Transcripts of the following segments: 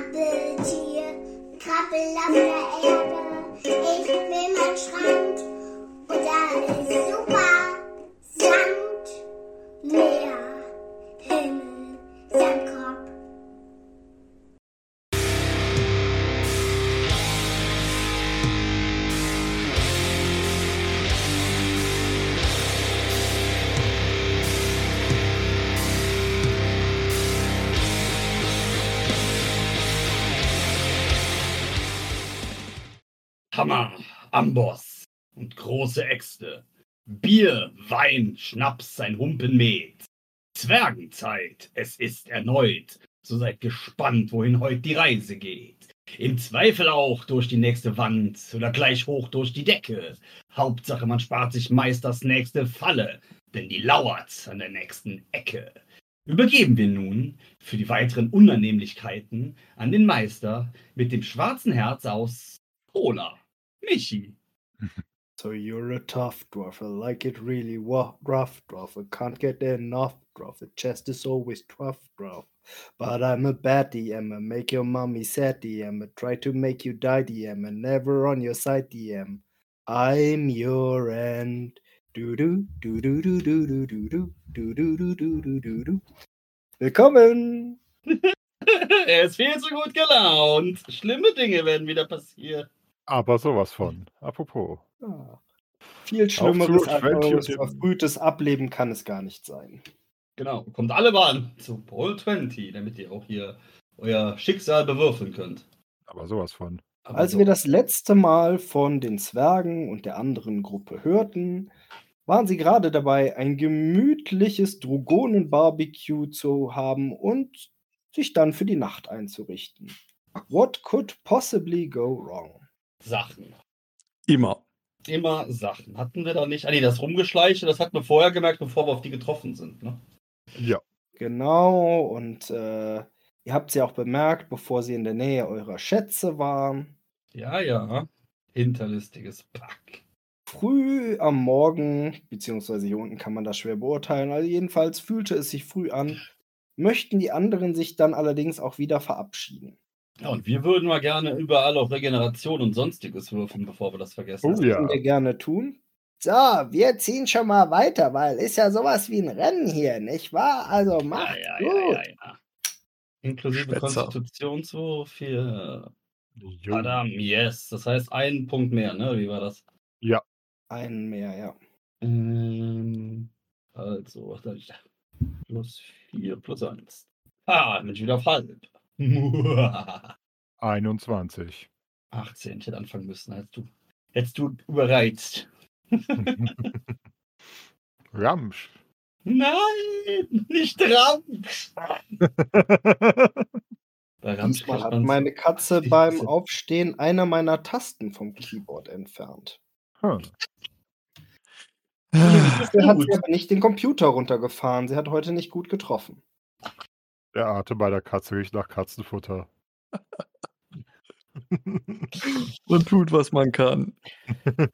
Krabbeltier, krabbel auf der Erde. Ich will meinen Strand und da ist super Sand, Meer, Himmel, Sandkorb. Hammer, Amboss und große Äxte. Bier, Wein, Schnaps, sein Humpenmet. Zwergenzeit, es ist erneut. So seid gespannt, wohin heut die Reise geht. Im Zweifel auch durch die nächste Wand oder gleich hoch durch die Decke. Hauptsache, man spart sich meist das nächste Falle, denn die lauert an der nächsten Ecke. Übergeben wir nun für die weiteren Unannehmlichkeiten an den Meister mit dem schwarzen Herz aus Cola. Michi. So you're a tough dwarf, I like it really wa- rough dwarf. I can't get enough dwarf. The chest is always tough dwarf. But I'm a baddie, I'm a make your mommy sad DM. I try to make you die DM and never on your side DM. I'm your end. Do do do do do do do do do do do do do do do do. Willkommen! er ist viel zu gut gelaunt. Schlimme Dinge werden wieder passieren. Aber sowas von. Apropos. Ah, Viel Schlimmeres Aufzug, als Schwänzchen. eures verfrühtes Ableben kann es gar nicht sein. Genau, kommt alle mal an zu Roll 20, damit ihr auch hier euer Schicksal bewürfeln könnt. Aber sowas von. Aber Als so, Also wir das letzte Mal von den Zwergen und der anderen Gruppe hörten, waren sie gerade dabei, ein gemütliches Drogonen-Barbecue zu haben und sich dann für die Nacht einzurichten. What could possibly go wrong? Sachen. Immer. Immer Sachen. Hatten wir da nicht. Ah nee, das rumgeschleiche, das hatten wir vorher gemerkt, bevor wir auf die getroffen sind. Ne? Ja. Genau, und äh, ihr habt sie auch bemerkt, bevor sie in der Nähe eurer Schätze waren. Ja, ja. Hinterlistiges Pack. früh am Morgen, beziehungsweise hier unten kann man das schwer beurteilen, also jedenfalls fühlte es sich früh an, möchten die anderen sich dann allerdings auch wieder verabschieden. Ja, und wir würden mal gerne überall auf Regeneration und sonstiges würfeln, bevor wir das vergessen. Oh Das ja. würden wir gerne tun. So, wir ziehen schon mal weiter, weil ist ja sowas wie ein Rennen hier, nicht wahr? Also ja, macht's ja, gut. ja, ja, ja. Inklusive Spätzer. Konstitutionswurf hier. Jo. äh, Adam, yes. Das heißt, einen Punkt mehr, ne? Wie war das? Einen mehr, ja. Ähm, also, was hab ich da? plus 4, plus 1. Ah, bin ich wieder auf halb. Muah. 21. 18, ich hätte anfangen müssen, hättest du, hättest du überreizt. Ramsch. Nein, nicht Ramsch. Bei Ramsch Diesmal kriegt hat man's- meine Katze Diese- beim Aufstehen eine meiner Tasten vom Keyboard entfernt. Hm. Dafür hat sie aber nicht den Computer runtergefahren. Sie hat heute nicht gut getroffen. Der Atem bei der Katze riecht nach Katzenfutter. Man tut, was man kann.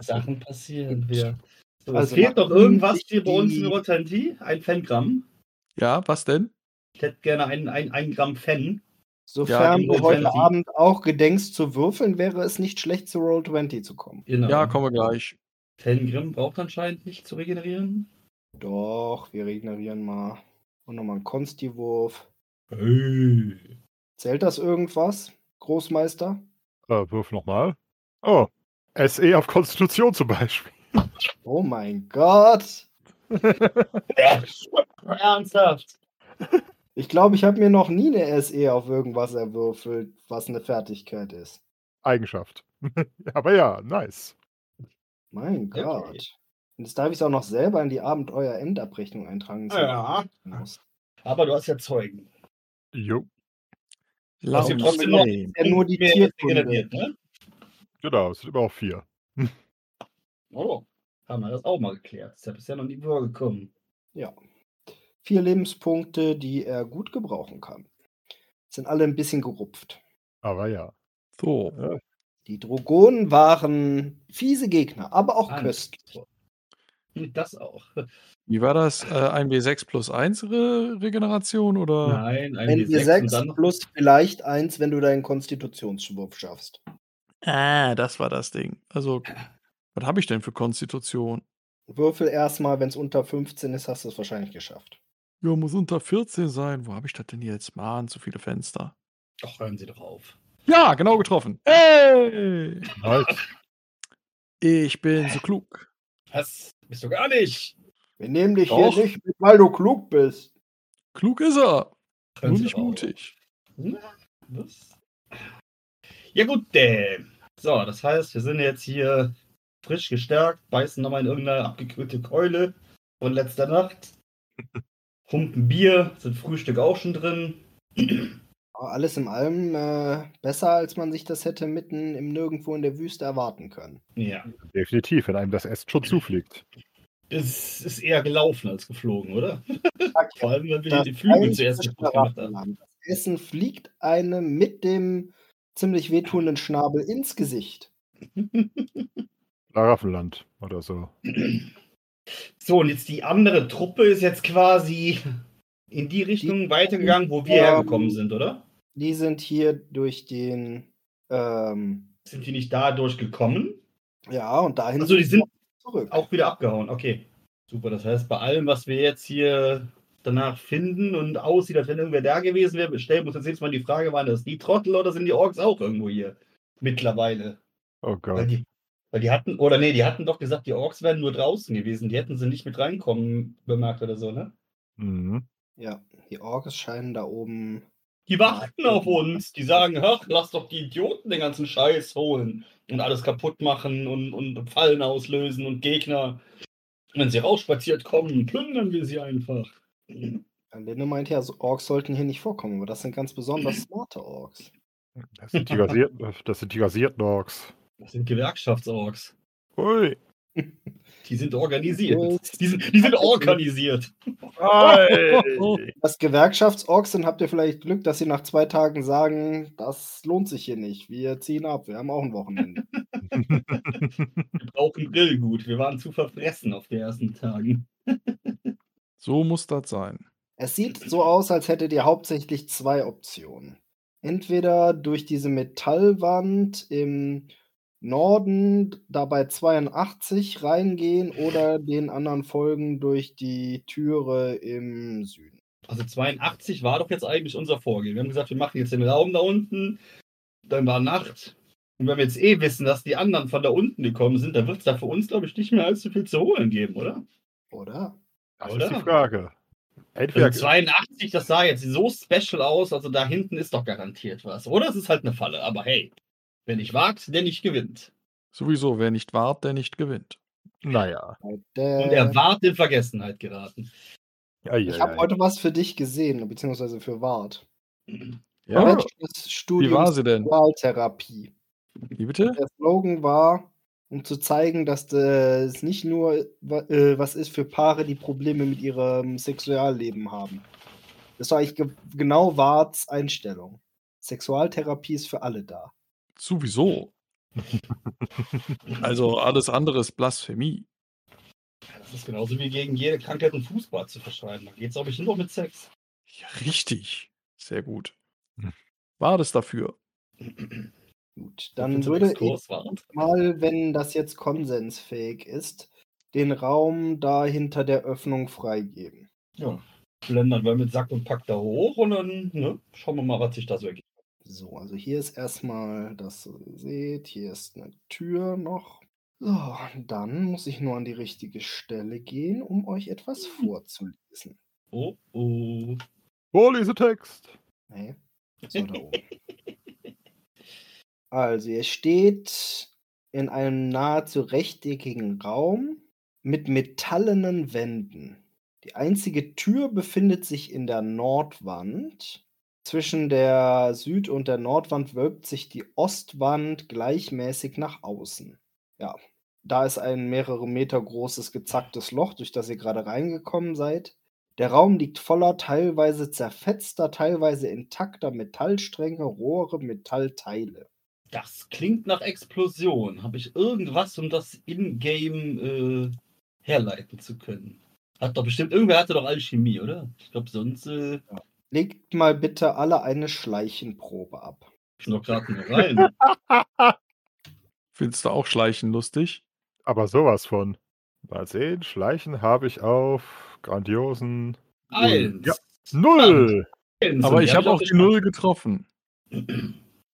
Sachen passieren. Wir. So, es Also fehlt doch nachdem irgendwas sich hier bei uns die- in Rotanti. Ein Fangramm. Ja, was denn? Ich hätte gerne einen, einen, einen Gramm Fan. Sofern gegen du heute Roll20. Abend auch gedenkst zu würfeln, wäre es nicht schlecht, zu Roll20 zu kommen. Genau. Ja, kommen wir gleich. Fengrim braucht anscheinend nicht zu regenerieren. Doch, wir regenerieren mal. Und nochmal ein Konsti-Wurf. Hey. Zählt das irgendwas, Großmeister? Äh, wirf nochmal. Oh. SE auf Konstitution zum Beispiel. Oh mein Gott! Ernsthaft? Ich glaube, ich habe mir noch nie eine SE auf irgendwas erwürfelt, was eine Fertigkeit ist. Eigenschaft. Aber ja, nice. Mein Okay. Gott. Und jetzt darf ich es auch noch selber in die Abenteuer-Endabrechnung eintragen. dass ich Ah Ja. muss. Aber du hast ja Zeugen. Jo. Hast du Lounge trotzdem noch- Name. Ja, nur die Wer Tierkunde. jetzt regeneriert, ne? Genau, es sind immer auch vier. Oh, haben wir das auch mal geklärt. Das ist ja bisher noch nie vorgekommen. Vier Lebenspunkte, die er gut gebrauchen kann. Sind alle ein bisschen gerupft. Aber ja. So, Die Drogonen waren fiese Gegner, aber auch Ah, köstlich. so. Das auch. Wie war das? Äh, ein W6 plus 1 Re Regeneration oder? Nein, ein Ein W6 und dann W6 noch plus vielleicht eins, wenn du deinen Konstitutionswurf schaffst. Ah, das war das Ding. Also, was habe ich denn für Konstitution? Würfel erstmal, wenn es unter 15 ist, hast du es wahrscheinlich geschafft. Ja, muss unter 14 sein. Wo habe ich das denn jetzt? Mann, zu viele Fenster. Doch, hören Sie doch auf. Ja, genau getroffen. Hey! Nice. Ich bin so klug. Was? Bist du gar nicht? Wir nehmen dich Doch. hier nicht mit, weil du klug bist. Klug ist er. Hören Nur Sie nicht doch auf. mutig. Na, Was? Ja gut, äh. So, das heißt, wir sind jetzt hier frisch gestärkt, beißen nochmal in irgendeine abgekühlte Keule von letzter Nacht, humpen Bier, sind Frühstück auch schon drin. Aber alles in allem äh, besser, als man sich das hätte mitten im Nirgendwo in der Wüste erwarten können. Ja, Definitiv, wenn einem das Essen schon zufliegt. es ist eher gelaufen als geflogen, oder? Vor allem, wenn wir Das die Flügel Einzige zuerst kaputt gemacht haben. Verraten. Das Essen fliegt einem mit dem ziemlich wehtuenden Schnabel ins Gesicht. Laraffenland oder so. So, und jetzt die andere Truppe ist jetzt quasi in die Richtung weitergegangen, wo wir Ja. hergekommen sind, oder? Die sind hier durch den, ähm, Sind die nicht da durchgekommen? ja, und dahin Also die sind zurück. auch wieder abgehauen, okay. Super, das heißt, bei allem, was wir jetzt hier danach finden und aussieht, als wenn irgendwer da gewesen wäre, stellen wir uns jetzt jedes Mal die Frage, waren das die Trottel oder sind die Orks auch irgendwo hier? Mittlerweile. Oh Weil Gott. die, weil die hatten, oder nee, die hatten doch gesagt, die Orks wären nur draußen gewesen. Die hätten sie nicht mit reinkommen bemerkt oder so, ne? Mhm. Ja, die Orks scheinen da oben Die warten auf uns. Die sagen, ach, lass doch die Idioten den ganzen Scheiß holen und alles kaputt machen und, und Fallen auslösen und Gegner. Und wenn sie rausspaziert kommen, plündern wir sie einfach. Ja, Linde meinte ja, so Orks sollten hier nicht vorkommen, aber das sind ganz besonders smarte Orks. Das sind die rasierten, das sind die rasierten Orks. Das sind Gewerkschaftsorgs. Ui. Die sind organisiert. Orks. Die sind, die sind organisiert. Ei. Das Gewerkschaftsorks sind, habt ihr vielleicht Glück, dass sie nach zwei Tagen sagen, das lohnt sich hier nicht. Wir ziehen ab, wir haben auch ein Wochenende. Wir brauchen Grillgut. Wir waren zu verfressen auf den ersten Tagen. So muss das sein. es sieht so aus, als hättet ihr hauptsächlich zwei Optionen. Entweder durch diese Metallwand im Norden dabei 82 reingehen oder den anderen folgen durch die Türe im Süden. Also 82 war doch jetzt eigentlich unser Vorgehen. Wir haben gesagt, wir machen jetzt den Raum da unten. Dann war Nacht. Und wenn wir jetzt eh wissen, dass die anderen von da unten gekommen sind, dann wird es da für uns, glaube ich, nicht mehr allzu viel zu holen geben, oder? Oder? Das Oder? ist die Frage. Entweder Also 82, das sah jetzt so special aus. Also da hinten ist doch garantiert was. Oder es ist halt eine Falle. Aber hey, wer nicht wagt, der nicht gewinnt. Sowieso, wer nicht wahrt, der nicht gewinnt. Naja. Und Und er Äh. war in Vergessenheit geraten. Ich habe heute was für dich gesehen, beziehungsweise für Wart. Ja, Bachelor's wie Studium war sie denn? Sexualtherapie. Wie bitte? Der Slogan war, um zu zeigen, dass das nicht nur wa- äh, was ist für Paare, die Probleme mit ihrem Sexualleben haben. Das war eigentlich ge genau Warts Einstellung. Sexualtherapie ist für alle da. Sowieso. Also alles andere ist Blasphemie. Das ist genauso wie gegen jede Krankheit und Fußball zu verschreiben. Da geht es, glaube ich, nur mit Sex. Ja, richtig. Sehr gut. Hm. War das dafür? Gut, dann Kurzer würde ich Exkurs war. mal, wenn das jetzt konsensfähig ist, den Raum da hinter der Öffnung freigeben. Ja. Blendern wir mit Sack und Pack da hoch und dann ne, schauen wir mal, was sich da so ergibt. So, also hier ist erstmal, das so ihr seht, hier ist eine Tür noch. So, und dann muss ich nur an die richtige Stelle gehen, um euch etwas vorzulesen. Oh, oh. Oh, Lesetext. Nee, so da oben. Also, ihr steht in einem nahezu rechteckigen Raum mit metallenen Wänden. Die einzige Tür befindet sich in der Nordwand. Zwischen der Süd- und der Nordwand wölbt sich die Ostwand gleichmäßig nach außen. Ja, da ist ein mehrere Meter großes gezacktes Loch, durch das ihr gerade reingekommen seid. Der Raum liegt voller teilweise zerfetzter, teilweise intakter Metallstränge, Rohre, Metallteile. Das klingt nach Explosion. Habe ich irgendwas, um das in-game äh, herleiten zu können. Hat doch bestimmt, irgendwer hatte doch Alchemie, oder? Ich glaube, sonst äh, Legt mal bitte alle eine Schleichenprobe ab. ich noch gerade nur rein. Findest du auch Schleichen lustig? Aber sowas von. Mal sehen, Schleichen habe ich auf grandiosen Eins. Ja. Null. Eins. Aber Und ich habe auch die genau. Null getroffen.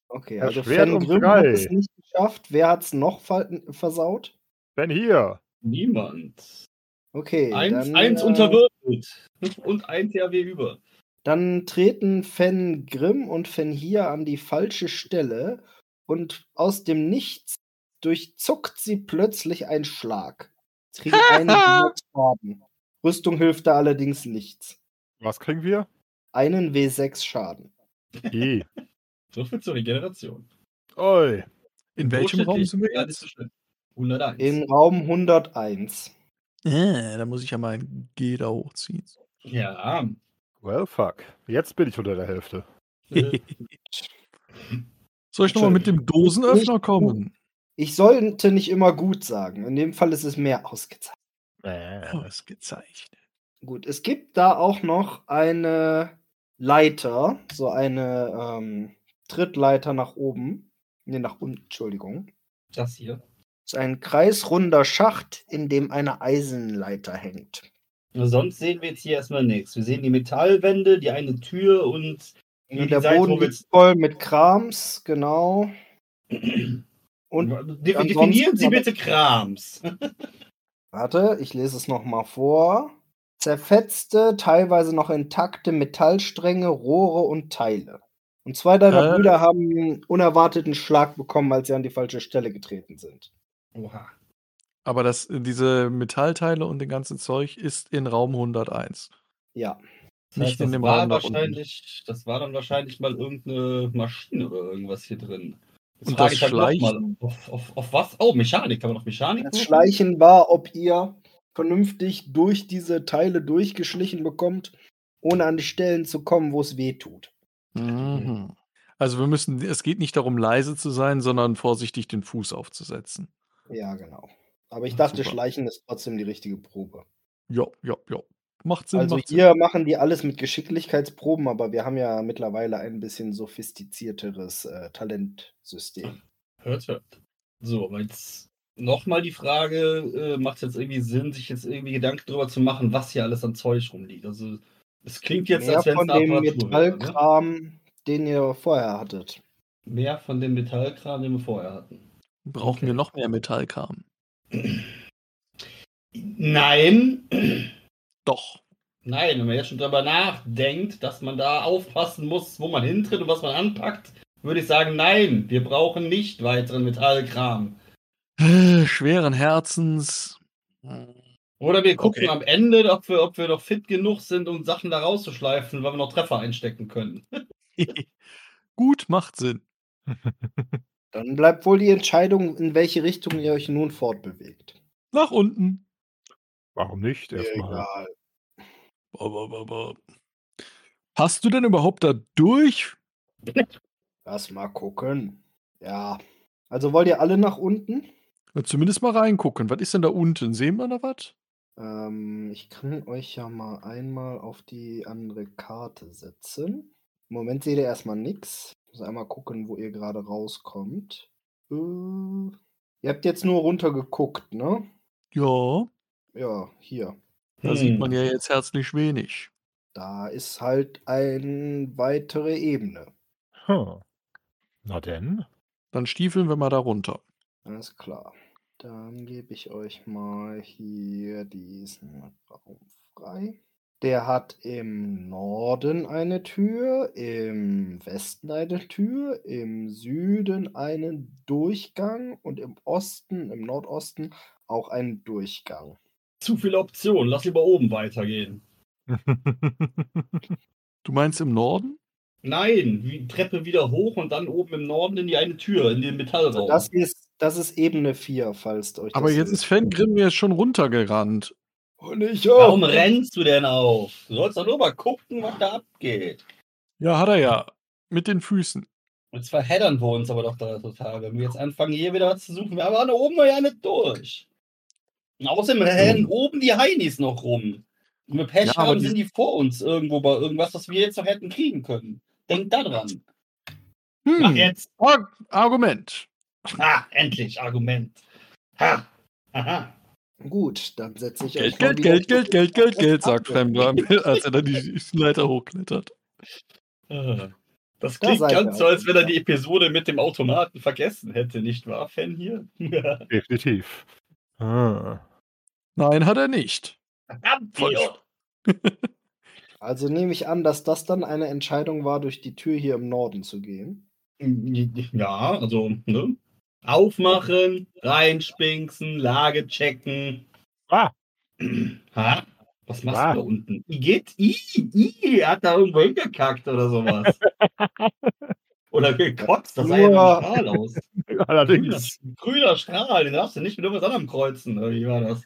Okay, Ja, also Schwert Fan um Grimm hat drei. es nicht geschafft. Wer hat es noch ver versaut? Denn hier. Niemand. Okay, Eins, dann, eins äh, unterwürfelt. Und ein THW über. Dann treten Fen Grimm und Fen hier an die falsche Stelle und aus dem Nichts durchzuckt sie plötzlich ein Schlag. Sie Kriegen einen W6-Schaden. Rüstung hilft da allerdings nichts. Was kriegen wir? Einen W6-Schaden. I. So viel zur Regeneration. Oi. In welchem Durchschnittlich, Raum sind wir Ja, nicht so jetzt? schlimm. 101. In Raum 101. Äh, da muss ich ja mal ein G da hochziehen. ja. Well, fuck. Jetzt bin ich unter der Hälfte. Äh, Soll ich nochmal mit dem Dosenöffner kommen? Ich sollte nicht immer gut sagen. In dem Fall ist es mehr ausgezeichnet. Ausgezeichnet. Gut, es gibt da auch noch eine Leiter, so eine ähm, Trittleiter nach oben. Ne, nach unten, Entschuldigung. das hier. ist ein kreisrunder Schacht, in dem eine Eisenleiter hängt. Sonst sehen wir jetzt hier erstmal nichts. Wir sehen die Metallwände, die eine Tür und Und die der Seite, wo Boden wir ist voll mit Krams, genau. Und De ansonsten- definieren Sie bitte Krams. warte, ich lese es nochmal vor. Zerfetzte, teilweise noch intakte Metallstränge, Rohre und Teile. Und zwei deiner Äh. Brüder haben einen unerwarteten Schlag bekommen, als sie an die falsche Stelle getreten sind. Oha. Aber das, diese Metallteile und den ganzen Zeug ist in Raum 101. Ja. Das heißt, Nicht in das dem war Raum nach unten. wahrscheinlich, Das war dann wahrscheinlich mal irgendeine Maschine oder irgendwas hier drin. Jetzt Und frage das ich halt noch Schleichen? mal, auf, auf, auf was? Oh, Mechanik. Kann man auf Mechanik Das gucken? Schleichen war, ob ihr vernünftig durch diese Teile durchgeschlichen bekommt, ohne an die Stellen zu kommen, wo es weh tut. Mhm. Also wir müssen, es geht nicht darum, leise zu sein, sondern vorsichtig den Fuß aufzusetzen. Ja, genau. Aber ich Ah, dachte, super. Schleichen ist trotzdem die richtige Probe. Ja, ja, ja. Macht Sinn, also macht Sinn. hier machen die alles mit Geschicklichkeitsproben, aber wir haben ja mittlerweile ein bisschen sophistizierteres äh, Talentsystem. Hört, hört. So, aber jetzt nochmal die Frage, äh, macht es jetzt irgendwie Sinn, sich jetzt irgendwie Gedanken darüber zu machen, was hier alles an Zeug rumliegt? Also, es klingt jetzt, Mehr als wenn es von eine dem Apparatur wäre. Ne? Metallkram, den ihr vorher hattet. Mehr von dem Metallkram, den wir vorher hatten. Brauchen okay. wir noch mehr Metallkram? Nein, Doch. nein, wenn man jetzt schon darüber nachdenkt, dass man da aufpassen muss, wo man hintritt und was man anpackt, würde ich sagen, nein, wir brauchen nicht weiteren Metallkram. Äh, Schweren Herzens. Oder wir gucken Okay. am Ende, ob wir, ob wir noch fit genug sind, um Sachen da rauszuschleifen, weil wir noch Treffer einstecken können. Gut, macht Sinn. Dann bleibt wohl die Entscheidung, in welche Richtung ihr euch nun fortbewegt. Nach unten. Warum nicht? Erstmal. Egal. Ba, ba, ba, ba. Passt du denn überhaupt da durch? Lass mal gucken. Ja. Also wollt ihr alle nach unten? Na, Zumindest mal reingucken. Was ist denn da unten? Sehen wir da was? Ähm, ich kann euch ja mal einmal auf die andere Karte setzen. Im Moment seht ihr erstmal nichts. Muss einmal gucken, wo ihr gerade rauskommt. Äh, ihr habt jetzt nur runtergeguckt, ne? Ja, Ja, hier. da Hm. sieht man ja jetzt herzlich wenig. Da ist halt eine weitere Ebene. Hm. Na denn? Dann stiefeln wir mal da runter. Alles klar. Dann gebe ich euch mal hier diesen Raum frei. Der hat im Norden eine Tür, im Westen eine Tür, im Süden einen Durchgang und im Osten, im Nordosten auch einen Durchgang. Zu viele Optionen, lass lieber oben weitergehen. Du meinst im Norden? Nein, wie Treppe wieder hoch und dann oben im Norden in die eine Tür, in den Oh. Metallraum. Das ist, das ist Ebene 4, falls euch Aber das jetzt ist hilft. Fengrim jetzt schon runtergerannt. Und ich Warum auch. rennst du denn auf? Du sollst doch nur mal gucken, was da abgeht. Ja, hat er ja. Mit den Füßen. Und zwar headern wir uns aber doch da total. Wenn wir jetzt anfangen, hier wieder was zu suchen, wir haben da oben noch ja nicht durch. Und außerdem rennen oben die Heinis noch rum. Und mit Pech Ja, aber haben die- sind die vor uns irgendwo bei irgendwas, was wir jetzt noch hätten kriegen können. Denkt da dran. Hm. Ach, jetzt. Ar Argument. Ah, endlich, Argument. Ha. Aha. Gut, dann setze ich Geld, euch mal Geld, wieder Geld, Geld, Geld, Geld, Geld, sagt Abwehr. Fremder, als er dann die Leiter hochklettert. Äh, Das Da klingt seid ihr ganz so, als wenn er auch. die Episode mit dem Automaten vergessen hätte, nicht wahr, Fan hier? Definitiv. Ah. Nein, hat er nicht. Verdammt, Voll- Theo. Also nehme ich an, dass das dann eine Entscheidung war, durch die Tür hier im Norden zu gehen. Ja, also, ne? Aufmachen, reinspinksen, Lage checken. Ah. Ha? Was machst Ah. du da unten? Igitt? I, I, er hat da irgendwo hingekackt oder sowas. oder gekotzt, das sah ja Ja. ein Strahl aus. Grüner, Allerdings, grüner Strahl, den darfst du nicht mit irgendwas anderem kreuzen. Oder wie war das?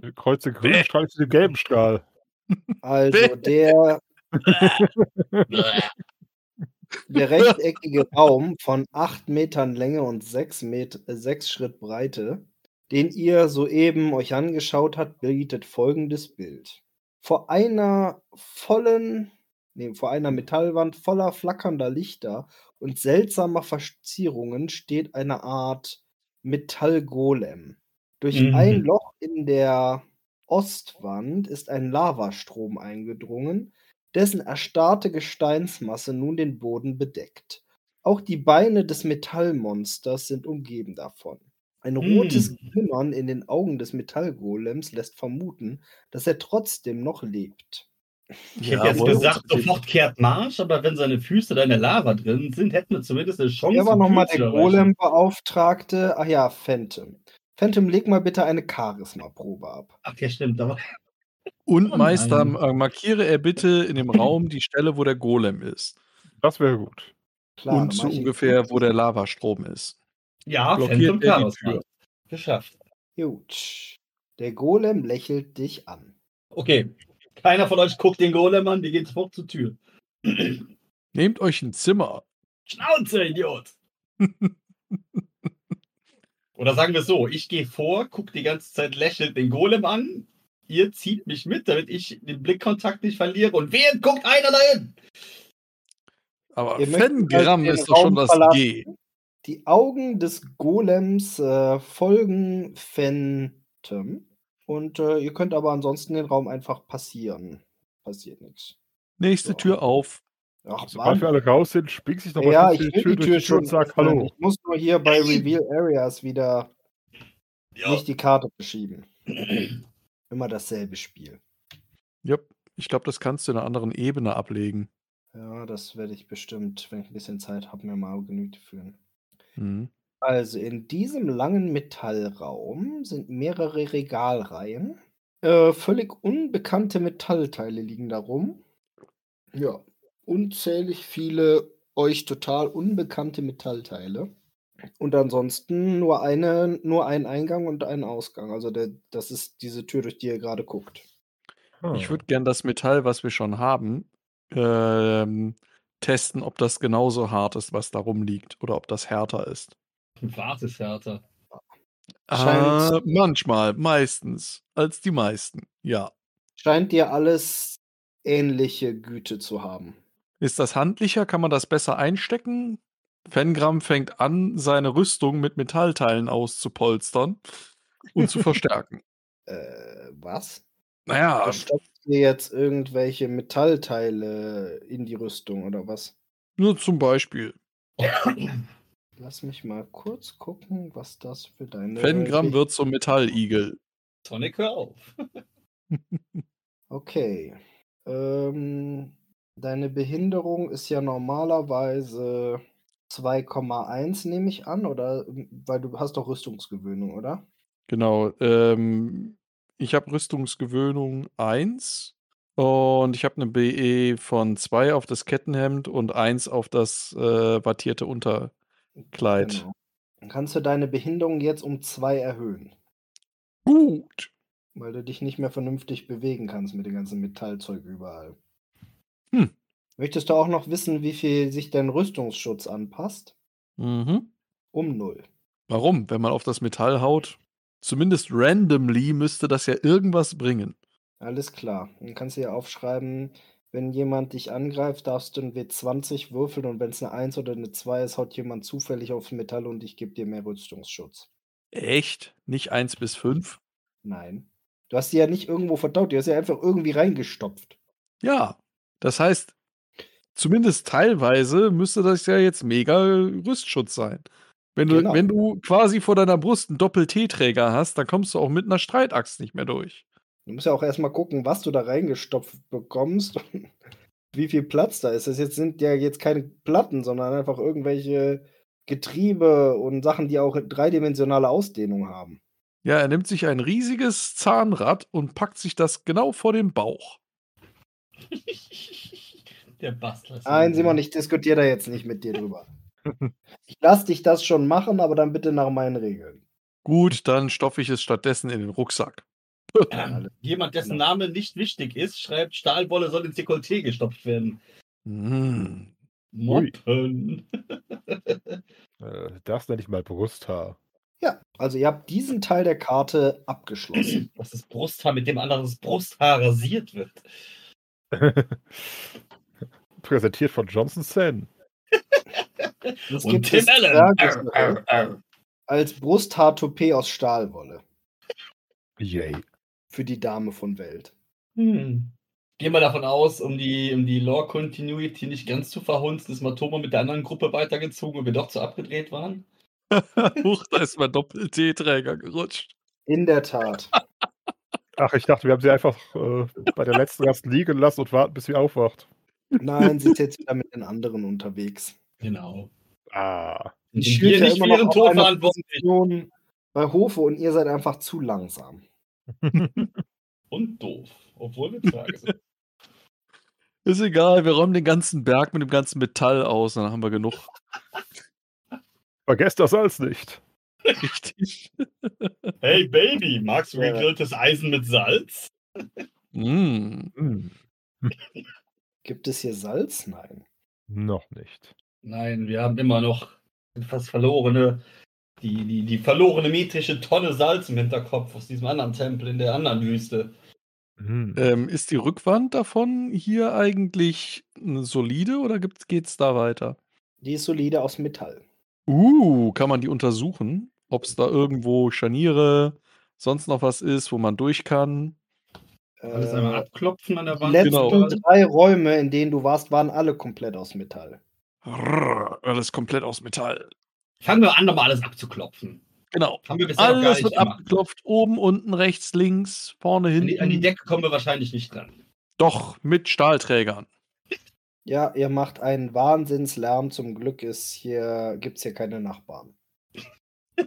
Hm. kreuze grünen Strahl zu dem gelben Strahl. Also der, der rechteckige Raum von 8 Metern Länge und 6, Met 6 Schritt Breite, den ihr soeben euch angeschaut habt, bietet folgendes Bild. Vor einer vollen, nee, vor einer Metallwand voller flackernder Lichter und seltsamer Verzierungen steht eine Art Metallgolem. Durch Mhm. ein Loch in der Ostwand ist ein Lavastrom eingedrungen, dessen erstarrte Gesteinsmasse nun den Boden bedeckt. Auch die Beine des Metallmonsters sind umgeben davon. Ein rotes Glimmern in den Augen des Metallgolems lässt vermuten, dass er trotzdem noch lebt. Ich hätte jetzt gesagt, sofort kehrt Marsch, aber wenn seine Füße da in der Lava drin sind, hätten wir zumindest eine Chance. Wer war ein nochmal Ziel der zu erreichen. Golem-Beauftragte? Ach ja, Phantom. Phantom, leg mal bitte eine Charisma-Probe ab. Ach ja, stimmt. Da war Und Oh Meister, nein. äh, markiere er bitte in dem Raum die Stelle, wo der Golem ist. Das wäre gut. Klar, und dann so mach ich- ungefähr, wo der Lavastrom ist. ja, Phantom Blockiert er die Chaos. Tür. Geschafft. Gut. Der Golem lächelt dich an. Okay. Keiner von euch guckt den Golem an, wir gehen sofort zur Tür. Nehmt euch ein Zimmer. Schnauze, Idiot! Oder sagen wir es so, ich gehe vor, gucke die ganze Zeit lächelnd den Golem an, ihr zieht mich mit, damit ich den Blickkontakt nicht verliere und wen guckt einer dahin? Aber Ihr möchtet Fengram also den ist doch schon Raum das verlassen. G. Die Augen des Golems äh, folgen Phantom. Und äh, ihr könnt aber ansonsten den Raum einfach passieren. Passiert nichts. Nächste So. Tür auf. Ach, Sobald wir alle raus sind, springt sich nochmal ja, schnell ich will durch die Tür schon und sag Hallo. Ich muss nur hier bei Reveal Areas wieder Ja, nicht die Karte beschieben. Immer dasselbe Spiel. Jupp. Ich glaube, das kannst du in einer anderen Ebene ablegen. Ja, das werde ich bestimmt, wenn ich ein bisschen Zeit habe, mir mal genügt führen. Mhm. Also in diesem langen Metallraum sind mehrere Regalreihen. Äh, völlig unbekannte Metallteile liegen darum. Ja, unzählig viele euch total unbekannte Metallteile. Und ansonsten nur eine, nur ein Eingang und ein Ausgang. Also der, das ist diese Tür, durch die ihr gerade guckt. Ah. Ich würde gern das Metall, was wir schon haben, ähm, testen, ob das genauso hart ist, was da rumliegt, oder ob das härter ist. Warte, ist härter. Äh, Scheint- manchmal, meistens, als die meisten. Ja. Scheint dir alles ähnliche Güte zu haben. Ist das handlicher? Kann man das besser einstecken? Fengram fängt an, seine Rüstung mit Metallteilen auszupolstern und zu verstärken. Äh, was? Naja, Da stopft ihr jetzt irgendwelche Metallteile in die Rüstung oder was? nur zum Beispiel. Lass mich mal kurz gucken, was das für deine. Fengram wird zum Metalligel. Sonic, hör auf. Okay. Ähm, deine Behinderung ist ja normalerweise 2,1, nehme ich an, oder? Weil du hast doch Rüstungsgewöhnung, oder? Genau. Ähm, ich habe Rüstungsgewöhnung 1 und ich habe eine BE von 2 auf das Kettenhemd und 1 auf das äh, wattierte Unterkleid. Genau. Dann kannst du deine Behinderung jetzt um 2 erhöhen, Gut. weil du dich nicht mehr vernünftig bewegen kannst mit dem ganzen Metallzeug überall. Hm. Möchtest du auch noch wissen, wie viel sich dein Rüstungsschutz anpasst? Mhm. Um null. Warum? Wenn man auf das Metall haut, Zumindest randomly müsste das ja irgendwas bringen. Alles klar. Dann kannst du ja aufschreiben, wenn jemand dich angreift, darfst du ein W20 würfeln und wenn es eine 1 oder eine 2 ist, haut jemand zufällig aufs Metall und ich gebe dir mehr Rüstungsschutz. Echt? Nicht 1 bis 5? Nein. Du hast sie ja nicht irgendwo verdaut, die hast ja einfach irgendwie reingestopft. Ja. Das heißt, zumindest teilweise müsste das ja jetzt mega Rüstschutz sein. Wenn du, Genau. wenn du quasi vor deiner Brust einen Doppel-T-Träger hast, dann kommst du auch mit einer Streitaxt nicht mehr durch. Du musst ja auch erstmal gucken, was du da reingestopft bekommst und wie viel Platz da ist. Das jetzt sind ja jetzt keine Platten, sondern einfach irgendwelche Getriebe und Sachen, die auch dreidimensionale Ausdehnung haben. Ja, er nimmt sich ein riesiges Zahnrad und packt sich das genau vor den Bauch. Der Bastler. ist Nein, ein- Simon, ich diskutiere da jetzt nicht mit dir drüber. Ich lass dich das schon machen, aber dann bitte nach meinen Regeln. Gut, dann stopfe ich es stattdessen in den Rucksack. Ähm, Jemand, dessen Name nicht wichtig ist, schreibt, Stahlwolle soll ins Dekolleté gestopft werden. Hm. Moppen. Äh, das nenne ich mal Brusthaar. Ja, also ihr habt diesen Teil der Karte abgeschlossen. Das ist Brusthaar, mit dem anderes Brusthaar rasiert wird. Präsentiert von Johnson Sen. Es Und Tim das Äh, Allen. Zwerggeschirr Arr, arr, arr. als Brusthaar-Toupet aus Stahlwolle Yay. für die Dame von Welt. Hm. Gehen wir davon aus, um die, um die Lore Continuity nicht ganz zu verhunzen, ist Matoma mit der anderen Gruppe weitergezogen und wir doch zu abgedreht waren. Huch, da ist mein Doppel-T-Träger gerutscht. In der Tat. Ach, ich dachte, wir haben sie einfach äh, bei der letzten Rast liegen lassen und warten, bis sie aufwacht. Nein, sie ist jetzt wieder mit den anderen unterwegs. Genau. Ah. Sind Ich wir schielte nicht immer für noch ihren auf Tod einer verantwortlich. Position bei Hofe und ihr seid einfach zu langsam. Und doof, obwohl wir Zwerge sind. Ist egal, wir räumen den ganzen Berg mit dem ganzen Metall aus, dann haben wir genug. Vergesst das Salz nicht. Richtig. Hey Baby, magst du Ja. gegrilltes Eisen mit Salz? Mm. Hm, Gibt es hier Salz? Nein. noch nicht. Nein, wir haben immer noch fast verlorene, die, die, die verlorene metrische Tonne Salz im Hinterkopf aus diesem anderen Tempel in der anderen Wüste. Hm. Ähm, ist die Rückwand davon hier eigentlich eine solide oder geht es da weiter? Die ist solide aus Metall. Uh, kann man die untersuchen, ob es da irgendwo Scharniere, sonst noch was ist, wo man durch kann. Alles Äh, einmal abklopfen an der die Wand. letzten Genau. drei Räume, in denen du warst, waren alle komplett aus Metall. Rrr, alles komplett aus Metall. Fangen wir an, nochmal alles abzuklopfen. Genau. Haben wir bisher noch gar Alles nicht wird gemacht. abgeklopft, oben, unten, rechts, links, vorne, An die, hinten. an die Decke kommen wir wahrscheinlich nicht dran. Doch, mit Stahlträgern. Ja, ihr macht einen Wahnsinnslärm. Zum Glück ist hier, gibt es hier keine Nachbarn.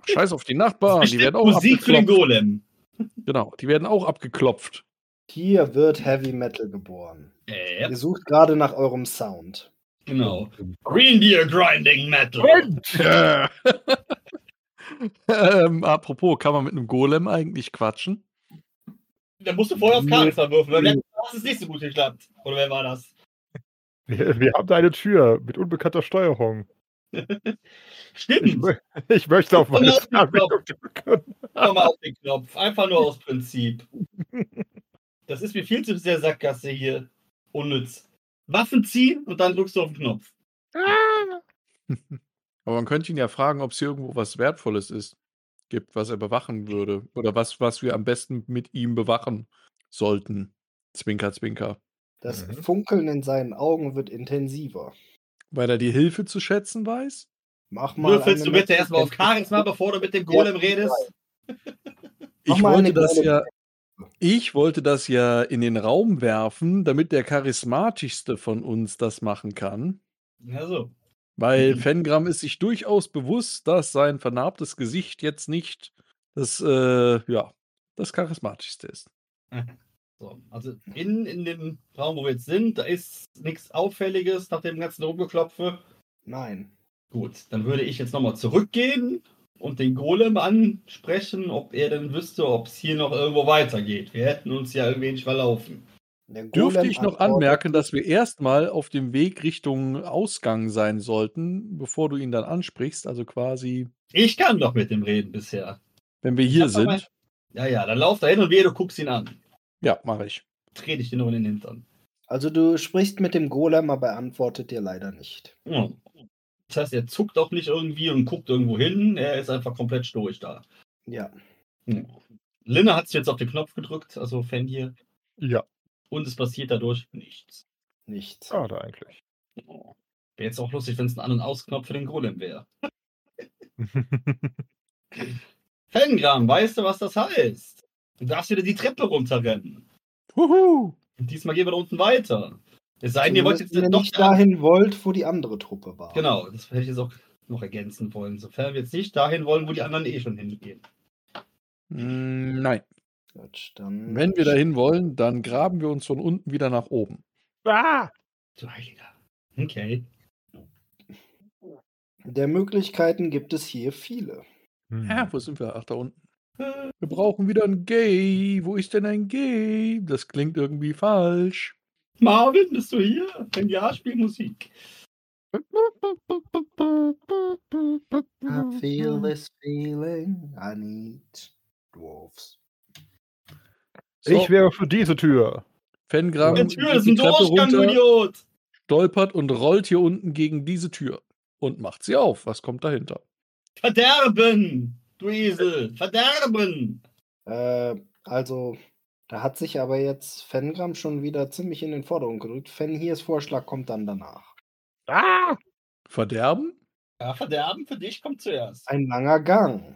Scheiß auf die Es Nachbarn, die bestimmt werden auch Musik für den abgeklopft. Golem. Genau, die werden auch abgeklopft. Hier wird Heavy Metal geboren. Äh, ja, Ihr sucht gerade nach eurem Sound. genau. Reindeer Grinding Metal. Äh, Ähm, apropos, kann man mit einem Golem eigentlich quatschen? Da musst du vorher auf Karten verwürfen. Beim letzten Mal hast du es nicht so gut geklappt. Oder wer war das? Wir, wir haben da eine Tür mit unbekannter Steuerung. Ich, Stimmt. mö ich möchte auf meine Verlassen Fernbedienung drücken. Nochmal auf den Knopf. Einfach nur aus Prinzip. Das ist mir viel zu sehr Sackgasse hier. Unnütz. Waffen ziehen und dann drückst du auf den Knopf. Aber man könnte ihn ja fragen, ob es hier irgendwo was Wertvolles ist, gibt, was er bewachen würde. Oder was, was wir am besten mit ihm bewachen sollten. Zwinker, zwinker. Das Mhm. Funkeln in seinen Augen wird intensiver. Weil er die Hilfe zu schätzen weiß? Mach mal. Würfelst eine du bitte erstmal auf Naturkenntnis- Charisma, bevor du mit dem Golem redest? Mach Ich mal eine wollte, das Golem- ja, ich wollte das ja in den Raum werfen, damit der charismatischste von uns das machen kann. Ja, so. Weil Mhm. Fengram ist sich durchaus bewusst, dass sein vernarbtes Gesicht jetzt nicht das, äh, ja, das charismatischste ist. So, also in, in dem Raum, wo wir jetzt sind, da ist nichts Auffälliges nach dem ganzen Rumgeklopfe. Nein. Gut, dann würde ich jetzt nochmal zurückgehen und den Golem ansprechen, ob er denn wüsste, ob es hier noch irgendwo weitergeht. Wir hätten uns ja irgendwie nicht verlaufen. Der Dürfte Golem ich noch antwortet- anmerken, dass wir erstmal auf dem Weg Richtung Ausgang sein sollten, bevor du ihn dann ansprichst? Also quasi, Ich kann doch mit dem reden bisher. wenn wir hier Lass doch mal- sind. Ja, ja, dann lauf da hin und wehe, du guckst ihn an. Ja, mache ich. Trete ich dir nur in den Hintern. Also du sprichst mit dem Golem, aber er antwortet dir leider nicht. Ja. Das heißt, er zuckt auch nicht irgendwie und guckt irgendwo hin. Er ist einfach komplett stoisch da. Ja. Ja. Linne hat es jetzt auf den Knopf gedrückt, also Fan hier. Ja, Und es passiert dadurch nichts. Nichts. Ah. schade eigentlich. Oh. Wäre jetzt auch lustig, wenn es ein An- und Ausknopf für den Golem wäre. Fengram, weißt du, was das heißt? Du darfst wieder die Treppe runterrennen. Huhu! Und diesmal gehen wir da unten weiter. Es sei denn, ihr wollt Zumindest, jetzt wenn ihr doch nicht dahin wollt, wo die andere Truppe war. Genau, das hätte ich jetzt auch noch ergänzen wollen. Sofern wir jetzt nicht dahin wollen, wo die anderen eh schon hingehen. Mm, Nein. Gut, Hm. dann Wenn wir dahin wollen, dann graben wir uns von unten wieder nach oben. ah! Du Heiliger. Okay. Der Möglichkeiten gibt es hier viele. Hm. Ja, wo sind wir? Ach, da unten. Wir brauchen wieder ein Gay. Wo ist denn ein Gay? Das klingt irgendwie falsch. Marvin, bist du hier? Wenn ja, spiel Musik. I feel this feeling I need Dwarfs. So, Ich wäre für diese Tür. Fengram Die geht Tür ist ein Treppe Durchgang, du runter, Idiot! stolpert und rollt hier unten gegen diese Tür und macht sie auf. Was kommt dahinter? Verderben! Du Esel! Verderben! Äh, also, da hat sich aber jetzt Fengram schon wieder ziemlich in den Vordergrund gerückt. Fenhirs Vorschlag kommt dann danach. Ah! Verderben? Ja, Verderben für dich kommt zuerst. Ein langer Gang.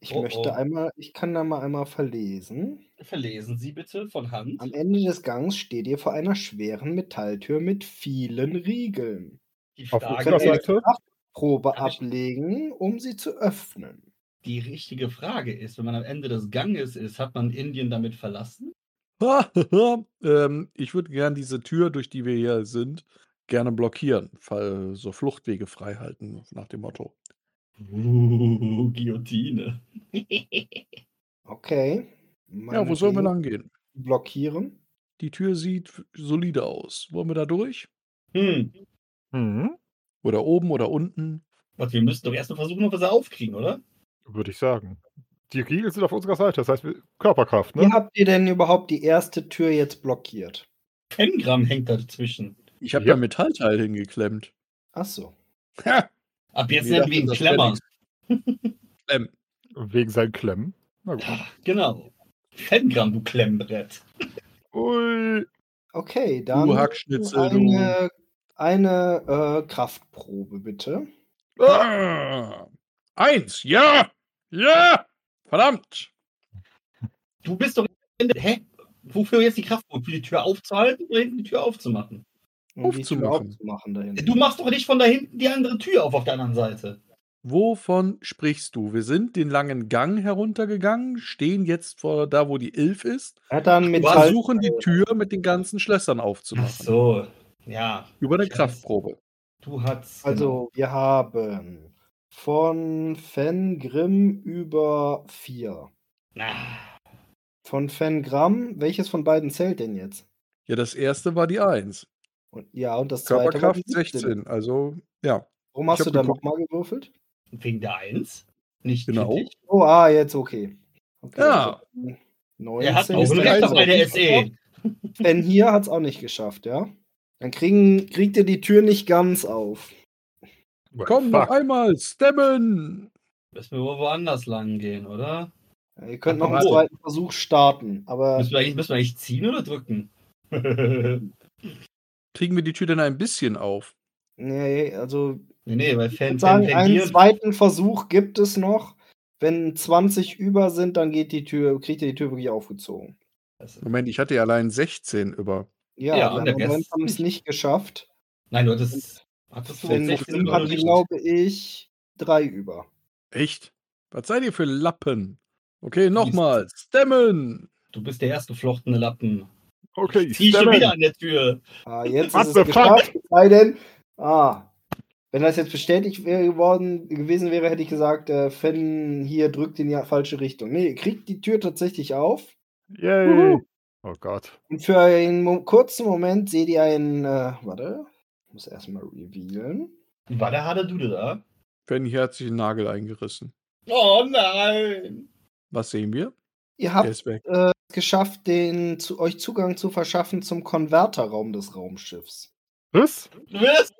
Ich Oh, möchte oh. einmal, ich kann da mal einmal verlesen. Verlesen Sie bitte von Hand. Am Ende des Gangs steht ihr vor einer schweren Metalltür mit vielen Riegeln. Die Auf Ihr Frage könnt unserer ist, eine Seite? Kraftprobe Kann ich- ablegen, um sie zu öffnen. die richtige Frage ist, wenn man am Ende des Ganges ist, hat man Indien damit verlassen? ähm, ich würde gern diese Tür, durch die wir hier sind, gerne blockieren, fall so Fluchtwege frei halten, nach dem Motto. Uh, Guillotine. Okay. Ja, wo sollen wir meinetwegen. lang gehen? Blockieren. Die Tür sieht f- solide aus. Wollen wir da durch? Hm. Hm, Oder oben oder unten? Warte, wir müssen doch erst mal versuchen, ob wir sie aufkriegen, oder? würde ich sagen. Die Riegel sind auf unserer Seite, das heißt wir- Körperkraft, ne? Wie habt ihr denn überhaupt die erste Tür jetzt blockiert? Pengram hängt da dazwischen. Ich habe Ja. da ein Metallteil hingeklemmt. Ach so. Ha! Ab jetzt Mir nennen wir dachte, ihn das wär Klemmer. nix. Klemm. Wegen seinen Klemmen. Na gut. Ja, genau. Pengram, du Klemmbrett. Ui. Okay, dann Du Uh, Hackschnitzel, du. eine, eine äh, Kraftprobe bitte. Ah! Eins, ja! Ja! Verdammt! Du bist doch. Hä? Wofür jetzt die Kraft? Für die Tür aufzuhalten oder hinten die Tür aufzumachen? Um die Tür Aufzumachen. aufzumachen da hinten. Du machst doch nicht von da hinten die andere Tür auf auf der anderen Seite. Wovon sprichst du? Wir sind den langen Gang heruntergegangen, stehen jetzt vor da, wo die Ilf ist, Er hat dann Metall. versuchen die Tür mit den ganzen Schlössern aufzumachen. so. Ja, Über eine Ich weiß. Kraftprobe. du hast. Genau. Also, wir haben von Fengrim über 4. genau. Na, Von Fengram, welches von beiden zählt denn jetzt? Ja, das erste war die Eins. Und, ja, und das zweite war die Körperkraft 17. 16. Also, ja. Warum hast Ich du hab da geguckt. nochmal gewürfelt? wegen der Eins. Nicht Genau. kritisch. Oh, ah, jetzt okay. okay Ja. also Er hat 19. auch einen Mr. Rechner bei der eh- Eisenhower. SE. Wenn hier hat es auch nicht geschafft, ja? Dann kriegen, kriegt ihr die Tür nicht ganz auf. Komm, noch Fuck. einmal, stemmen! Müssen wir wohl woanders lang gehen, oder? Ihr könnt noch Ach, einen oh. zweiten Versuch starten, aber Müssen wir eigentlich, müssen wir eigentlich ziehen oder drücken? nee, Kriegen wir die Tür denn ein bisschen auf? nee, also nee, weil ich Fan, würd Fan, sagen, Fan einen hier. zweiten Versuch gibt es noch. Wenn 20 über sind, dann geht die Tür, kriegt ihr die Tür wirklich aufgezogen. Moment, ich hatte ja allein 16 über. Ja, Ja, und die der anderen Rest haben es nicht geschafft. Nein, du hattest. Hattest du Denn 16 Finn oder hatte, nicht? glaube ich, drei über. Echt? Was seid ihr für Lappen? Okay, nochmal, stemmen! Du bist der erstgeflochtene Lappen. Okay, ich Zieh schon stemme. wieder an der Tür. Ah, jetzt What ist the es fuck? geschafft. es Sei denn, ah, wenn das jetzt bestätigt wäre geworden, gewesen wäre, hätte ich gesagt, äh, Fenn hier drückt in die falsche Richtung. Nee, ihr kriegt die Tür tatsächlich auf. Yay. Juhu. Oh Gott. Und für einen mo kurzen Moment seht ihr einen, äh, warte, ich muss erstmal revealen. War der harte Dude da? Fanny hat sich den Nagel eingerissen. Oh nein! Was sehen wir? Ihr Der habt ist weg. äh, es geschafft, den, zu, euch Zugang zu verschaffen zum Konverterraum des Raumschiffs. Was? Was?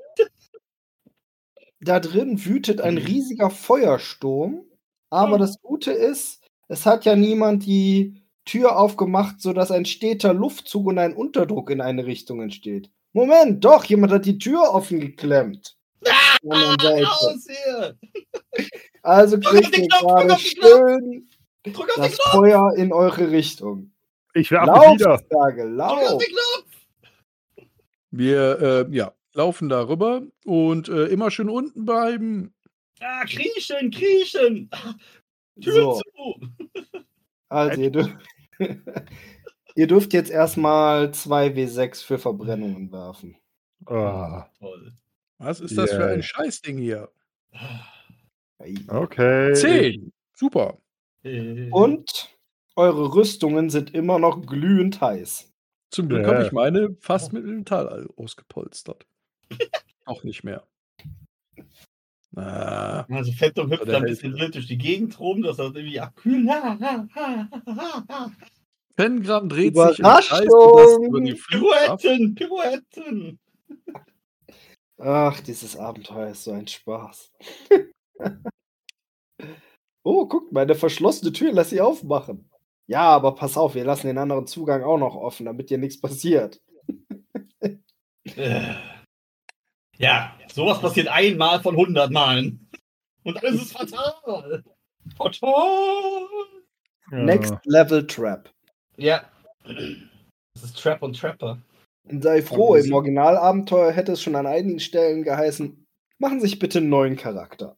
Da drin wütet ein Mhm. riesiger Feuersturm, aber Mhm. das Gute ist, es hat ja niemand die Tür aufgemacht, sodass ein steter Luftzug und ein Unterdruck in eine Richtung entsteht. Moment, doch, jemand hat die Tür offen geklemmt. Von der Oh Seite. Ah, Raus hier! Also Drück auf kriegt den ihr Knopf, drück gerade auf den Knopf. schön Drück auf den das Knopf! Feuer in eure Richtung. Ich werfe Lauf, wieder. Sage, Drück auf lauf. den Knopf! Wir äh, ja, laufen darüber und äh, immer schön unten bleiben. Ah, kriechen, kriechen! Tür So. zu! Also, ihr dürft, ihr dürft jetzt erstmal 2W6 für Verbrennungen werfen. Ah, Toll. Was ist das für Yay. ein Scheißding hier? Ei. Äh, okay. Zehn. Super. Äh, Und eure Rüstungen sind immer noch glühend heiß. Zum Glück Ja. habe ich meine fast mit Metall ausgepolstert. Auch nicht mehr. Ah, Also Phantom hüpft Oder da ein hält- bisschen wild durch die Gegend rum, dass das irgendwie abkühlen. Ha, ha, ha, ha, ha, ha. Pengram dreht sich Überraschung! über die Flugkraft. Pirouetten, Pirouetten! Ach, dieses Abenteuer ist so ein Spaß. oh, guckt mal, eine verschlossene Tür, lass sie aufmachen. Ja, aber pass auf, wir lassen den anderen Zugang auch noch offen, damit dir nichts passiert. Äh. Ja, sowas passiert einmal von hundert Malen. Und alles ist fatal. Fatal! Ja. Next Level Trap. Ja. Das ist Trap und Trapper. Und sei froh, Wahnsinn. im Originalabenteuer hätte es schon an einigen Stellen geheißen, machen sich bitte einen neuen Charakter.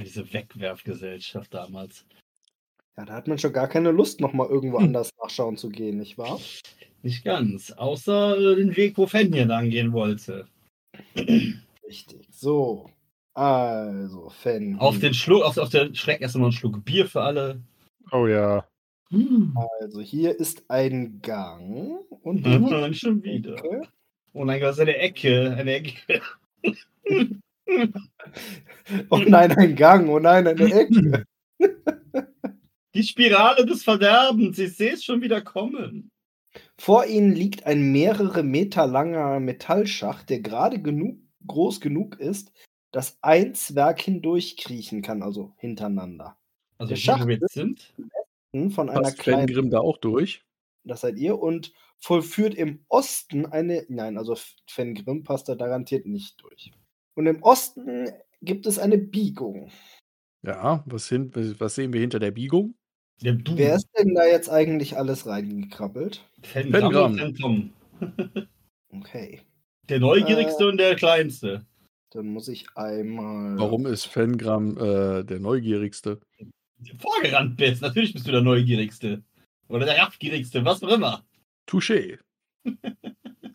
Diese Wegwerfgesellschaft damals. Ja, da hat man schon gar keine Lust, nochmal irgendwo Hm. anders nachschauen zu gehen, nicht wahr? Nicht ganz. Außer äh, den Weg, wo Fenjen lang gehen wollte. Richtig. So. Also, Fan. Auf den Schluck, auf, auf den Schreck erst mal einen Schluck Bier für alle. Oh ja. Hm. Also, hier ist ein Gang. Und Und hier dann schon ist wieder. eine Ecke. Oh mein Gott, das ist eine Ecke. Eine Ecke. Oh nein, ein Gang. Oh nein, eine Hm. Ecke. Die Spirale des Verderbens. Ich sehe es schon wieder kommen. Vor ihnen liegt ein mehrere Meter langer Metallschacht, der gerade genug, groß genug ist, dass ein Zwerg hindurchkriechen kann, also hintereinander. Also, Der wo Schacht wir jetzt sind. Von einer Passt kleinen Fengrim da auch durch? das seid ihr, und vollführt im Osten eine. Nein, also Fengrim passt da garantiert nicht durch. Und im Osten gibt es eine Biegung. Ja, was, hin, was sehen wir hinter der Biegung? Der Du. Wer ist denn da jetzt eigentlich alles reingekrabbelt? Fengram. und Fentom. Okay, Der neugierigste und der kleinste. dann muss ich einmal. Warum ist Fengram äh, der Neugierigste? Vorgerannt bist. Natürlich bist du der neugierigste. Oder der raffgierigste, was auch immer. Touché.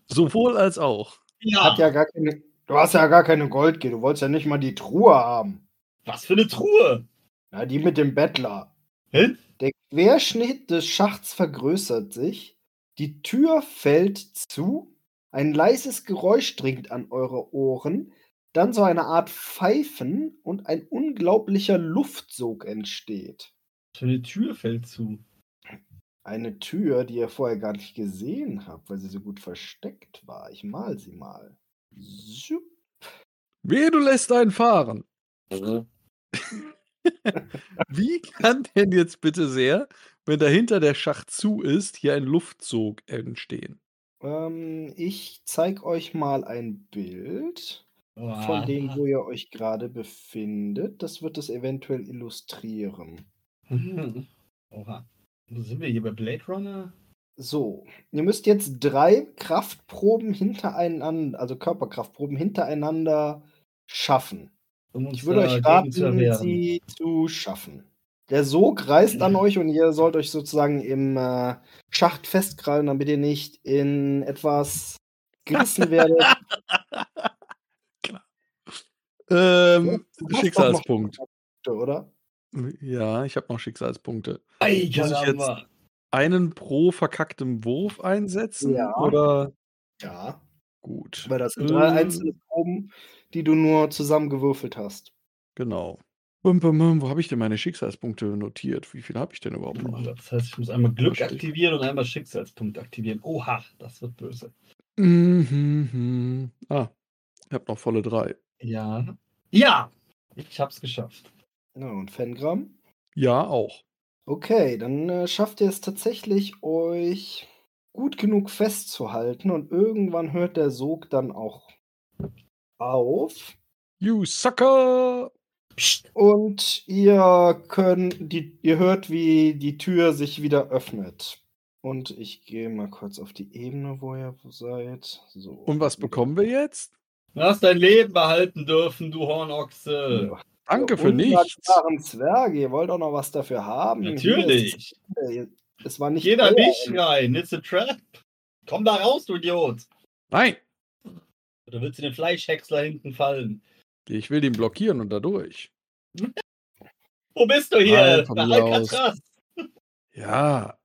Sowohl als auch. Ja. Hat ja gar keine, du hast ja gar keine Goldgehe, du wolltest ja nicht mal die Truhe haben. Was für eine Truhe. Ja, die mit dem Bettler. Hä? Der Querschnitt des Schachts vergrößert sich, die Tür fällt zu, ein leises Geräusch dringt an eure Ohren, dann so eine Art Pfeifen und ein unglaublicher Luftsog entsteht. So eine Tür fällt zu. Eine Tür, die ihr vorher gar nicht gesehen habt, weil sie so gut versteckt war. Ich mal sie mal. Zup. Wehe, du lässt einen fahren. Mhm. Wie kann denn jetzt bitte sehr, wenn dahinter der Schacht zu ist, hier ein Luftzug entstehen? Ähm, ich zeig euch mal ein Bild. von Ah. dem, wo ihr euch gerade befindet. Das wird es eventuell illustrieren. Oha. Wo sind wir hier bei Blade Runner? So, ihr müsst jetzt drei Kraftproben hintereinander, also Körperkraftproben hintereinander schaffen. Um uns Ich würde euch dagegen raten, zu erwehren. sie zu schaffen. Der Sog reißt an euch und ihr sollt euch sozusagen im äh, Schacht festkrallen, damit ihr nicht in etwas gerissen werdet. Ähm, Du hast doch noch Schicksalspunkt. Hm, Punkte, Oder? Ja, ich habe noch Schicksalspunkte. Ei, Muss ich Karamba. Einen pro verkacktem Wurf einsetzen? Ja. Oder Ja. gut. Weil das sind drei Äh, einzelne Proben, die du nur zusammengewürfelt hast. Genau. Bum, bum, bum, wo habe ich denn meine Schicksalspunkte notiert? Wie viel habe ich denn überhaupt Mhm. noch? Das heißt, ich muss einmal Glück Verstehe. aktivieren und einmal Schicksalspunkt aktivieren. Oha, das wird böse. Mhm, mhm. Ah, ich habe noch volle drei. Ja. Ja, ich hab's geschafft. Ja, und Fengram? Ja, auch. Okay, dann äh, schafft ihr es tatsächlich, euch gut genug festzuhalten und irgendwann hört der Sog dann auch auf. You sucker! Und ihr könnt, die, ihr hört, wie die Tür sich wieder öffnet. Und ich gehe mal kurz auf die Ebene, wo ihr seid. So. Und was bekommen wir jetzt? Du hast dein Leben behalten dürfen, du Hornochse. Ja. Danke für nichts. Undankbaren Zwerge, ihr wollt auch noch was dafür haben. Hier ist- Natürlich. äh, Es war nicht. Jeder euer. dich rein. It's a trap. Komm da raus, du Idiot. Nein, Oder willst du den Fleischhäcksler hinten fallen? ich will den blockieren und dadurch. Wo bist du hier? Nein, komm Bei hier raus. Alcatraz. Ja,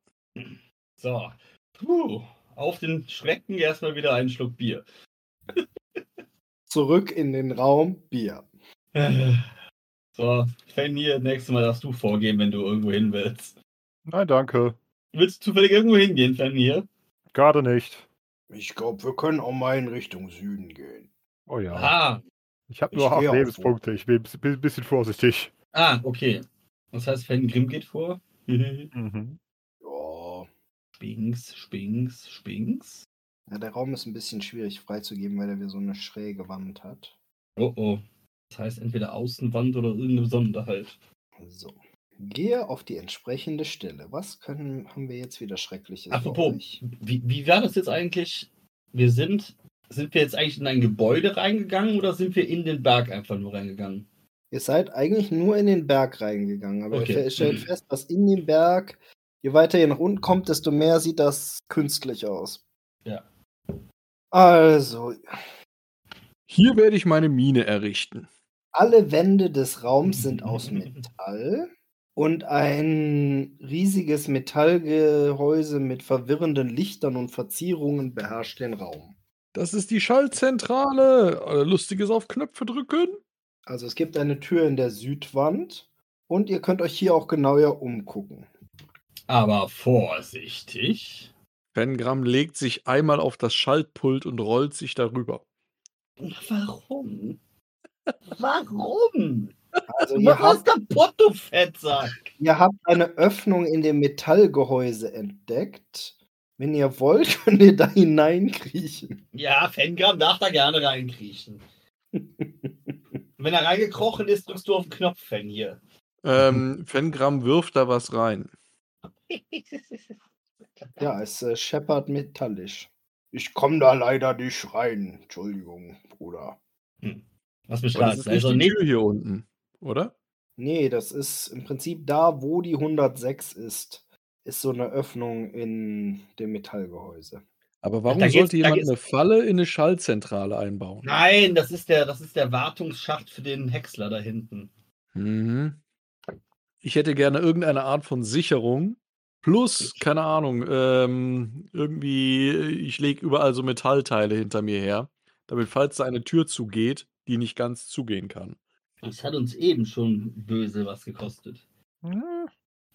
So. Puh. Auf den Schrecken erstmal wieder einen Schluck Bier. Zurück in den Raum Bier. So, Fenir, nächstes Mal darfst du vorgehen, wenn du irgendwo hin willst. Nein, danke. Willst du zufällig irgendwo hingehen, Fenir? Gerade nicht. Ich glaube, wir können auch mal in Richtung Süden gehen. Oh ja. Ah, Ich habe Ich nur acht stehe auf, Lebenspunkte. Ich bin ein bisschen vorsichtig. ah, okay. Das heißt, Fengrim geht vor. Mhm. Ja. Spinks, Spinks, Spinks. ja. Der Raum ist ein bisschen schwierig freizugeben, weil er wieder so eine schräge Wand hat. Oh oh. Das heißt entweder Außenwand oder irgendeine Sonderheit. So. Gehe auf die entsprechende Stelle. Was können, haben wir jetzt wieder Schreckliches? für Apropos, euch? wie, wie war das jetzt eigentlich? Wir sind, sind wir jetzt eigentlich in ein Gebäude reingegangen oder sind wir in den Berg einfach nur reingegangen? Ihr seid eigentlich nur in den Berg reingegangen, aber Okay. Mhm. ihr fe- stellt fest, dass in dem Berg, je weiter ihr nach unten kommt, desto mehr sieht das künstlich aus. Ja. Also, hier werde ich meine Mine errichten. alle Wände des Raums sind aus Metall und ein riesiges Metallgehäuse mit verwirrenden Lichtern und Verzierungen beherrscht den Raum. Das ist die Schaltzentrale. Äh, Lustiges auf Knöpfe drücken. Also es gibt eine Tür in der Südwand und ihr könnt euch hier auch genauer umgucken. Aber vorsichtig. Pengram legt sich einmal auf das Schaltpult und rollt sich darüber. Warum? Warum? Also ihr Mach habt aus der Porto, Fettsack! Ihr habt eine Öffnung in dem Metallgehäuse entdeckt. Wenn ihr wollt, könnt ihr da hineinkriechen. Ja, Fengram darf da gerne reinkriechen. Wenn er reingekrochen ist, drückst du auf den Knopf, Fen hier. Ähm, Mhm. Fengram wirft da was rein. Ja, es äh, scheppert metallisch. Ich komme da leider nicht rein. Entschuldigung, Bruder. Was mich Aber klar das ist nicht also die nicht. Tür hier unten, oder? Nee, das ist im Prinzip da, wo die 106 ist, ist so eine Öffnung in dem Metallgehäuse. Aber da warum geht's- da sollte jemand geht's- eine Falle in eine Schaltzentrale einbauen? Nein, das ist, der, das ist der Wartungsschacht für den Häcksler da hinten. Mhm. Ich hätte gerne irgendeine Art von Sicherung. Plus, keine Ahnung, ähm, irgendwie, äh, ich lege überall so Metallteile hinter mir her, damit, falls da eine Tür zugeht, die nicht ganz zugehen kann. Das hat uns eben schon böse was gekostet. Hm,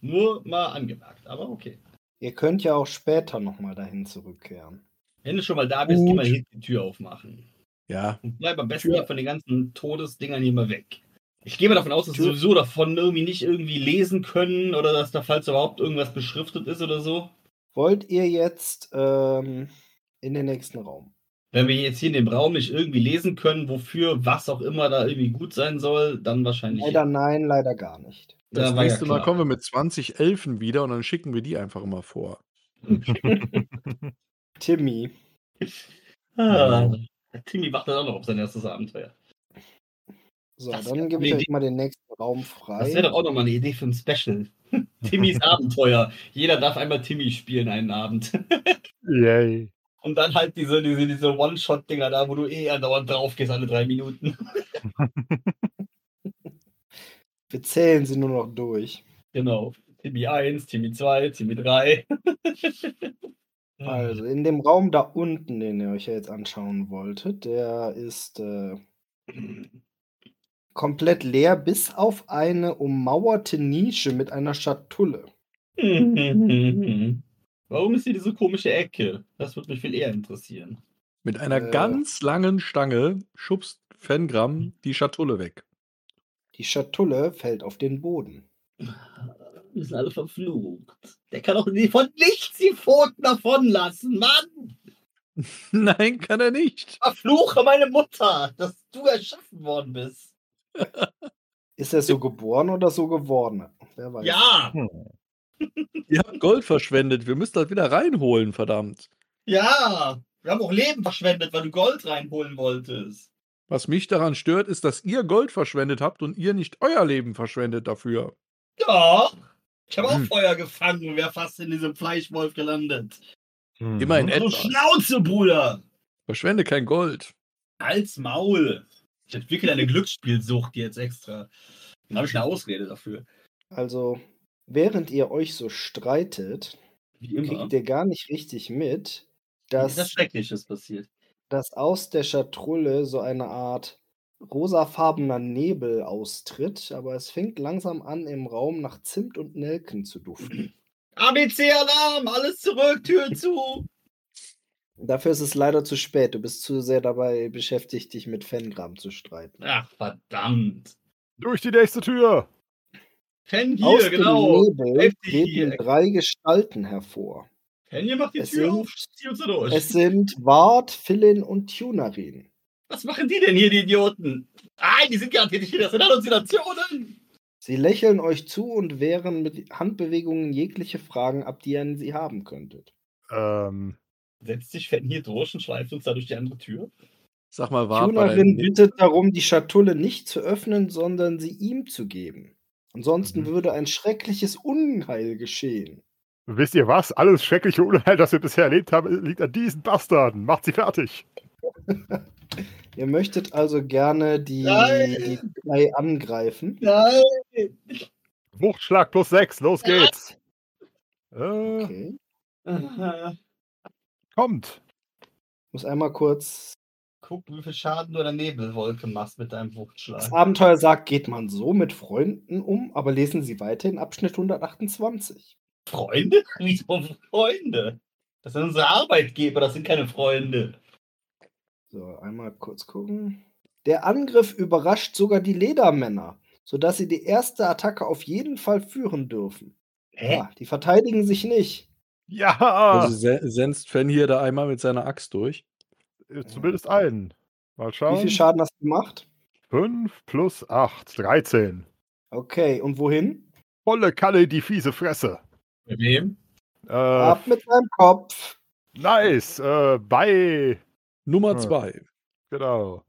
Nur mal angemerkt, aber okay. Ihr könnt ja auch später nochmal dahin zurückkehren. Wenn du schon mal da bist, geh Gut. mal hinten die Tür aufmachen. Ja, Und bleib am besten Tür- hier von den ganzen Todesdingern hier mal weg. Ich gehe mal davon aus, dass sie Tür- sowieso davon irgendwie nicht irgendwie lesen können oder dass da falls überhaupt irgendwas beschriftet ist oder so. Wollt ihr jetzt ähm, in den nächsten Raum? Wenn wir jetzt hier in dem Raum nicht irgendwie lesen können, wofür was auch immer da irgendwie gut sein soll, dann wahrscheinlich. Leider nein, leider gar nicht. Da das war ja nächste Mal klar. kommen wir mit 20 Elfen wieder und dann schicken wir die einfach immer vor. Timmy, Ah, Timmy wartet auch noch auf sein erstes Abenteuer. so, Das wär dann gebe ich eine euch mal den nächsten Raum frei. Das wäre doch auch nochmal eine Idee für ein Special. Timmys Abenteuer. Jeder darf einmal Timmy spielen einen Abend. Yay. Und dann halt diese, diese, diese One-Shot-Dinger da, wo du eh andauernd drauf gehst, alle drei Minuten. Wir zählen sie nur noch durch. Genau. Timmy 1, Timmy 2, Timmy 3. Also, in dem Raum da unten, den ihr euch ja jetzt anschauen wolltet, der ist äh, komplett leer, bis auf eine ummauerte Nische mit einer Schatulle. Warum ist hier diese komische Ecke? Das würde mich viel eher interessieren. Mit einer Äh. ganz langen Stange schubst Fengram die Schatulle weg. Die Schatulle fällt auf den Boden. Wir sind alle verflucht. Der kann doch nie von nichts die Pfoten davonlassen, Mann! Nein, kann er nicht. Verfluche meine Mutter, dass du erschaffen worden bist. Ist er so geboren oder so geworden? Wer weiß. Ja, Ihr habt Gold verschwendet. Wir müssen das wieder reinholen, verdammt. ja. Wir haben auch Leben verschwendet, weil du Gold reinholen wolltest. Was mich daran stört, ist, dass ihr Gold verschwendet habt und ihr nicht euer Leben verschwendet dafür. Doch. Ich habe auch Hm. Feuer gefangen und wäre fast in diesem Fleischwolf gelandet. Immerhin Mhm. So etwas. Schnauze, Bruder! Verschwende kein Gold. Als Maul. Ich entwickle eine Glücksspielsucht jetzt extra. Dann habe ich eine Ausrede dafür. Also, während ihr euch so streitet, Wie immer. kriegt ihr gar nicht richtig mit, Das ist dass, Schreckliches passiert. dass aus der Schatulle so eine Art rosafarbener Nebel austritt, aber es fängt langsam an, im Raum nach Zimt und Nelken zu duften. ABC-Alarm! Alles zurück, Tür zu! Dafür ist es leider zu spät. Du bist zu sehr dabei beschäftigt, dich mit Fengram zu streiten. Ach, verdammt. Durch die nächste Tür! Fen aus hier, genau. dem Nebel Heftig hier. treten drei Gestalten hervor. Fen hier macht die Es Tür sind- auf, zieh uns da durch. Es sind Ward, Fillin und Tunerin. Was machen die denn hier, die Idioten? Nein, die sind garantiert nicht hier, das sind Halluzinationen! Sie lächeln euch zu und wehren mit Handbewegungen jegliche Fragen ab, die ihr an sie haben könntet. Ähm, Setzt sich Fen hier durch und schleift uns da durch die andere Tür? Sag mal, warte mal. Tunerin bittet darum, die Schatulle nicht zu öffnen, sondern sie ihm zu geben. Ansonsten Mhm. würde ein schreckliches Unheil geschehen. wisst ihr was? Alles schreckliche Unheil, das wir bisher erlebt haben, liegt an diesen Bastarden. Macht sie fertig! Ihr möchtet also gerne die, Nein. die drei angreifen. Nein! Wuchtschlag plus sechs, los geht's! Äh, Okay. kommt! Muss einmal kurz. Guck, wie viel Schaden du in der Nebelwolke machst mit deinem Das Wuchtschlag. Abenteuer sagt, geht man so mit Freunden um, aber lesen Sie weiter in Abschnitt 128. Freunde? Wieso Freunde? Das sind unsere Arbeitgeber, das sind keine Freunde. So, einmal kurz gucken. Der Angriff überrascht sogar die Ledermänner, sodass sie die erste Attacke auf jeden Fall führen dürfen. Hä? Ja, die verteidigen sich nicht. Ja! Also se- senzt Fen hier da einmal mit seiner Axt durch. Äh, Zumindest einen. Mal Wie schauen. viel Schaden hast du gemacht? 5 plus 8, 13. Okay, und wohin? Volle Kalle in die fiese Fresse. Mit wem? Äh, Ab mit seinem Kopf. Nice. Äh, bei. Nummer Ah. zwei. Genau.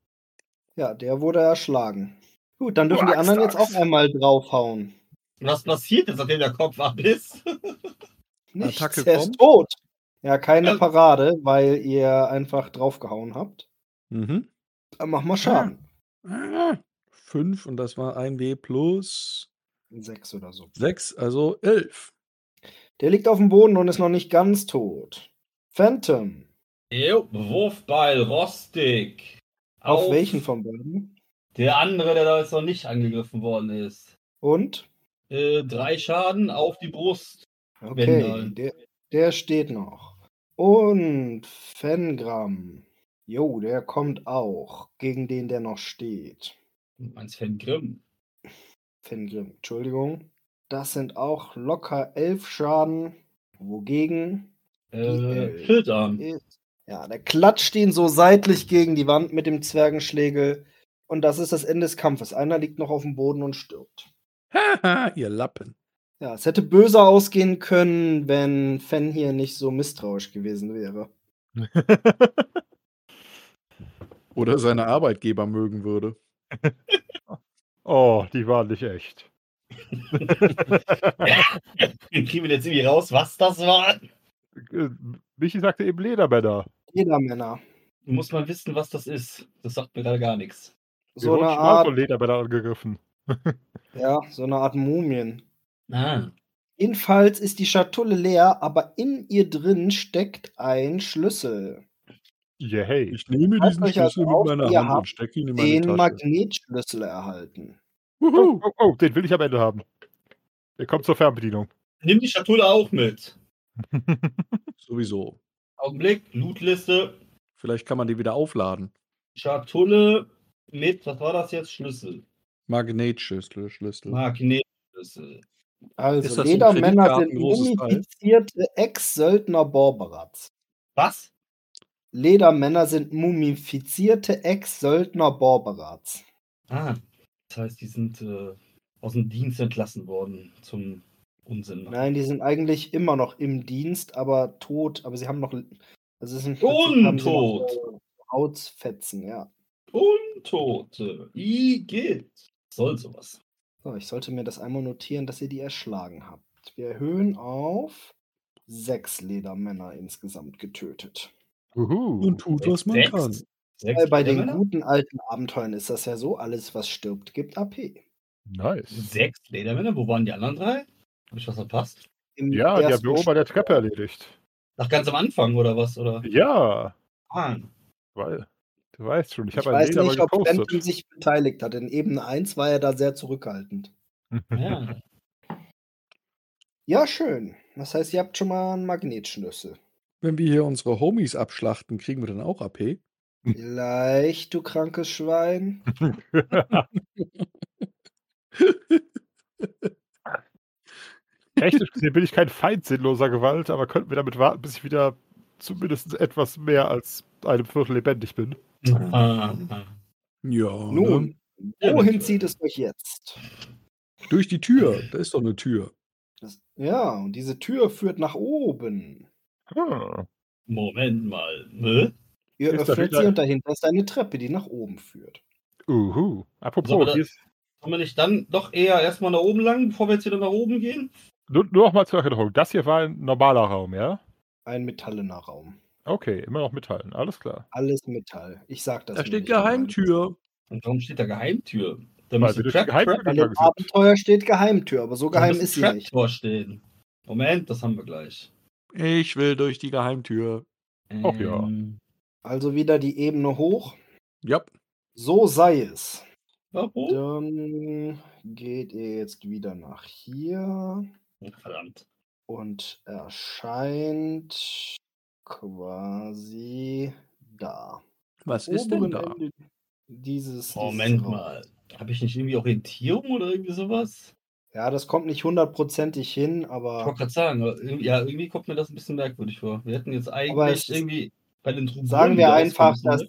Ja, der wurde erschlagen. Gut, dann dürfen Du die anderen jetzt auch Axtachs. einmal draufhauen. Was passiert jetzt, nachdem der Kopf ab ist? Nichts, Attacke er ist kommt. tot. Ja, keine Ja. Parade, weil ihr einfach draufgehauen habt. Mhm. Dann mach mal Schaden. Ah, Fünf und das war ein W plus Sechs oder so. sechs, also elf. Der liegt auf dem Boden und ist noch nicht ganz tot. Phantom. Jo, Wurfbeil, rostig. Auf, welchen von beiden? Der andere, der da jetzt noch nicht angegriffen worden ist. Und? Äh, drei Schaden auf die Brust. Okay, dann. der, der steht noch. Und Fengram. Jo, der kommt auch. Gegen den, der noch steht. Meins Fan Grimm. Fengrim, Entschuldigung. Das sind auch locker elf Schaden. Wogegen? Äh, Die- Schildarm. ist- Ja, der klatscht ihn so seitlich gegen die Wand mit dem Zwergenschlägel. Und das ist das Ende des Kampfes. Einer liegt noch auf dem Boden und stirbt. Haha, ihr Lappen. Ja, es hätte böser ausgehen können, wenn Fen hier nicht so misstrauisch gewesen wäre. Oder seine Arbeitgeber mögen würde. oh, die waren nicht echt. Wir kriegen jetzt irgendwie raus, was das war. Äh, Michi sagte eben Ledermänner. Jeder Männer. Du musst mal wissen, was das ist. Das sagt mir gerade gar nichts. Wir So wurden eine schon mal Art, von Ledermännern angegriffen. ja, so eine Art Mumien. Ah. Jedenfalls ist die Schatulle leer, aber in ihr drin steckt ein Schlüssel. Yay. Ich nehme Schreibt diesen euch also Schlüssel auf, mit meiner ihr Hand und habt stecke ihn in meine Den Tasche. Magnetschlüssel erhalten. Oh, Wuhu. oh, oh, den will ich am Ende haben. Der kommt zur Fernbedienung. Nimm die Schatulle auch mit. Sowieso. Augenblick, Lootliste, Vielleicht kann man die wieder aufladen. Schatulle mit, was war das jetzt? Schlüssel. Magnetschlüssel. Hm. Schlüssel. Magnetschlüssel. Ist Also das so ein Ledermänner Kreditkarten- sind großes Teil? mumifizierte Ex-Söldner Borberats. Was? Ledermänner sind mumifizierte Ex-Söldner Borberats. Ah, das heißt, die sind äh, aus dem Dienst entlassen worden zum Unsinn. machen. Nein, die sind eigentlich immer noch im Dienst, aber tot. Aber sie haben noch. Also es sind Untot. Hautfetzen, ja. Untote. Igitt. Soll sowas. So, ich sollte mir das einmal notieren, dass ihr die erschlagen habt. Wir erhöhen auf sechs Ledermänner insgesamt getötet. Uhu. Und tut, was man Sechs? kann. Sechs Weil Äh, bei den Ledermänner? guten alten Abenteuern ist das ja so, alles was stirbt, gibt AP. Nice. Sechs Ledermänner? Wo waren die anderen drei? Habe ich was verpasst? Im Ja, die haben ersten wir oben an der Treppe erledigt. Ach, ganz am Anfang oder was? Oder? Ja, Ah, weil, du weißt schon, ich Ich, habe ein weiß Leder mal nicht, ob gepostet. Benton sich beteiligt hat. In Ebene 1 war er da sehr zurückhaltend. ja. Ja, schön. Das heißt, ihr habt schon mal einen Magnetschlüssel. Wenn wir hier unsere Homies abschlachten, kriegen wir dann auch AP. Vielleicht, du krankes Schwein. Technisch gesehen bin ich kein Feind sinnloser Gewalt, aber könnten wir damit warten, bis ich wieder zumindest etwas mehr als einem Viertel lebendig bin. Ah, ah. Ja, ne? Nun, Ja, wohin das- zieht es euch jetzt? durch die Tür. Da ist doch eine Tür. Das, ja, und diese Tür führt nach oben. Hm. Moment mal. Ne? Ihr Ist da öffnet sie vielleicht- und dahinter ist eine Treppe, die nach oben führt. Uhu. Sollen Apropos, wir hier ist, Sollen wir nicht dann doch eher erstmal nach oben lang, bevor wir jetzt wieder nach oben gehen? nur, nur noch mal zur Erinnerung, das hier war ein normaler Raum, ja? Ein metallener Raum. Okay, immer noch mitteilen, alles klar. Alles Metall. Ich sag das Da nur steht nicht in meinem- Geheimtür. Und warum steht da Geheimtür? Da Weil müsste wir durch Trap- die Geheimtür Trap- Bei gegangen dem sind. Abenteuer steht Geheimtür, aber so da geheim müsste ist sie Trap nicht. Tor stehen. Moment, das haben wir gleich. Ich will durch die Geheimtür. Ach ja. Ähm, Also wieder die Ebene hoch. Ja, So sei es. Oh. Warum? Dann geht ihr jetzt wieder nach hier oh, Verdammt. und erscheint quasi da. was ist denn Oberen da? Ende dieses. Moment dieses Raums. mal. Habe ich nicht irgendwie Orientierung oder irgendwie sowas? Ja, das kommt nicht hundertprozentig hin, Ich aber wollte gerade sagen, aber irgendwie- ja, irgendwie kommt mir das ein bisschen merkwürdig vor. Wir hätten jetzt es eigentlich ist- irgendwie bei den Truppen. Sagen wir einfach, dass.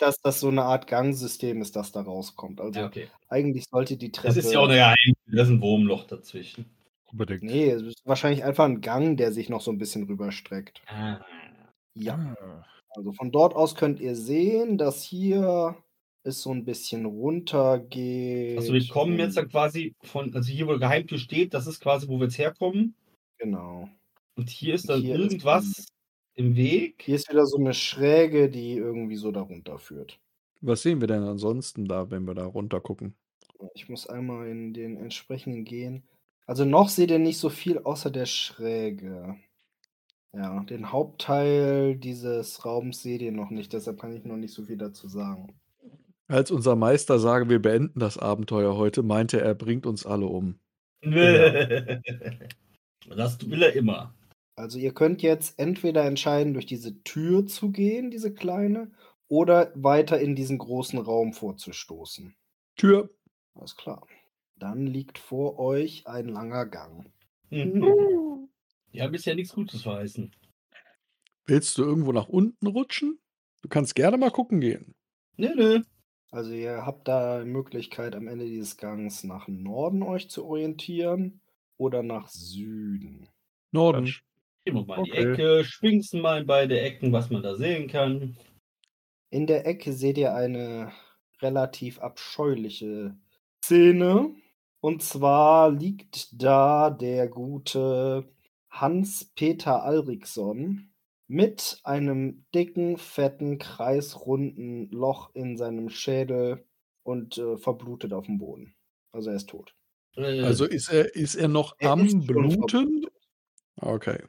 dass das so eine Art Gangsystem ist, das da rauskommt. Also Ja, okay. eigentlich sollte die Treppe. Das ist ja auch eine Geheimtür. Da ist ein Wurmloch dazwischen. Unbedingt. Nee, es ist wahrscheinlich einfach ein Gang, der sich noch so ein bisschen rüberstreckt. Ah. Ja. Ah. Also von dort aus könnt ihr sehen, dass hier es so ein bisschen runtergeht. Also wir kommen und- jetzt dann quasi von, also hier, wo die Geheimtür steht, das ist quasi, wo wir jetzt herkommen. Genau. Und hier ist dann Hier ist irgendwas dann- im Weg. Hier ist wieder so eine Schräge, die irgendwie so darunter führt. Was sehen wir denn ansonsten da, wenn wir da runter gucken? Ich muss einmal in den entsprechenden gehen. Also noch seht ihr nicht so viel außer der Schräge. Ja, den Hauptteil dieses Raums seht ihr noch nicht, deshalb kann ich noch nicht so viel dazu sagen. Als unser Meister sage, wir beenden das Abenteuer heute, meinte er, bringt uns alle um. genau. Das will er immer. Also ihr könnt jetzt entweder entscheiden, durch diese Tür zu gehen, diese kleine, oder weiter in diesen großen Raum vorzustoßen. Tür. Alles klar. Dann liegt vor euch ein langer Gang. Mhm. Die haben bisher nichts Gutes verheißen. Willst du irgendwo nach unten rutschen? Du kannst gerne mal gucken gehen. Nö, nö. Also ihr habt da die Möglichkeit, am Ende dieses Gangs nach Norden euch zu orientieren oder nach Süden. Norden. Quatsch. Gehen wir mal in die Okay. Ecke, schwingsten mal in beide Ecken, was man da sehen kann. In der Ecke seht ihr eine relativ abscheuliche Szene. Und zwar liegt da der gute Hans-Peter Alriksson mit einem dicken, fetten, kreisrunden Loch in seinem Schädel und äh, verblutet auf dem Boden. Also er ist tot. Äh, Also ist er, ist er noch Er am ist schon Bluten? verblutet. Okay.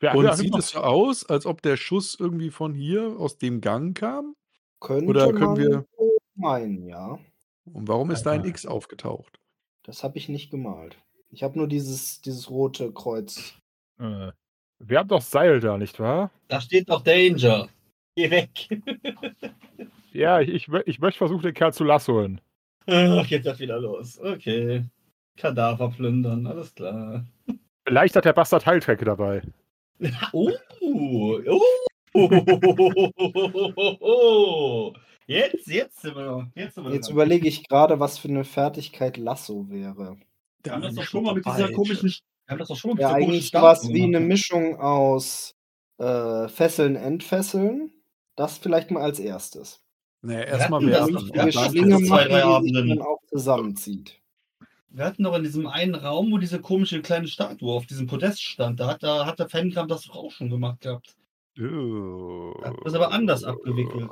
Wir- Und wir- sieht es so aus, als ob der Schuss irgendwie von hier aus dem Gang kam? Könnte Oder können man wir- so meinen, ja. Und warum ist da ein X aufgetaucht? Das habe ich nicht gemalt. Ich habe nur dieses, dieses rote Kreuz. Äh, wir haben doch Seil da, nicht wahr? Da steht doch Danger. Geh weg. Ja, ich, ich, mö- ich möchte versuchen, den Kerl zu lassoen. Ach, geht das wieder los. Okay. Kadaver plündern, alles klar. Vielleicht hat der Bastard Heiltränke dabei. Oh, Uh, oh. Jetzt, jetzt sind wir. Jetzt, sind wir Jetzt dran. überlege ich gerade, was für eine Fertigkeit Lasso wäre. Wir haben das doch schon mal mit dieser komischen. Wir haben das doch schon mal mit Ja, dieser komischen eigentlich was Statue wie eine gemacht. Mischung aus äh, Fesseln, Entfesseln. Das vielleicht mal als erstes. Naja, erstmal hatten das werfen. doch und Ja, Eine erst dann- das Schlinge ist zwei, drei machen, die sich Abenden. dann auch zusammenzieht. Wir hatten doch in diesem einen Raum, wo diese komische kleine Statue auf diesem Podest stand. Da hat, da hat der Fankram das doch auch schon gemacht gehabt. Das ist aber anders abgewickelt.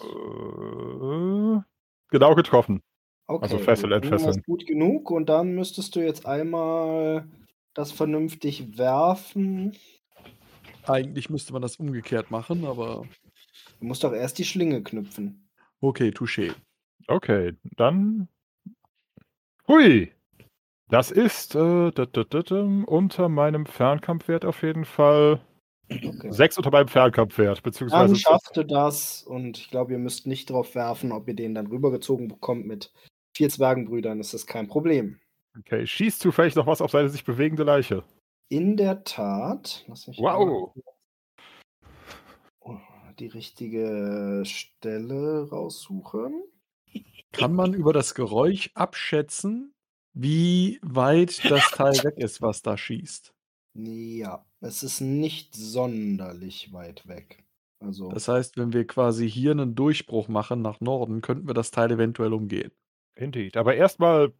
Genau getroffen. Okay. Also Fessel, dann haben wir es Entfesseln. Gut genug und dann müsstest du jetzt einmal das vernünftig werfen. Eigentlich müsste man das umgekehrt machen, aber Du musst doch erst die Schlinge knüpfen. okay, touché. Okay, dann. Hui! Das ist äh, da, da, da, da, unter meinem Fernkampfwert auf jeden Fall. Okay. Sechs unter meinem Fernkampfwert, beziehungsweise. Dann schafft ihr das und ich glaube, ihr müsst nicht drauf werfen, ob ihr den dann rübergezogen bekommt. Mit vier Zwergenbrüdern ist das kein Problem. Okay, schießt zufällig noch was auf seine sich bewegende Leiche. In der Tat. Lass mich Wow. einmal Die richtige Stelle raussuchen. Kann man über das Geräusch abschätzen, wie weit das Teil weg ist, was da schießt? Ja, es ist nicht sonderlich weit weg. Also, Das heißt, wenn wir quasi hier einen Durchbruch machen nach Norden, könnten wir das Teil eventuell umgehen. Indeed. Aber erstmal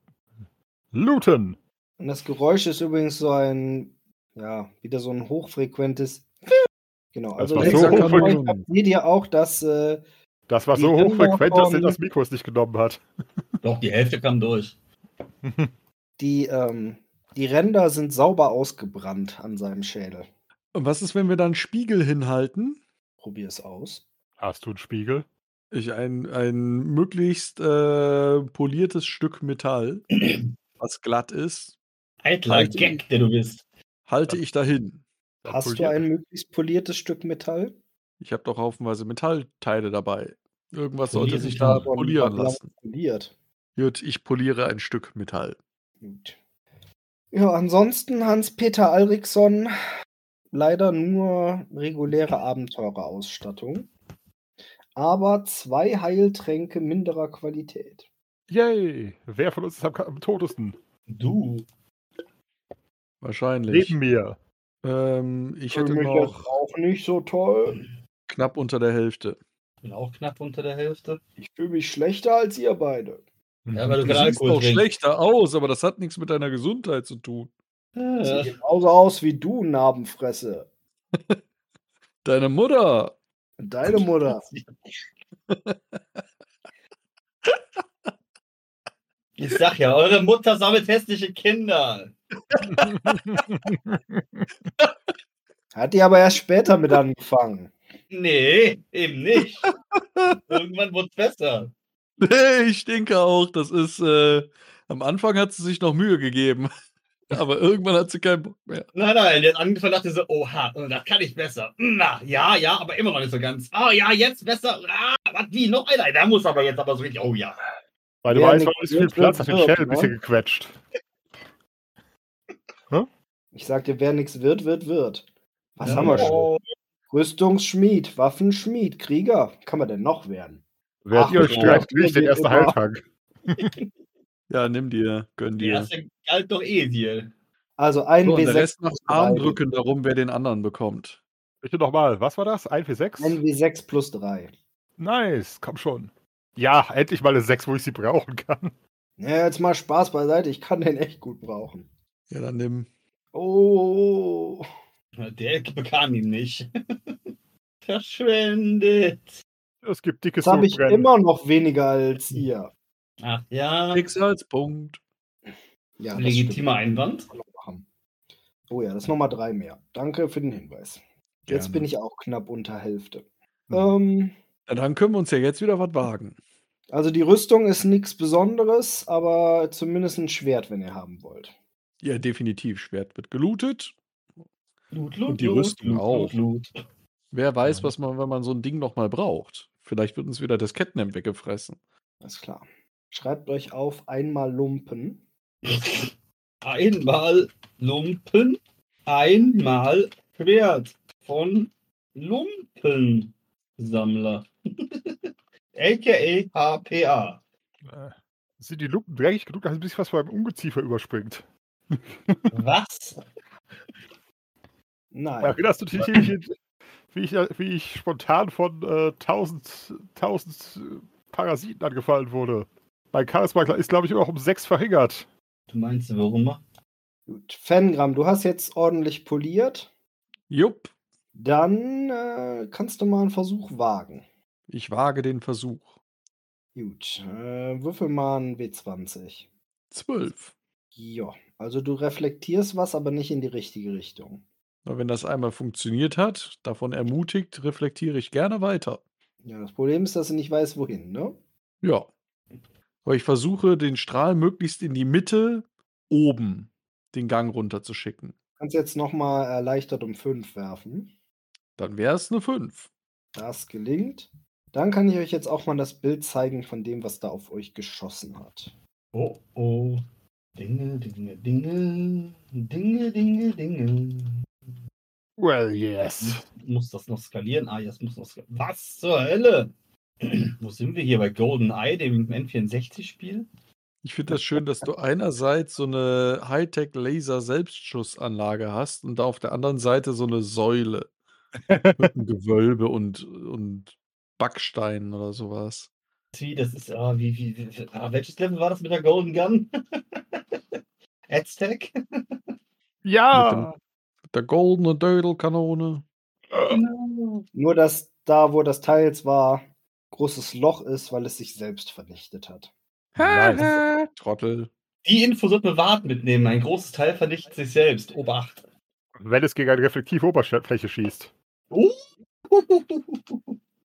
looten. und das Geräusch ist übrigens so ein, ja, wieder so ein hochfrequentes. Genau, Das also war so links am Geräusch hochfrequent. habt ihr dir auch das äh, Das war Die so Kinder hochfrequent, dass er von- das Mikro es nicht genommen hat. Doch, die Hälfte kam durch. Die, ähm, die Ränder sind sauber ausgebrannt an seinem Schädel. Und was ist, wenn wir da einen Spiegel hinhalten? Probier es aus. Hast du einen Spiegel? Ich ein, ein möglichst äh, poliertes Stück Metall, was glatt ist, Eitler Halt ihn. Gag, der du bist. halte ich dahin. Da Hast du poliert- ein möglichst poliertes Stück Metall? Ich habe doch haufenweise Metallteile dabei. Irgendwas sollte Polieren sich kann da man. Von polieren Butler lassen. Poliert. Gut, ich poliere ein Stück Metall. Gut. Ja, ansonsten Hans-Peter Alriksson, leider nur reguläre Abenteurerausstattung. Aber zwei Heiltränke minderer Qualität. Yay! Wer von uns ist am, am totesten? Du. Wahrscheinlich. Neben mir. Ähm, ich hätte Für mich jetzt noch auch nicht so toll. knapp unter der Hälfte. Bin auch knapp unter der Hälfte. Ich fühle mich schlechter als ihr beide. Hm. Ja, weil du Du gerade siehst Alkohol doch trinkst. schlechter aus, aber das hat nichts mit deiner Gesundheit zu tun. Ja, Sieht genauso aus wie du, Narbenfresse. Deine Mutter. Deine Mutter. Ich sag ja, eure Mutter sammelt hässliche Kinder. Hat die aber erst später mit angefangen. Nee, eben nicht. Irgendwann wird's besser. Nee, ich denke auch, das ist. Äh, am Anfang hat sie sich noch Mühe gegeben, aber irgendwann hat sie keinen Bock mehr. Nein, nein, der hat angefangen dachte so, oha, oh, das kann ich besser. Na, ja, ja, aber immer noch nicht so ganz. Ah, ja, jetzt besser. Ah, was, wie, noch einer? Da muss aber jetzt aber so richtig, oh ja. Weil du Wer weißt, mit war nicht viel Glück Platz, hat den wird, Shell ein ne? bisschen gequetscht. Ich sagte, wer nichts wird, wird, wird. Was Ja, haben wir schon? oh. Rüstungsschmied, Waffenschmied, Krieger. Kann man denn noch werden? Während Ach, ihr euch ja. streift, krieg ich den Ja, ersten ja. Heiltrank. Ja, nimm dir, gönn Die dir. erste galt doch eh dir. Also ein So, und der W6 Rest macht plus Armdrücken darum, wer den anderen bekommt. Bitte nochmal, was war das? 1 für 3. 6? Ein W6 plus 3. Nice, komm schon. Ja, endlich mal eine 6, wo ich sie brauchen kann. Ja, jetzt mal Spaß beiseite, ich kann den echt gut brauchen. Ja, dann nimm. Oh, Der bekam ihn nicht. Verschwendet. Es gibt dickes jetzt habe ich Sodbrennen. immer noch weniger als ihr. Ach ja, Schicksalspunkt. Ja, das stimmt. legitimer Einwand. Kann man machen. Oh ja, das ist nochmal drei mehr. Danke für den Hinweis. Jetzt Gerne. bin ich auch knapp unter Hälfte. Hm. Ähm, Na, dann können wir uns ja jetzt wieder was wagen. also die Rüstung ist nichts Besonderes, aber zumindest ein Schwert, wenn ihr haben wollt. Ja, definitiv. Schwert wird gelootet. Loot, loot, Und die loot, Rüstung loot, auch. Loot, loot. Wer weiß, Ja. was man, wenn man so ein Ding nochmal braucht. Vielleicht wird uns wieder das Kettenhemd weggefressen. Alles klar. Schreibt euch auf einmal Lumpen. Einmal Lumpen, einmal Schwert von Lumpensammler. AKA HPA. Äh, sind die Lumpen dreckig genug, dass ein bisschen was beim Ungeziefer überspringt? Was? Nein. Erinnerst du dich, wie ich, wie ich, wie ich spontan von äh, 1000, 1000 Parasiten angefallen wurde? Mein Charisma ist, glaube ich, immer noch um sechs verringert. Du meinst, warum? macht- Gut. Fengram, du hast jetzt ordentlich poliert. Jupp. Dann äh, kannst du mal einen Versuch wagen. Ich wage den Versuch. Gut. Äh, würfel mal einen W20. Zwölf. Ja. Also du reflektierst was, aber nicht in die richtige Richtung. Na, wenn das einmal funktioniert hat, davon ermutigt, reflektiere ich gerne weiter. Ja, das Problem ist, dass du nicht weißt, wohin, ne? Ja. Aber ich versuche, den Strahl möglichst in die Mitte oben den Gang runterzuschicken. Kannst jetzt nochmal erleichtert um 5 werfen. Dann wäre es eine 5. Das gelingt. Dann kann ich euch jetzt auch mal das Bild zeigen von dem, was da auf euch geschossen hat. Oh, oh. Dinge, Dinge, Dinge. Dinge, Dinge, Dinge. Well, yes. Muss das noch skalieren? Ah, jetzt muss noch skalieren. Was zur Hölle? Wo sind wir hier bei GoldenEye, dem N64-Spiel? Ich finde das schön, dass du einerseits so eine Hightech-Laser-Selbstschussanlage hast und da auf der anderen Seite so eine Säule mit einem Gewölbe und, und Backsteinen oder sowas. Wie, das ist, ah, wie, wie, wie ah, welches Level war das mit der Golden Gun? Aztec? Ja! Mit der goldenen Dödelkanone. Genau. Nur, dass da, wo das Teil jetzt war, großes Loch ist, weil es sich selbst vernichtet hat. Nice. Trottel. Die Info sollten wir wart mitnehmen. Ein großes Teil vernichtet sich selbst. Obacht. Wenn es gegen eine reflektive Oberfläche schießt. Oh.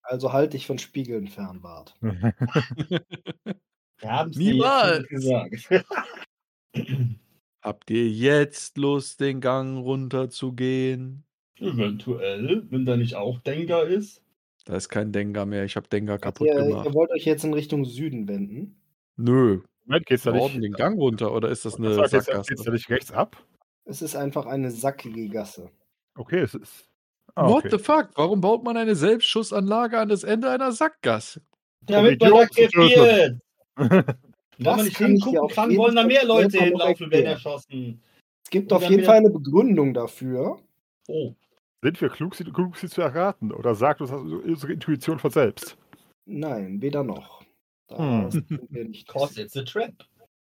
Also halt dich von Spiegeln fern, Bart. Wir haben's Niemals. dir jetzt schon gesagt. Habt ihr jetzt Lust, den Gang runterzugehen? Eventuell, wenn da nicht auch Denker ist. Da ist kein Denker mehr. Ich habe Denker kaputt Ihr, gemacht. ihr wollt euch jetzt in Richtung Süden wenden. Nö. Moment, geht's da Norden den nicht. Gang runter oder ist das Ich eine sag, geht's da- geht's da Sackgasse? nicht rechts ab? Es ist einfach eine sackige Gasse. Okay, es ist. Ah, What okay. the fuck? Warum baut man eine Selbstschussanlage an das Ende einer Sackgasse? Damit Um man da Idioten zu töten. kapiert. Wenn man Das nicht kann ich dir hingucken auf kann, jeden wollen da Fall mehr Leute selber noch hinlaufen, werden erklären. erschossen. Es gibt Und auf dann jeden wieder- Fall eine Begründung dafür. Oh, Sind wir klug, sie, klug, sie zu erraten? Oder sagt uns das unsere Intuition von selbst? Nein, weder noch. Hm. Da sind wir nicht. cause it's a trap.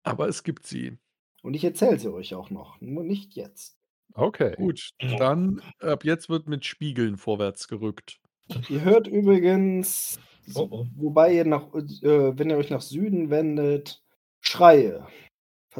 Aber es gibt sie. Und ich erzähle sie euch auch noch. Nur nicht jetzt. Okay. Gut, dann ab jetzt wird mit Spiegeln vorwärts gerückt. Ihr hört übrigens, Oh, oh. wobei ihr nach, äh, wenn ihr euch nach Süden wendet, Schreie.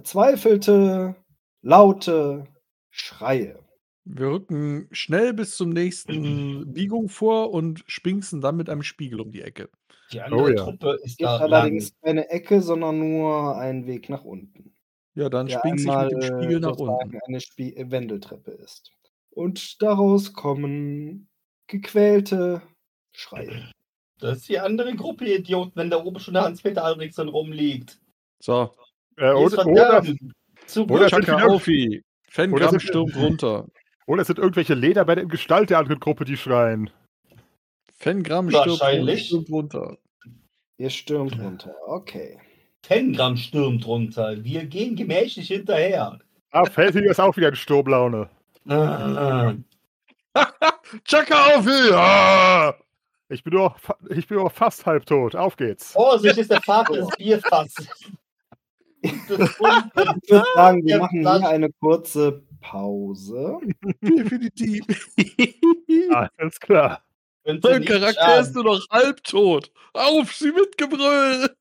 Verzweifelte, laute Schreie. Wir rücken schnell bis zum nächsten Biegung vor und spingsen dann mit einem Spiegel um die Ecke. Die andere Oh ja. Truppe ist Gibt da lang. allerdings keine Ecke, sondern nur einen Weg nach unten. Ja, dann der spingse ich mit dem einmal, äh, Spiegel nach sozusagen unten. Eine Spie äh, Wendeltreppe ist. Und daraus kommen gequälte Schreie. Das ist die andere Gruppe, ihr Idioten, wenn da oben schon der Hans-Peter Albrechtson rumliegt. So, Äh, Die ist oder, oder, verdammt. Zu oder- gut. sind Chaka wieder- Aufi. Oder Fengram sind- stürmt runter. oder es sind irgendwelche Ledermänner in Gestalt der anderen Gruppe, die schreien. Fengram stirbt run- Wahrscheinlich. stürmt runter. Ihr stürmt runter. Okay. Pengram stürmt runter. Wir gehen gemächlich hinterher. Ah, Felsinger ist auch wieder in Sturmlaune. Ah, Chaka Aufi! Ah! Ich bin nur, fa- ich bin nur fast halbtot. Auf geht's. Vorsicht ist der Vater des Bierfasses. Und das unten. Ich würde sagen, wir Ja, machen dann- hier eine kurze Pause. Definitiv. Ah, Ah, Alles klar. Könnte Mein nicht Charakter schaden. ist nur noch halbtot. Auf, sie mit Gebrüll!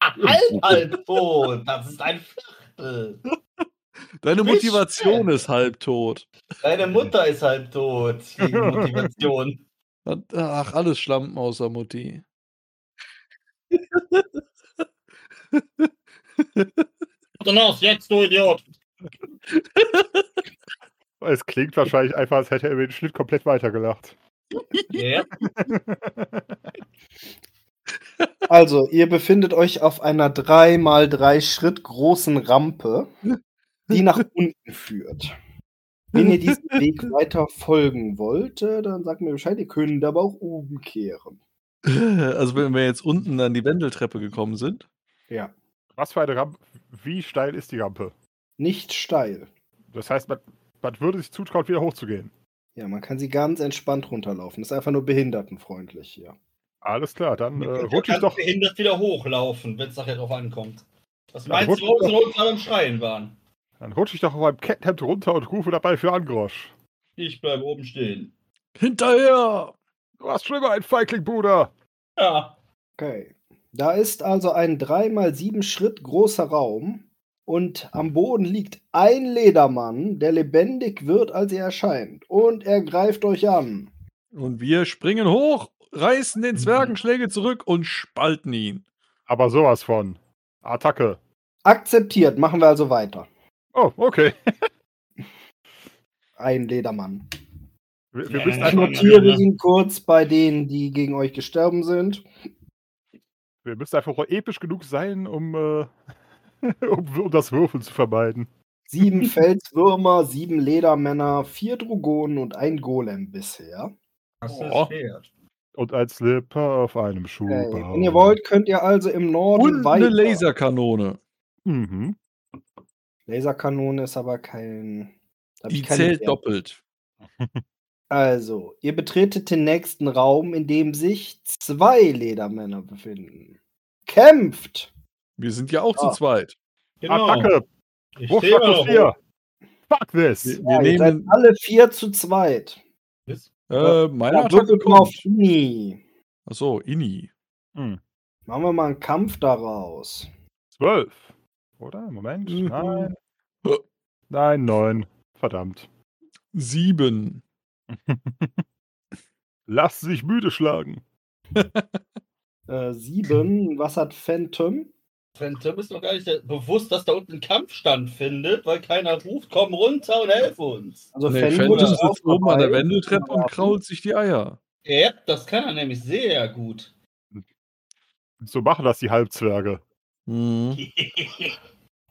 Halt, Halb, halb tot. Das ist ein Viertel. Deine Nicht Motivation schwer. ist halbtot. Deine Mutter ist halb tot. Gegen Motivation. Ach, alles Schlampen außer Mutti. Dann los, jetzt, du Idiot! Es klingt wahrscheinlich einfach, als hätte er über den Schnitt komplett weitergelacht. Äh, Ja. Also, ihr befindet euch auf einer 3x3 Schritt großen Rampe, die nach unten führt. Wenn ihr diesen Weg weiter folgen wollt, äh, dann sagt mir Bescheid, ihr könnt aber auch umkehren. Also, wenn wir jetzt unten an die Wendeltreppe gekommen sind. Was für eine Rampe? Wie steil ist die Rampe? Nicht steil. Das heißt, man, man würde sich zutrauen, wieder hochzugehen. Ja, man kann sie ganz entspannt runterlaufen. Ist einfach nur behindertenfreundlich hier. Alles klar, dann äh, Du rutsche ich kannst doch. behindert wieder hochlaufen, wenn es nachher drauf ankommt. Was Ja, meinst du, rutsch- warum sie unten alle am Schreien waren? Dann rutsche ich doch auf meinem Kettenhemd runter und rufe dabei für Angrosch. Ich bleibe oben stehen. Hinterher! Du hast schon immer einen Feigling, Bruder! Ja. Okay. Da ist also ein 3x7 Schritt großer Raum und am Boden liegt ein Ledermann, der lebendig wird, als er erscheint. Und er greift euch an. Und wir springen hoch, reißen den Zwergenschläge zurück und spalten ihn. Aber sowas von. Attacke. Akzeptiert, machen wir also weiter. Oh, okay. Ein Ledermann. Wir, wir Ja, müssen ja, Ich ja. einfach, notiere ne? ihn kurz bei denen, die gegen euch gestorben sind. wir müssen einfach auch episch genug sein, um, äh, um, um das Würfeln zu vermeiden. Sieben Felswürmer, sieben Ledermänner, vier Drogonen und ein Golem bisher. Das Oh. ist Pferd. Und ein Slipper auf einem Schuh. Okay. Äh, Wenn bauen. ihr wollt, könnt ihr also im Norden Und eine weiter. Laserkanone. Mhm. Laserkanone ist aber kein. hab ich Die keine zählt Idee. doppelt. Also, ihr betretet den nächsten Raum, in dem sich zwei Ledermänner befinden. Kämpft! Wir sind ja auch Ah. zu zweit. Genau. Attacke. Ich Hoch stehe immer noch plus oben. 4. Fuck this. Wir, Ja, wir ihr seid nehmen alle vier zu zweit. äh, meine Ja, Attacke würfelt mal auf kommt. Ini. Achso, Inni. Machen wir mal einen Kampf daraus. 12. Oder? Moment. Mhm. Nein. Äh. Nein, 9. Verdammt. Sieben. Lass sich müde schlagen. Äh, sieben. Was hat Phantom? Sven, Tim ist noch gar nicht der- bewusst, dass da unten ein Kampfstand findet, weil keiner ruft, komm runter und helf uns. Also nee, Phantom Phantom ist auch sitzt oben an der dabei. Wendeltreppe und krault sich die Eier. Ja, das kann er nämlich sehr gut. So machen das die Halbzwerge. Mhm.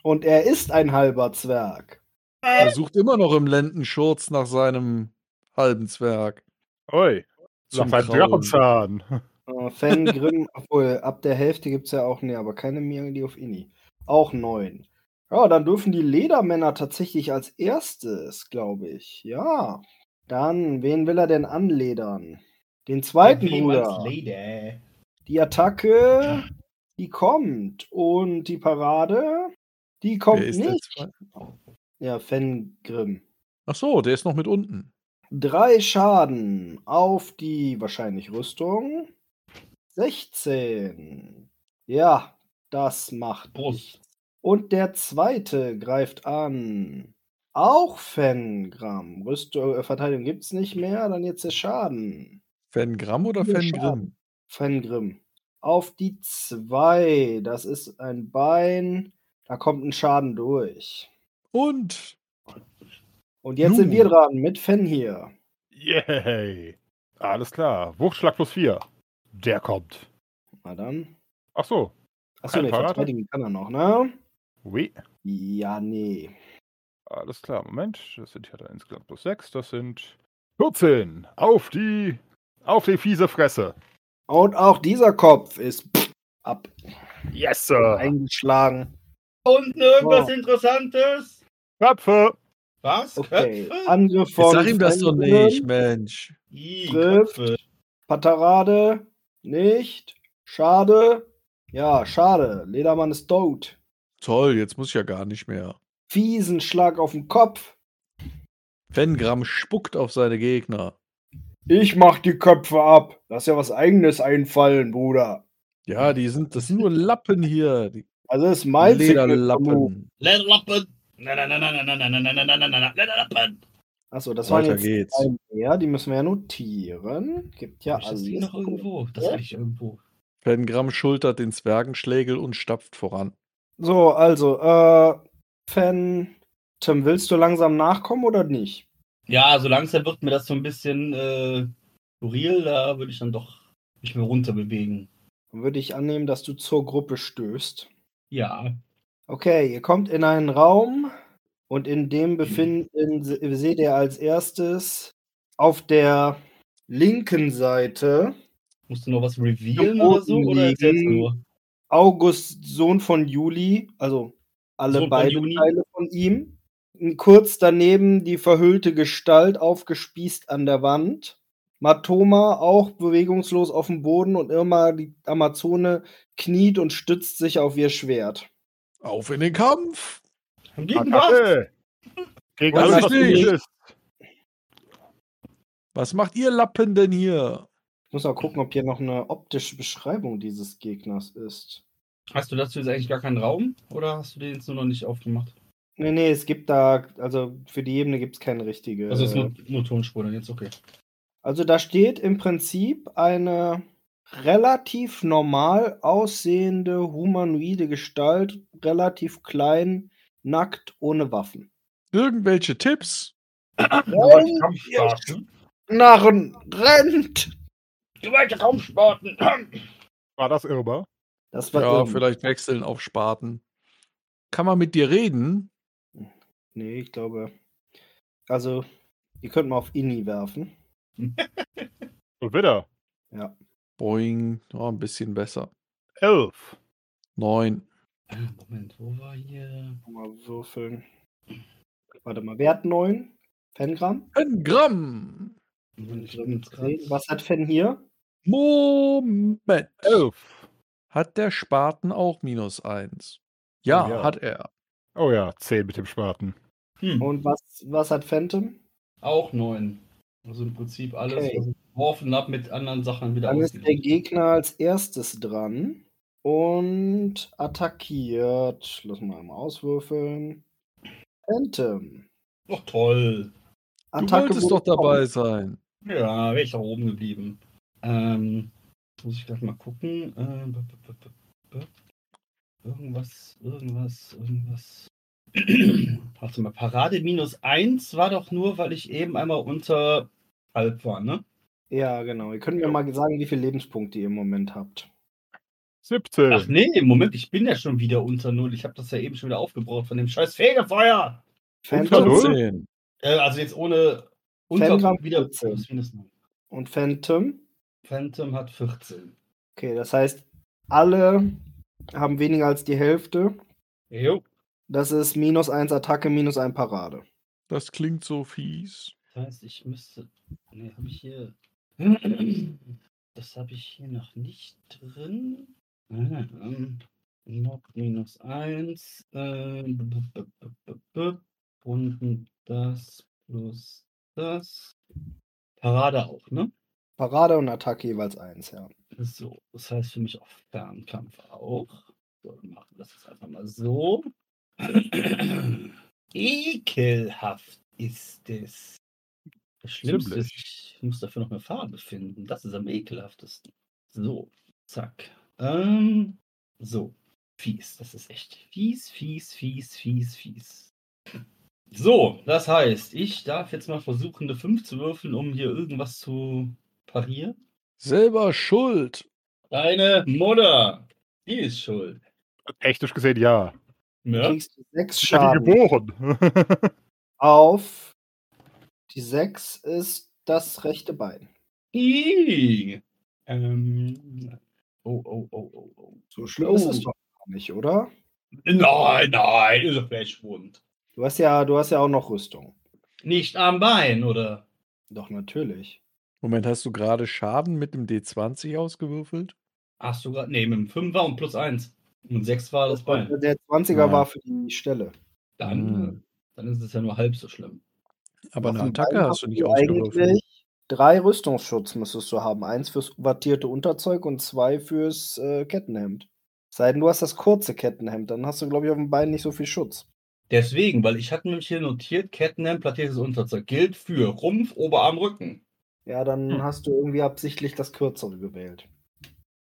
Und er ist ein halber Zwerg. Äh, Er sucht immer noch im Lendenschurz nach seinem halben Zwerg. Oi. Nach Zum seinem Kraulen. Drachenzahn. Äh, Fangrim, obwohl ab der Hälfte gibt es ja auch, nee, aber keine Miri auf Ini. Auch neun. Ja, dann dürfen die Ledermänner tatsächlich als erstes, glaube ich. Ja. Dann, wen will er denn anledern? Den zweiten Niemals Bruder. Lady. Die Attacke, die kommt. Und die Parade, die kommt Wer ist der nicht. Zwe- Ja, Fangrim. Achso, der ist noch mit unten. Drei Schaden auf die wahrscheinlich Rüstung. 16. Ja, das macht. Brust. Und der zweite greift an. Auch Fengram. Rüstung, äh, Verteidigung gibt's nicht mehr, dann jetzt der Schaden. Fengramm oder Vier Fengrim? Schaden. Fengrim. Auf die 2. Das ist ein Bein. Da kommt ein Schaden durch. Und Und jetzt sind wir Nun. dran mit Fen hier. Yay. Alles klar. Wuchtschlag plus 4. Der kommt. Na dann. Ach so. Achso, Kein ne, Verrat? verteidigen kann er noch, ne? Oui. Ja, nee. Alles klar. Moment. Das sind ja dann insgesamt plus 6. Das sind 14. Auf die. Auf die fiese Fresse. Und auch dieser Kopf ist pff, ab Yes, Sir. Ah. eingeschlagen. Unten irgendwas Wow. Interessantes? Köpfe. Was? Okay, Köpfe? Angriff jetzt von. sag ihm das doch Fenrim. nicht, Mensch. I, trifft. Köpfe. Patarade nicht. Schade. Ja, schade. Ledermann ist tot. Toll, jetzt muss ich ja gar nicht mehr. Fiesen Schlag auf den Kopf. Fengram spuckt auf seine Gegner. Ich mach die Köpfe ab. Lass ja was eigenes einfallen, Bruder. Ja, die sind, das sind nur Lappen hier. Die Also das ist mein Signature Move. Lederlappen. Lederlappen. Na, na, na, na, na, na, na, na, na, na, na, na, na, na, na, na, Achso, das war Weiter jetzt geht's. zwei mehr, die müssen wir ja notieren. Gibt ja Hab ich das Ding alles. noch irgendwo? Das Ja? hatte ich irgendwo. Pengram schultert den Zwergenschlägel und stapft voran. So, also, äh, Fan, Tim, willst du langsam nachkommen oder nicht? Ja, so langsam wird mir das so ein bisschen äh, skurril, da würde ich dann doch mich mehr runter bewegen. Dann würde ich annehmen, dass du zur Gruppe stößt. Ja. Okay, ihr kommt in einen Raum und in dem befinden, se- seht ihr als erstes auf der linken Seite Musst du noch was revealen Am oder so? Boden Oder erzählst du liegen. nur? August, Sohn von Juli, also alle Sohn von beide Juni. Teile von ihm. Kurz daneben die verhüllte Gestalt aufgespießt an der Wand. Matoma auch bewegungslos auf dem Boden und Irma, die Amazone, kniet und stützt sich auf ihr Schwert. Auf in den Kampf! Gegen äh. was? Attacke! Gegen Weiß alles, ich was nicht. nicht ist. Was macht ihr Lappen denn hier? Ich muss mal gucken, ob hier noch eine optische Beschreibung dieses Gegners ist. Hast du dazu jetzt eigentlich gar keinen Raum? Oder hast du den jetzt nur noch nicht aufgemacht? Nee, nee, es gibt da, also für die Ebene gibt es keine richtige. Also es ist äh, nur, nur Tonspur dann jetzt, okay. Also da steht im Prinzip eine relativ normal aussehende humanoide Gestalt, relativ klein, nackt, ohne Waffen. Irgendwelche Tipps? Gewalt Kampfsparten. Narren, rennt! Gewalt Kampfsparten. Ah, War das Irma? Das war Ja, Irm. vielleicht wechseln auf Spaten. Kann man mit dir reden? Nee, ich glaube. Also, ihr könnt mal auf Inni werfen. Und wieder. Boing, ja, ein bisschen besser. Elf. Neun. Ah, Moment, wo war hier? Mal würfeln. Warte mal, wer hat 9? Fengram? Ein Gramm. Moment, ich bin jetzt grad- Was hat Fen hier? Moment. Elf. Hat der Spaten auch minus eins? Ja, Oh ja. hat er. Oh ja, zehn mit dem Spaten. Hm, Und was, was hat Phantom? auch neun. Also im Prinzip alles, Okay. was ich geworfen habe, mit anderen Sachen wieder Dann ist der ausgeglichen. Gegner als erstes dran und attackiert. Lass mal einmal auswürfeln. Phantom. Doch toll. Du wolltest wurde doch dabei genommen. sein. Ja, wäre ich auch oben geblieben. Ähm, jetzt muss ich gleich mal gucken. Ähm, b- b- b- b- b- irgendwas, irgendwas, irgendwas. Warte mal, Parade minus eins war doch nur, weil ich eben einmal unter halb war, ne? Ja, genau. Ihr könnt mir mal sagen, wie viele Lebenspunkte ihr im Moment habt. Ach ne. 17. nee, Moment, ich bin ja schon wieder unter Null. Ich habe das ja eben schon wieder aufgebraucht von dem scheiz Fegefeuer. Phantom null? Zehn. Äh, also jetzt ohne Phantom unter wieder 14. plus minus null. und Phantom. Phantom hat 14. Okay, das heißt, alle haben weniger als die Hälfte. Jo. Das ist minus 1 Attacke, minus 1 Parade. Das klingt so fies. Das heißt, ich müsste. Ne, habe ich hier. Das habe ich hier noch nicht drin. Ähm, Mod minus äh, 1. Und das plus das. Parade auch, ne? Parade und Attacke jeweils 1, ja. So, das heißt für mich auch Fernkampf auch. So, dann machen wir das jetzt einfach mal so. Ekelhaft ist es. Das Schlimmste ist, ich muss dafür noch eine Farbe finden. Das ist am ekelhaftesten. So, zack. Ähm, so, fies. Das ist echt fies, fies, fies, fies, fies. So, das heißt, ich darf jetzt mal versuchen, eine 5 zu würfeln, um hier irgendwas zu parieren. Selber schuld. Deine Mutter, die ist schuld. Technisch gesehen ja. Du Ja. kriegst 6 Ich bin Schaden. geboren. auf. Die 6 ist das rechte Bein. Ih. Ähm. Oh, oh, oh, oh, oh. So schlimm ist es doch gar nicht, oder? Nein, nein, ist ein Fleischwund. Du hast ja, du hast ja auch noch Rüstung. Nicht am Bein, oder? Doch, natürlich. Moment, hast du gerade Schaden mit dem D20 ausgewürfelt? Ach so, grad- nee, mit dem 5 war und plus 1. Und 6 war das Bein. Der 20er Ja. war für die Stelle. Dann, dann ist es ja nur halb so schlimm. Aber Auf eine dem Attacke Bein hast du nicht ausgewürfelt. Eigentlich drei Rüstungsschutz müsstest du haben. Eins fürs wattierte Unterzeug und zwei fürs äh, Kettenhemd. Sei denn, du hast das kurze Kettenhemd, dann hast du, glaube ich, auf dem Bein nicht so viel Schutz. Deswegen, weil ich hatte nämlich hier notiert, Catnap, plattiertes Unterzeug gilt für Rumpf, Oberarm, Rücken. Ja, dann Hm. hast du irgendwie absichtlich das Kürzere gewählt.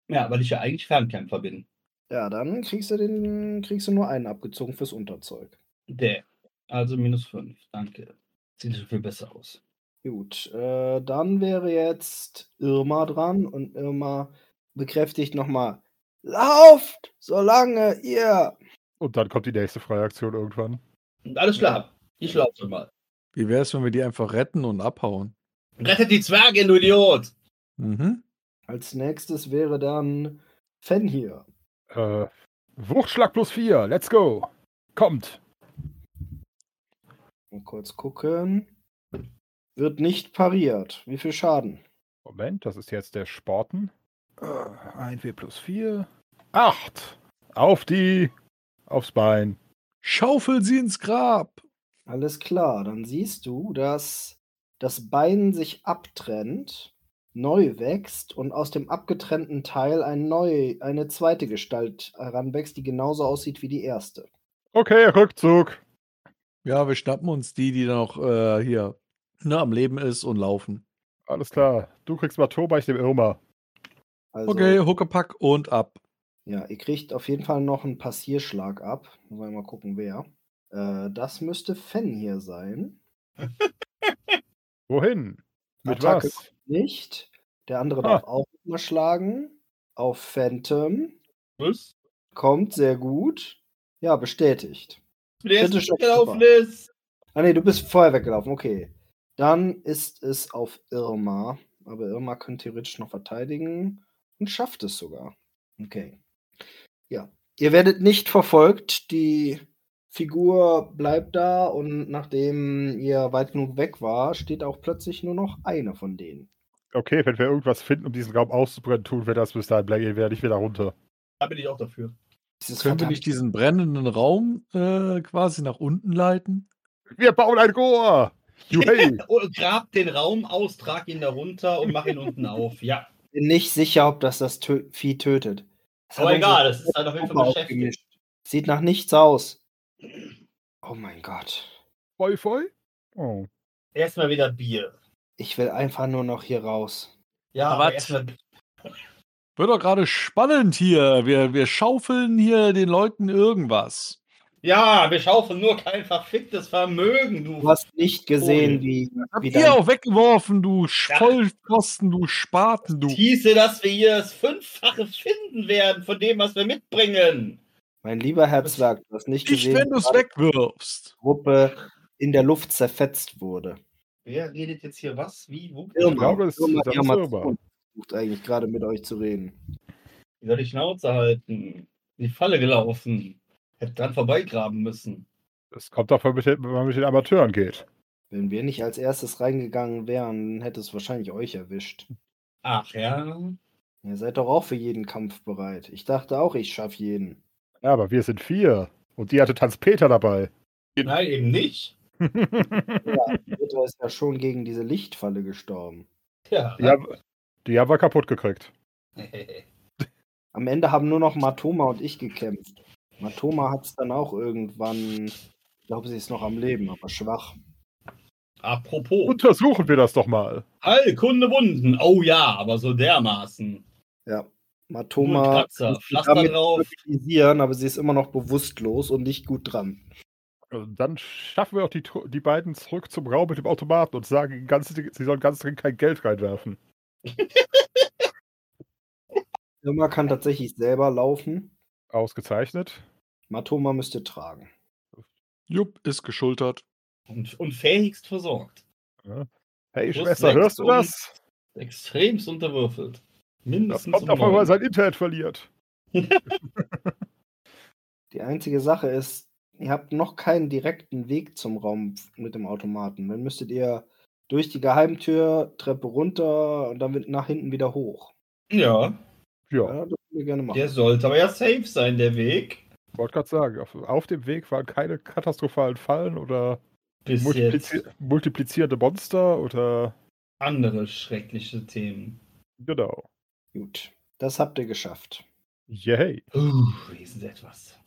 Ja, weil ich ja eigentlich Fernkämpfer bin. Ja, dann kriegst du den, kriegst du nur einen abgezogen fürs Unterzeug. Däh. Also minus 5. Danke. Sieht schon viel besser aus. Gut, äh, dann wäre jetzt Irma dran und Irma bekräftigt nochmal. Lauft, solange ihr. Und dann kommt die nächste freie Aktion irgendwann. Und alles klar. Ich laufe mal. Wie wäre es, wenn wir die einfach retten und abhauen? Rettet die Zwerge, du Idiot! Mhm. Als nächstes wäre dann Fen hier. Äh, Wuchtschlag plus 4, let's go. Kommt. Mal kurz gucken. Wird nicht pariert. Wie viel Schaden? Moment, das ist jetzt der Sporten. Äh, 1W plus 4. 8. Auf die. Aufs Bein. Schaufel sie ins Grab. Alles klar, dann siehst du, dass das Bein sich abtrennt, neu wächst und aus dem abgetrennten Teil ein neu, eine zweite Gestalt heranwächst, die genauso aussieht wie die erste. Okay, Rückzug. Ja, wir schnappen uns die, die noch äh, hier ne, am Leben ist und laufen. Alles klar. Du kriegst mal Toba, ich nehme Irma. Also, okay, Huckepack und ab. Ja, ihr kriegt auf jeden Fall noch einen Passierschlag ab. Muss man mal gucken, wer. Äh, das müsste Fenn hier sein. Wohin? Mit Attacke was? Nicht. Der andere Ah. darf auch mal schlagen. Auf Phantom. Was? Kommt sehr gut. Ja, bestätigt. Mit der ersten Kritischer gelaufen ist. Ah nee, du bist vorher weggelaufen, okay. Dann ist es auf Irma. Aber Irma könnte theoretisch noch verteidigen und schafft es sogar. Okay. Ja. Ihr werdet nicht verfolgt. Die Figur bleibt da und nachdem ihr weit genug weg war, steht auch plötzlich nur noch eine von denen. Okay, wenn wir irgendwas finden, um diesen Raum auszubrennen, tun wir das bis dahin. Black, gehen wir nicht wieder runter. Da bin ich auch dafür. Dieses Können wir nicht diesen brennenden Raum äh, quasi nach unten leiten? Wir bauen ein Rohr! Juhey! Oh, grab den Raum aus, trag ihn darunter und mach ihn unten auf. Ja. verdammte- bin nicht sicher, ob das das Tö Vieh tötet. Es hat Aber unsere egal, das ist halt auf jeden Gruppe Fall beschäftigt. aufgemischt. Sieht nach nichts aus. Oh mein Gott. Voi, voi? Oh. Erstmal wieder Bier. Ich will einfach nur noch hier raus. Ja, aber Aber was? erstmal Wird doch gerade spannend hier. Wir, wir schaufeln hier den Leuten irgendwas. Ja, wir schaufeln nur kein verficktes Vermögen, du. Du hast nicht gesehen, Oh. wie, wie Ihr dein, auch weggeworfen, du Ja. ja. Vollpfosten, du Spaten, du. Hieße, dass wir hier das Fünffache finden werden von dem, was wir mitbringen. mein lieber Herzwerk, du hast nicht Ich, gesehen, wenn du wie es die wegwirfst. Gruppe in der Luft zerfetzt wurde. Wer redet jetzt hier was? Wie? Wo? Ich glaube, das- das ist Irma. versucht eigentlich gerade mit euch zu reden. Ich soll die Schnauze halten. In die Falle gelaufen. Hätte dran vorbeigraben müssen. Das kommt davon, wenn man mit den Amateuren geht. Wenn wir nicht als erstes reingegangen wären, hätte es wahrscheinlich euch erwischt. Ach ja. Ihr seid doch auch für jeden Kampf bereit. Ich dachte auch, ich schaffe jeden. Ja, aber wir sind vier. Und die hatte Tanzpeter dabei. Nein, eben nicht. Peter ist ja schon gegen diese Lichtfalle gestorben. Ja. Die haben, die haben wir kaputt gekriegt. Am Ende haben nur noch Matoma und ich gekämpft. Matoma hat es dann auch irgendwann, ich glaube, sie ist noch am Leben, aber schwach. Apropos. Untersuchen wir das doch mal. Heilkunde Wunden. Oh ja, aber so dermaßen. Ja, Matoma Wundkratzer. muss sie Pflaster damit drauf. kritisieren, aber sie ist immer noch bewusstlos und nicht gut dran. Und dann schaffen wir auch die, Tru- die beiden zurück zum Raum mit dem Automaten und sagen, ganz, sie sollen ganz dringend kein Geld reinwerfen. Irma kann tatsächlich selber laufen. Ausgezeichnet. Matoma müsste tragen. Jupp, ist geschultert. Und, und fähigst versorgt. Hey, Plus Schwester, sechs hörst du und- das? Extremst unterwürfelt. Das Mindestens kommt um auf einmal, neun. weil sein Internet verliert. Die einzige Sache ist, ihr habt noch keinen direkten Weg zum Raum mit dem Automaten. Dann müsstet ihr durch die Geheimtür, Treppe runter und dann nach hinten wieder hoch. Ja, Ja, Ja, das würden wir gerne machen. der sollte aber ja safe sein, der Weg. wollte gerade sagen, auf, auf dem Weg waren keine katastrophalen Fallen oder Bis multiplizi jetzt multiplizierende Monster oder. andere schreckliche Themen. Genau. Gut, das habt ihr geschafft. Yay. Uh, wir sind etwas.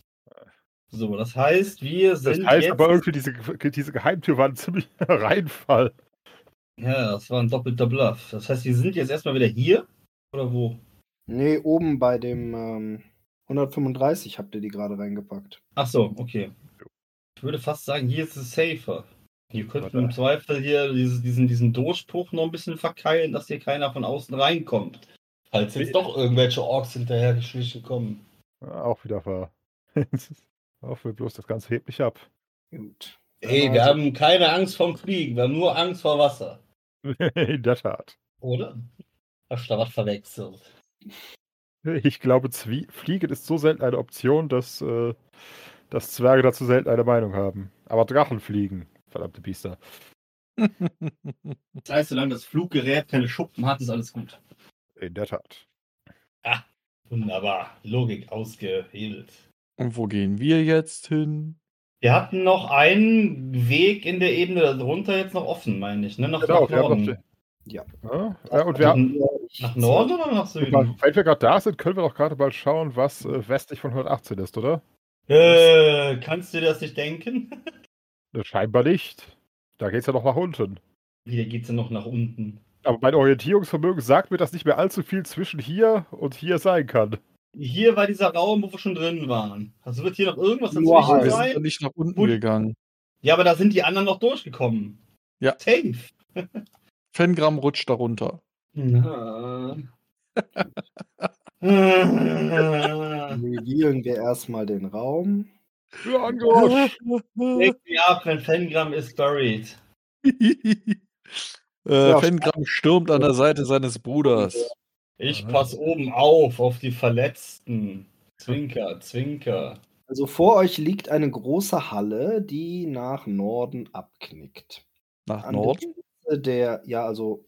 So, das heißt, wir Äh. Das sind heißt jetzt... aber irgendwie, diese, diese Geheimtür war ein ziemlicher Reinfall. ja, das war ein doppelter Bluff. Das heißt, wir sind jetzt erstmal wieder hier? Oder wo? Nee, oben bei dem ähm, 135 habt ihr die gerade reingepackt. Ach so, okay. Ich würde fast sagen, hier ist es safer. Hier könnten wir im Warte. Zweifel hier diesen, diesen, diesen Durchbruch noch ein bisschen verkeilen, dass hier keiner von außen reinkommt. Falls jetzt doch irgendwelche Orks hinterher geschlichen kommen. Ja, Auch wieder war. Auch wir bloß, das Ganze hebt mich ab. Gut. Ey, wir Also- haben keine Angst vom Fliegen, wir haben nur Angst vor Wasser. In der Tat. Oder? Hast du da was verwechselt? Ich glaube, Zwie Fliegen ist so selten eine Option, dass, äh, dass Zwerge dazu selten eine Meinung haben. Aber Drachen fliegen. Verdammte Biester. Das heißt, solange das Fluggerät keine Schuppen hat, ist alles gut. In der Tat. Wunderbar. Logik ausgehebelt. Und wo gehen wir jetzt hin? Wir hatten noch einen Weg in der Ebene darunter jetzt noch offen, meine ich. Ne? Nach, Genau, nach wir Norden. haben noch Ja. Ja, äh, und wir haben, nach Norden oder nach Süden? wenn wir gerade da sind, können wir doch gerade mal schauen, was äh, westlich von 118 ist, oder? Äh, kannst du dir das nicht denken? Äh, Scheinbar nicht. Da geht es ja noch nach unten. Wieder geht's ja noch nach unten. Aber mein Orientierungsvermögen sagt mir, dass nicht mehr allzu viel zwischen hier und hier sein kann. Hier war dieser Raum, wo wir schon drin waren. Also wird hier noch irgendwas Nur dazwischen halb. Wir sind sein? doch nicht nach unten Gut. gegangen. Ja, aber da sind die anderen noch durchgekommen. Ja. Safe. Fengram rutscht darunter. Ja. Revealen wir erstmal den Raum. Ja, angerutscht. Leg mich ab, wenn Fengram ist buried. äh, Ja, Fengram stürmt an der Seite seines Bruders. Ich Aha. pass oben auf, auf die Verletzten. Zwinker, Zwinker. Also vor euch liegt eine große Halle, die nach Norden abknickt. Nach der Norden? Spitze Der, ja, also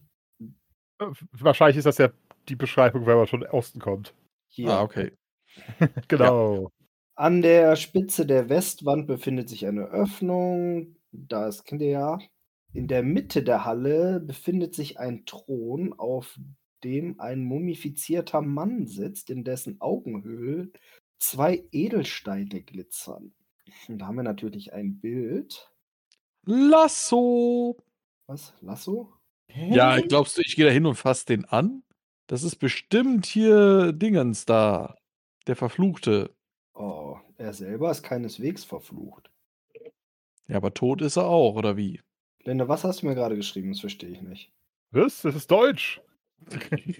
Äh, Wahrscheinlich ist das ja die Beschreibung, wenn man von Osten kommt. hier. Ah, okay. Genau. An der Spitze der Westwand befindet sich eine Öffnung. Das kennt ihr ja. In der Mitte der Halle befindet sich ein Thron, auf dem ein mumifizierter Mann sitzt, in dessen Augenhöhlen zwei Edelsteine glitzern. Und da haben wir natürlich ein Bild. Lasso! Was? Lasso? Hm? Ja, glaubst du, ich gehe da hin und fasse den an? Das ist bestimmt hier Dingens da. Der Verfluchte. Oh, er selber ist keineswegs verflucht. Ja, aber tot ist er auch, oder wie? Linde, was hast du mir gerade geschrieben? Das verstehe ich nicht. Was? Das ist Deutsch.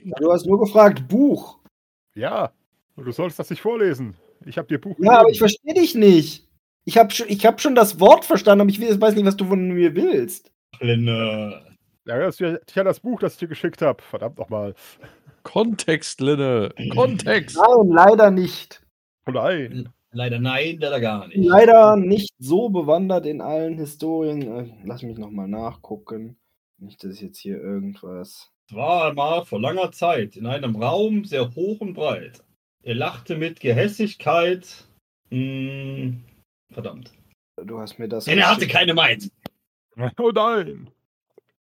Ja, Du hast nur gefragt, Buch. Ja. Und du sollst das nicht vorlesen. Ich habe dir Buch Ja, aber ich gegeben. verstehe dich nicht. Ich habe schon, ich hab schon das Wort verstanden, aber ich we- weiß nicht, was du von mir willst. Plinne. Ja, das ist ja das Buch, das ich dir geschickt habe. Verdammt nochmal. Kontext, Linne. Kontext. Nein, leider nicht. Oh nein. Leider nein, leider gar nicht. Leider nicht so bewandert in allen Historien. Äh, Lass mich nochmal nachgucken. Nicht, dass ich jetzt hier irgendwas. Es war einmal vor langer Zeit in einem Raum sehr hoch und breit. Er lachte mit Gehässigkeit. Hm, verdammt. Du hast mir das. Denn er hatte geschickt. keine Mind. Oh nein.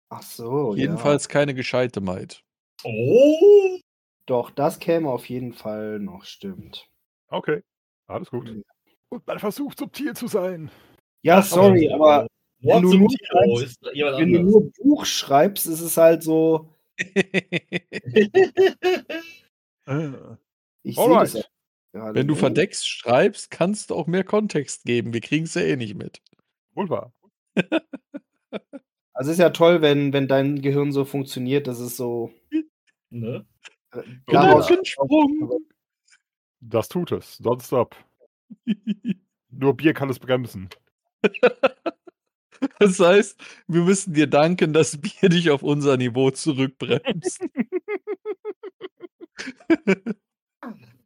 Ach so, Jedenfalls Oh, Ja. keine gescheite Maid. Oh! Doch, das käme auf jeden Fall noch, stimmt. Okay. Alles gut. Und man versucht subtil zu sein. Ja, sorry, aber Wort Wenn du zum nur Tiro schreibst, ist jemand wenn du anders. nur Buch schreibst, ist es halt so. Ah. Äh, Ich sehe Alright. das. ja gerade Wenn du nicht. verdeckst schreibst, kannst du auch mehr Kontext geben. Wir kriegen es ja eh nicht mit. Wohl wahr. Also es ist ja toll, wenn, wenn dein Gehirn so funktioniert, dass es so Ne? daraus Gedankensprung. Genau. Das tut es. Nonstop. Nur Bier kann es bremsen. Das heißt, wir müssen dir danken, dass Bier dich auf unser Niveau zurückbremst.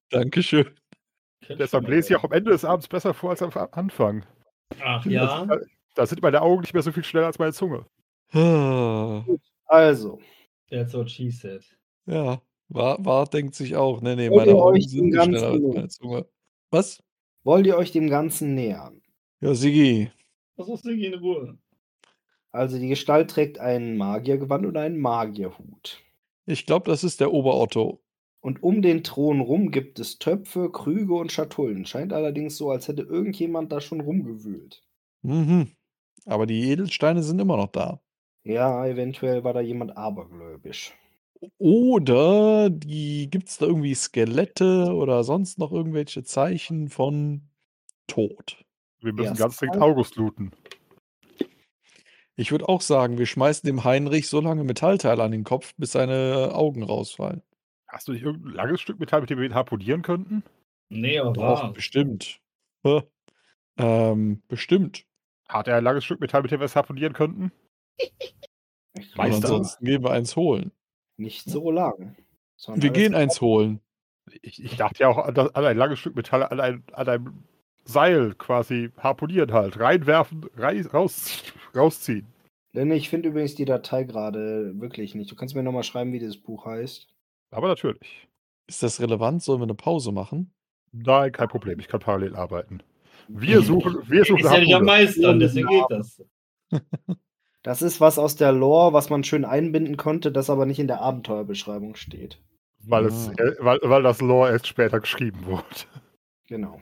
Dankeschön. Deshalb lese ich auch am Ende des Abends besser vor als am Anfang. Ach ja. Da sind meine Augen nicht mehr so viel schneller als meine Zunge. Ah, Also, That's what she said. Ja, war, war denkt sich auch. ne, Nee, nee, Wollt meine ihr Augen euch den sind nicht schneller als ganzen- meine Zunge. Was? wollt ihr euch dem Ganzen nähern? Ja, Sigi. Was ist denn in Ruhe? Also die Gestalt trägt ein Magiergewand und einen Magierhut. Ich glaube, das ist der Oberotto. Und um den Thron rum gibt es Töpfe, Krüge und Schatullen. Scheint allerdings so, als hätte irgendjemand da schon rumgewühlt. Mhm. Aber die Edelsteine sind immer noch da. Ja, eventuell war da jemand abergläubisch. Oder die gibt es da irgendwie Skelette oder sonst noch irgendwelche Zeichen von Tod. Wir müssen Erst ganz dringend mal- August looten. Ich würde auch sagen, wir schmeißen dem Heinrich so lange Metallteile an den Kopf, bis seine Augen rausfallen. Hast du nicht irgendein langes Stück Metall, mit dem wir ihn harponieren könnten? Nee, aber Ah. Doch, war. bestimmt. Hä? Ähm, bestimmt. Hat er ein langes Stück Metall, mit dem wir es harponieren könnten? Ich Und glaub, Meister? ansonsten gehen wir eins holen. Nicht so lang. sondern Wir alles- gehen eins holen. Ich, ich dachte ja auch an, das, an ein langes Stück Metall, an, ein, an einem Seil quasi harponieren halt. Reinwerfen, rei raus, rausziehen. Denn ich finde übrigens die Datei gerade wirklich nicht. Du kannst mir nochmal schreiben, wie dieses Buch heißt. Aber natürlich. Ist das relevant? Sollen wir eine Pause machen? Nein, kein Problem. Ich kann parallel arbeiten. Wir suchen, wir Ist suchen ja nicht am Harpune. meisten, deswegen geht das. Das ist was aus der Lore, was man schön einbinden konnte, das aber nicht in der Abenteuerbeschreibung steht. weil, es, Ah. äh, weil, weil das Lore erst später geschrieben wurde. Genau.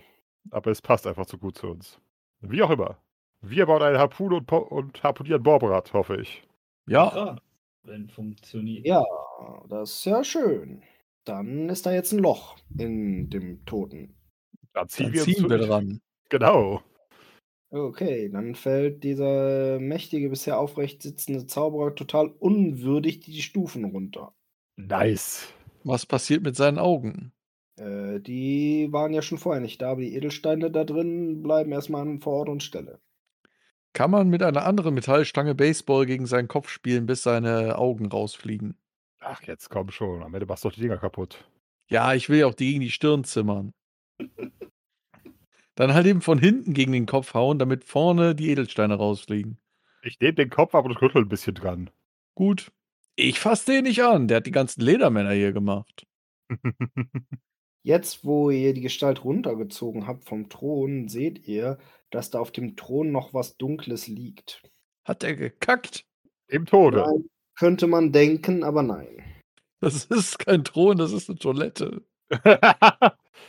Aber es passt einfach zu gut zu uns. Wie auch immer. Wir bauen eine Harpune und, po- und harpunieren Borberat, hoffe ich. Ja, Ja, wenn funktioniert. Ja, Ah, das ist ja schön. Dann ist da jetzt ein Loch in dem Toten. Dann ziehen dann wir, uns ziehen wir zurück. dran. Genau. Okay, dann fällt dieser mächtige, bisher aufrecht sitzende Zauberer total unwürdig die Stufen runter. Nice. Was passiert mit seinen Augen? Äh, die waren ja schon vorher nicht da, aber die Edelsteine da drin bleiben erstmal an Vorort und Stelle. Kann man mit einer anderen Metallstange Baseball gegen seinen Kopf spielen, bis seine Augen rausfliegen? Ach, jetzt komm schon. Am Ende machst du doch die Dinger kaputt. Ja, ich will ja auch die gegen die Stirn zimmern. Dann halt eben von hinten gegen den Kopf hauen, damit vorne die Edelsteine rausfliegen. Ich nehme den Kopf ab und rüttel ein bisschen dran. Gut. Ich fasse den nicht an. Der hat die ganzen Ledermänner hier gemacht. Jetzt, wo ihr die Gestalt runtergezogen habt vom Thron, seht ihr, dass da auf dem Thron noch was Dunkles liegt. Hat der gekackt? Im Tode. Nein, könnte man denken, aber nein. Das ist kein Thron, das ist eine Toilette.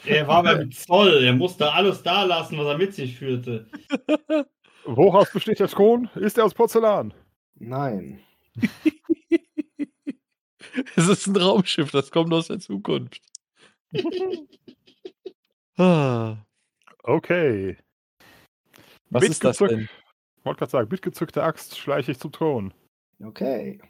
Er war beim Zoll, er musste alles da lassen, was er mit sich führte. Woraus besteht der Thron? Ist er aus Porzellan? Nein. Es ist ein Raumschiff, das kommt aus der Zukunft. Ah, Okay. Was ist das Mitgezückt- denn? wollte gerade sagen, mit gezückter Axt schleiche ich zum Thron Okay.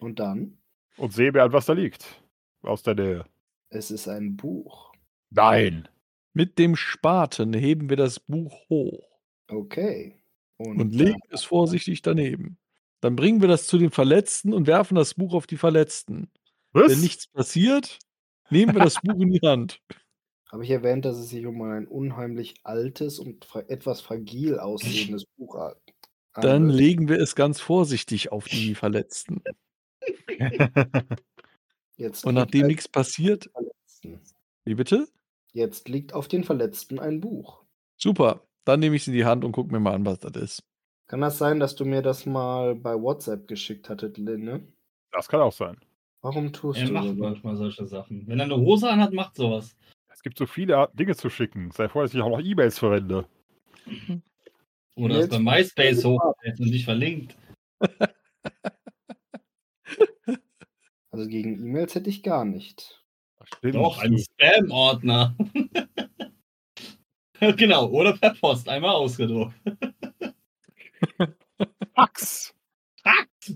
Und dann? und sehe mir an, was da liegt. Aus der Nähe. Es ist ein Buch. Nein. Mit dem Spaten heben wir das Buch hoch. Okay. äh, und da- legen es vorsichtig daneben. Dann bringen wir das zu den Verletzten und werfen das Buch auf die Verletzten. Was? Wenn nichts passiert, nehmen wir das Buch in die Hand. Habe ich erwähnt, dass es sich um ein unheimlich altes und fra etwas fragil aussehendes Buch handelt? Dann legen wir es ganz vorsichtig auf die Verletzten. Jetzt liegt Und nachdem ein- nichts passiert, Verletzten. wie bitte? Jetzt liegt auf den Verletzten ein Buch. Super. Dann nehme ich es in die Hand und gucke mir mal an, was das ist. Kann das sein, dass du mir das mal bei WhatsApp geschickt hattet, Linne? Das kann auch sein. Warum tust Er du macht sowas? manchmal solche Sachen. Wenn er eine Hose anhat, macht sowas. Es gibt so viele Arten, Dinge zu schicken. Sei froh, dass ich auch noch E-Mails verwende. Oder Jetzt- ist bei MySpace hochhält und nicht verlinkt. Also gegen E-Mails hätte ich gar nicht. Stimmt. Doch, ein Spam-Ordner. genau, oder per Post, einmal ausgedruckt. Fax.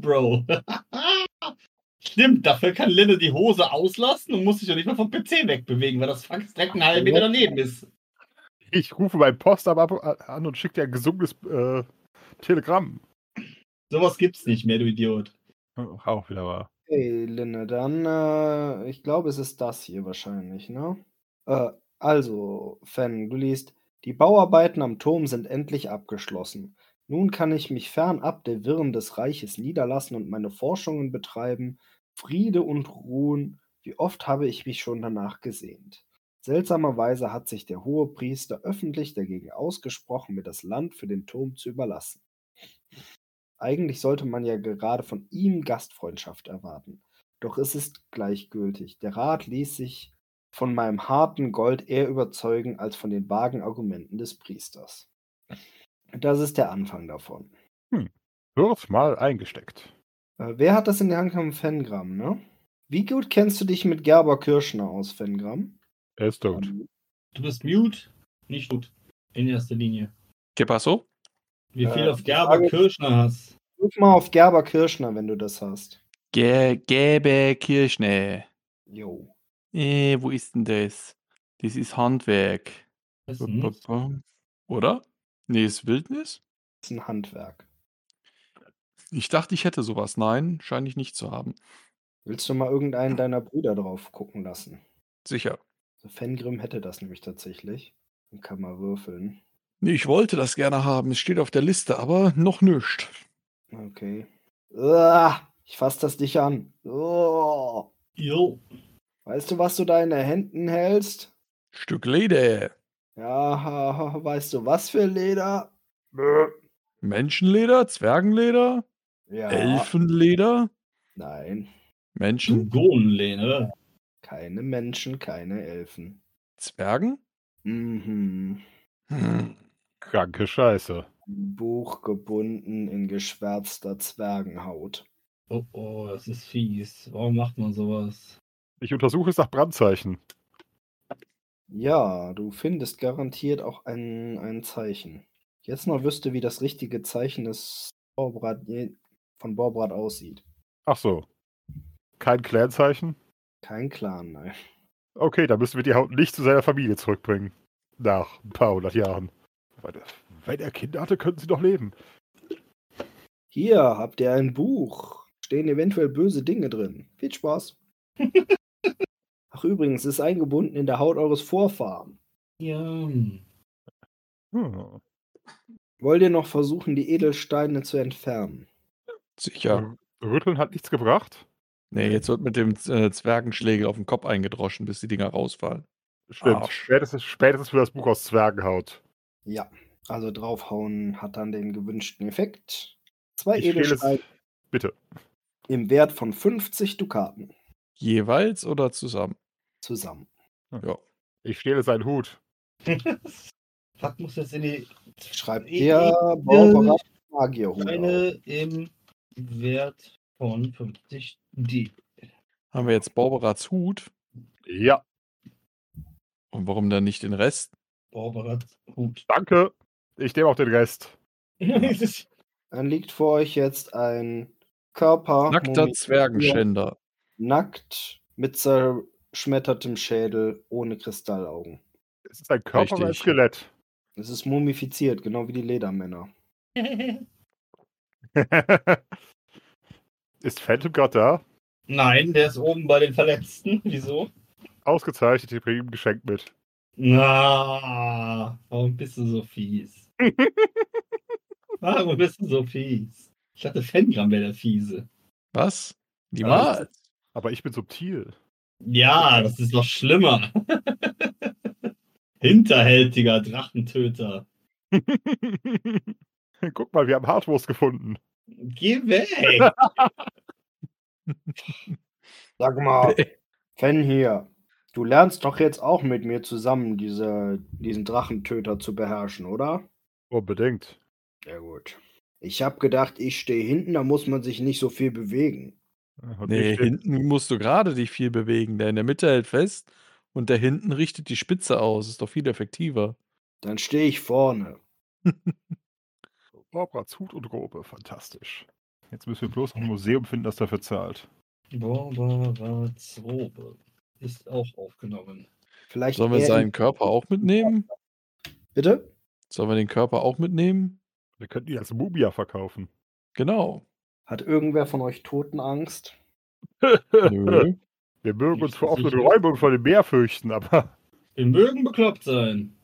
Bro. Stimmt, dafür kann Linne die Hose auslassen und muss sich ja nicht mehr vom PC wegbewegen, weil das Fax direkt einen halben Meter daneben ist. Ich rufe mein Postamt ab, äh, an und schicke dir ein gesungenes äh, Telegramm. Hm, Sowas gibt's nicht mehr, du Idiot. Auch wieder wahr. Hey, Linne, dann, äh, ich glaube, es ist das hier wahrscheinlich, ne? Äh, also, Fan, du liest, die Bauarbeiten am Turm sind endlich abgeschlossen. Nun kann ich mich fernab der Wirren des Reiches niederlassen und meine Forschungen betreiben. Friede und Ruhen, wie oft habe ich mich schon danach gesehnt. Seltsamerweise hat sich der hohe Priester öffentlich dagegen ausgesprochen, mir das Land für den Turm zu überlassen. Eigentlich sollte man ja gerade von ihm Gastfreundschaft erwarten. Doch es ist gleichgültig. Der Rat ließ sich von meinem harten Gold eher überzeugen als von den vagen Argumenten des Priesters. Das ist der Anfang davon. Wird mal eingesteckt. Äh, wer hat das in der Hand genommen? Fengram, ne? Wie gut kennst du dich mit Gerber Kirschner aus, Fengram? Er ist tot. Du bist mute, nicht gut. In erster Linie. ¿Qué pasó? Wie viel Äh, auf die Gerber Frage- Kirschner hast. Drück mal auf Gerber Kirschner, wenn du das hast. Ge Gäbe Kirschne. Jo. Äh, wo ist denn das? Das ist Handwerk. Weißt du Ba- nicht? ba- ba. Oder? Nee, ist Wildnis? Das ist ein Handwerk. Ich dachte, ich hätte sowas. Nein, scheine ich nicht zu haben. Willst du mal irgendeinen deiner Brüder drauf gucken lassen? Sicher. Also Fengrim hätte das nämlich tatsächlich. Dann kann man würfeln. Nee, ich wollte das gerne haben. Es steht auf der Liste, aber noch nicht. Okay. Uah, ich fasse das dich an. Uah. Jo. Weißt du, was du da in den Händen hältst? Stück Leder. Ja, weißt du, was für Leder? Menschenleder, Zwergenleder, Ja. Elfenleder, Nein, Hm. Menschen, Dugonenlehne. keine Menschen, keine Elfen. Zwergen. Mhm. Hm. Kranke Scheiße. Ein Buch gebunden in geschwärzter Zwergenhaut. Oh oh, das ist fies. Warum macht man sowas? Ich untersuche es nach Brandzeichen. Ja, du findest garantiert auch ein, ein Zeichen. Jetzt noch wüsste, wie das richtige Zeichen des Borbrat, nee, von Borbrat aussieht. Ach so. Kein Clanzeichen? Kein Clan, nein. Okay, dann müssen wir die Haut nicht zu seiner Familie zurückbringen. Nach ein paar hundert Jahren. Weil, wenn er Kinder hatte, könnten sie doch leben. Hier habt ihr ein Buch. Stehen eventuell böse Dinge drin. Viel Spaß. Ach übrigens, es ist eingebunden in der Haut eures Vorfahren. Ja. hm. Hm. Wollt ihr noch versuchen, die Edelsteine zu entfernen? Sicher. Rütteln hat nichts gebracht. Nee, jetzt wird mit dem äh, Zwergenschlägel auf den Kopf eingedroschen, bis die Dinger rausfallen. Stimmt. Arsch. Spätestens, spätestens für das Buch aus Zwergenhaut. Ja, also draufhauen hat dann den gewünschten Effekt. Zwei Ich stehle es. Edelsteine Bitte. im Wert von 50 Dukaten Jeweils oder zusammen? zusammen. Ich stehle seinen Hut. Was muss jetzt in die Schreibt Ich- der Bauberat Magierhut auf. Eine im Wert von 50 D. Haben wir jetzt Barbarats Hut? Ja, Und warum dann nicht den Rest? Barbarats Hut. danke. Ich nehme auch den Rest. Es ist- Dann liegt vor euch jetzt ein Körper Nackter Zwergenschänder. nackt mit zerschmettertem Schädel ohne Kristallaugen. Es ist ein Körper und ein Richtig. Skelett. Es ist mumifiziert, genau wie die Ledermänner. ist Phantom gerade da? Nein, der ist oben bei den Verletzten. Wieso? Ausgezeichnet, ich bringe ihm ein Geschenk mit. Na, warum bist du so fies? warum bist du so fies? Ich dachte, Fengram wäre der Fiese. Was? Ja, Niemals. Aber ich bin subtil. Ja, das ist noch schlimmer. Hinterhältiger Drachentöter. Guck mal, wir haben Hartwurst gefunden. Geh weg. Sag mal, Fen hier, du lernst doch jetzt auch mit mir zusammen diese, diesen Drachentöter zu beherrschen, oder? Unbedingt. Sehr gut. Ich hab gedacht, ich stehe hinten, da muss man sich nicht so viel bewegen. Äh, Und Nee, ich stehe- hinten musst du gerade dich viel bewegen. Der in der Mitte hält fest und der hinten richtet die Spitze aus. Ist doch viel effektiver. Dann stehe ich vorne. Barbarats Hut und Robe, fantastisch. Jetzt müssen wir bloß noch ein Museum finden, das dafür zahlt. Barbara Zobe ist auch aufgenommen. Vielleicht Sollen wir eher in- seinen Körper auch mitnehmen? Bitte? Sollen wir den Körper auch mitnehmen? Wir könnten ihn als Mumia verkaufen. Genau. Hat irgendwer von euch Totenangst? Nö. Wir mögen uns vor Ich- offenen Räumen und vor dem Meer fürchten, aber Wir mögen bekloppt sein.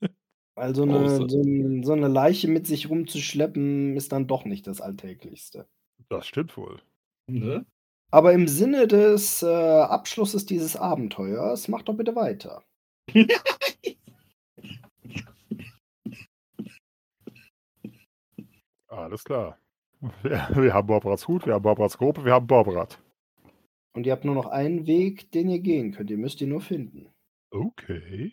Oh, Also eine, Außer- so, ein- so eine Leiche mit sich rumzuschleppen ist dann doch nicht das Alltäglichste. das stimmt wohl. Ne? Aber im Sinne des äh, Abschlusses dieses Abenteuers, macht doch bitte weiter. Alles klar. Wir, wir haben Barbarats Hut, wir haben Barbarats Gruppe, wir haben Barbarat. Und ihr habt nur noch einen Weg, den ihr gehen könnt. Ihr müsst ihn nur finden. Okay.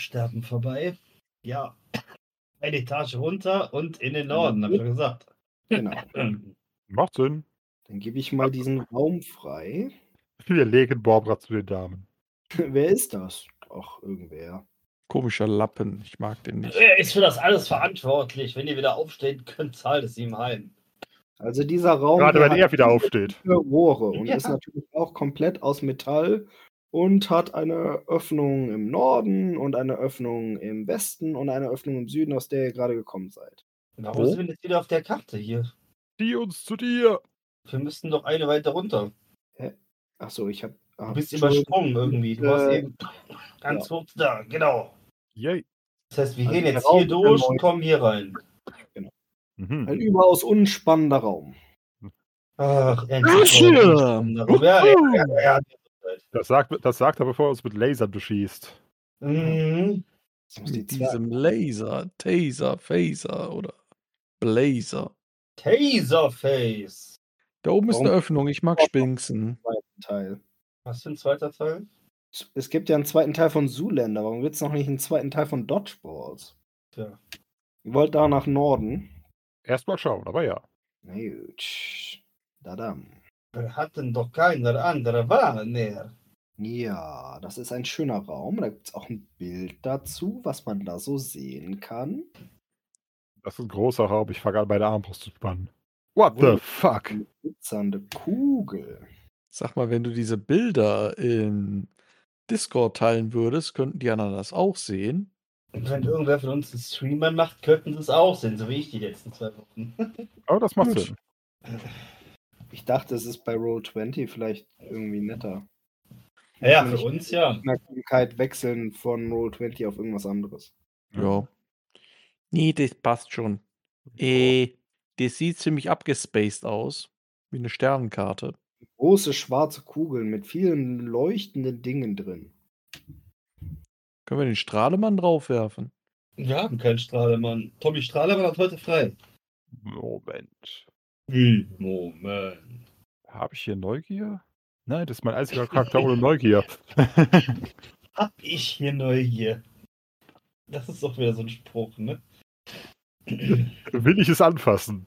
Sterben vorbei. Ja. Eine Etage runter und in den Norden, habe ich ja gesagt. Genau. Macht Sinn. Dann gebe ich mal diesen Raum frei. Wir legen Barbara zu den Damen. Wer ist das? Ach, irgendwer. Komischer Lappen. Ich mag den nicht. Äh, Er ist für das alles verantwortlich. Wenn ihr wieder aufstehen könnt, zahlt es ihm heim. Also dieser Raum Gerade der wenn hat er wieder aufsteht. viele Rohre und Ja. ist natürlich auch komplett aus Metall und hat eine Öffnung im Norden und eine Öffnung im Westen und eine Öffnung im Süden, aus der ihr gerade gekommen seid. Warum Wo? sind wir jetzt wieder auf der Karte hier? Zieh uns zu dir. Wir müssten doch eine weiter runter. Achso, ich habe. Du bist übersprungen irgendwie. Du warst Äh, eben ganz hoch da, genau. Yay. Das heißt, wir Also gehen der jetzt Raum hier ist durch ja neu. und kommen hier rein. Mhm. Ein überaus unspannender Raum. Ach, Was mal hier? rumstanden darüber. Ja, ja, ja, ja. Das sagt, das sagt er, bevor er uns mit Lasern beschießt. Mhm. Das muss die Mit Zwerge- diesem Laser, Taser, Phaser oder Blazer. Taserface. Da oben ist Warum- eine Öffnung. Ich mag Spinksen. Teil. Was für ein zweiter Teil? Es gibt ja einen zweiten Teil von Zoolander. Warum gibt es noch nicht einen zweiten Teil von Dodgeballs? Tja. Ihr wollt da nach Norden? Erstmal schauen, aber ja. Na gut. Dadam. Wir hatten doch keiner anderer Wahl mehr. Ja, das ist ein schöner Raum. Da gibt es auch ein Bild dazu, was man da so sehen kann. Das ist ein großer Raum. Ich fange an, meine Armbrust zu spannen. What the Wunderbar. fuck? Eine glitzernde Kugel. Sag mal, wenn du diese Bilder in Discord teilen würdest, könnten die anderen das auch sehen. Und wenn irgendwer von uns einen Streamer macht, könnten sie es auch sehen, so wie ich die letzten zwei Wochen. Aber das macht Gut. Sinn. Ich dachte, es ist bei Roll20 vielleicht irgendwie netter. Ja, Wenn für ich uns ja. Aufmerksamkeit wechseln von Roll20 auf irgendwas anderes. Ja. Nee, das passt schon. Äh, das sieht ziemlich abgespaced aus. Wie eine Sternenkarte. Große schwarze Kugeln mit vielen leuchtenden Dingen drin. Können wir den Strahlemann draufwerfen? Wir haben keinen Strahlemann. Tommy Strahlemann hat heute frei. Hm, Moment. Wie? Moment. Habe ich hier Neugier? Nein, das ist mein einziger Charakter ohne Neugier. Hab ich hier Neugier. Das ist doch wieder so ein Spruch, ne? Ich Will ich es anfassen?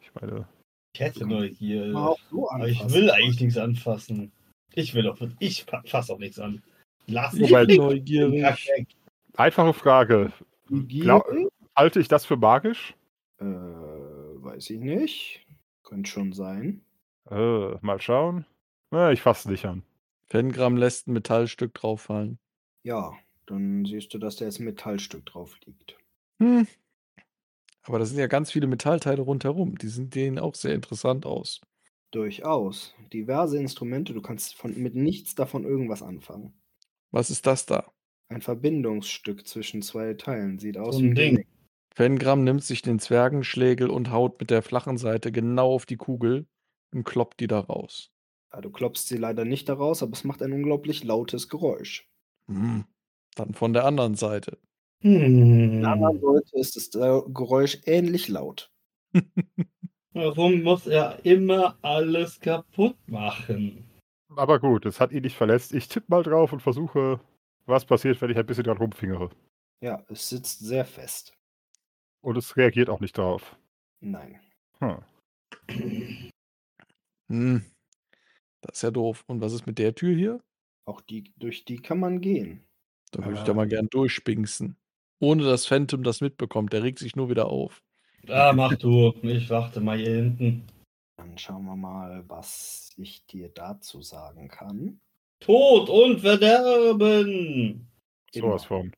Ich meine, hätte Neugier. Mal auch so Äh, Aber ich anfassen. will eigentlich nichts anfassen. Ich will auch, ich fasse auch nichts an. Lass Ich Wobei- bin neugierig. einfache Frage. Glaub, Gierig? halte ich das für magisch? Äh, weiß ich nicht. Könnte schon sein. Äh, mal schauen. Na, ich fasse nicht an. Fengram lässt ein Metallstück drauffallen. Ja, dann siehst du, dass da jetzt ein Metallstück drauf liegt. Hm. Aber da sind ja ganz viele Metallteile rundherum. Die sind denen auch sehr interessant aus. Durchaus. Diverse Instrumente, du kannst von, mit nichts davon irgendwas anfangen. Was ist das da? Ein Verbindungsstück zwischen zwei Teilen. Sieht aus So ein wie Ding. Genick. Fengram nimmt sich den Zwergenschlägel und haut mit der flachen Seite genau auf die Kugel und kloppt die da raus. Ja, du klopfst sie leider nicht daraus, aber es macht ein unglaublich lautes Geräusch. Hm. Dann von der anderen Seite. Hm. Mhm. In anderen Leute ist das äh, Geräusch ähnlich laut. Warum muss er immer alles kaputt machen? Aber gut, es hat ihn nicht verletzt. Ich tippe mal drauf und versuche, was passiert, wenn ich ein bisschen dran rumfingere. Ja, es sitzt sehr fest. Und es reagiert auch nicht drauf. Nein. Hm. Hm. Das ist ja doof. Und was ist mit der Tür hier? Auch die, durch die kann man gehen. Da würde ich Ah. da mal gern durchspinksen. Ohne dass Phantom das mitbekommt. Der regt sich nur wieder auf. Ah, mach du. Ich warte mal hier hinten. Dann schauen wir mal, was ich dir dazu sagen kann. Tod und Verderben! Sowas von.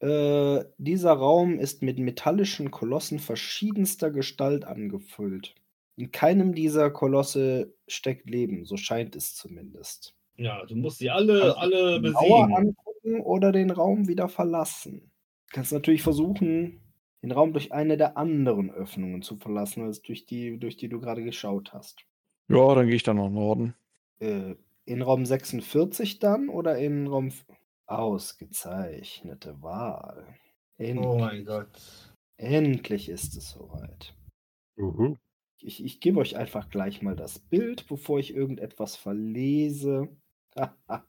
Äh, dieser Raum ist mit metallischen Kolossen verschiedenster Gestalt angefüllt. In keinem dieser Kolosse steckt Leben, so scheint es zumindest. Ja, du musst sie alle, Also, alle Mauer besiegen. angucken oder den Raum wieder verlassen. Du kannst natürlich versuchen, den Raum durch eine der anderen Öffnungen zu verlassen, als durch die, durch die du gerade geschaut hast. Ja, dann gehe ich dann nach Norden. Äh, in Raum 46 dann oder in Raum... f- Ausgezeichnete Wahl. Oh Endlich. mein Gott. Endlich ist es soweit. Uhu. ich, ich gebe euch einfach gleich mal das Bild, bevor ich irgendetwas verlese.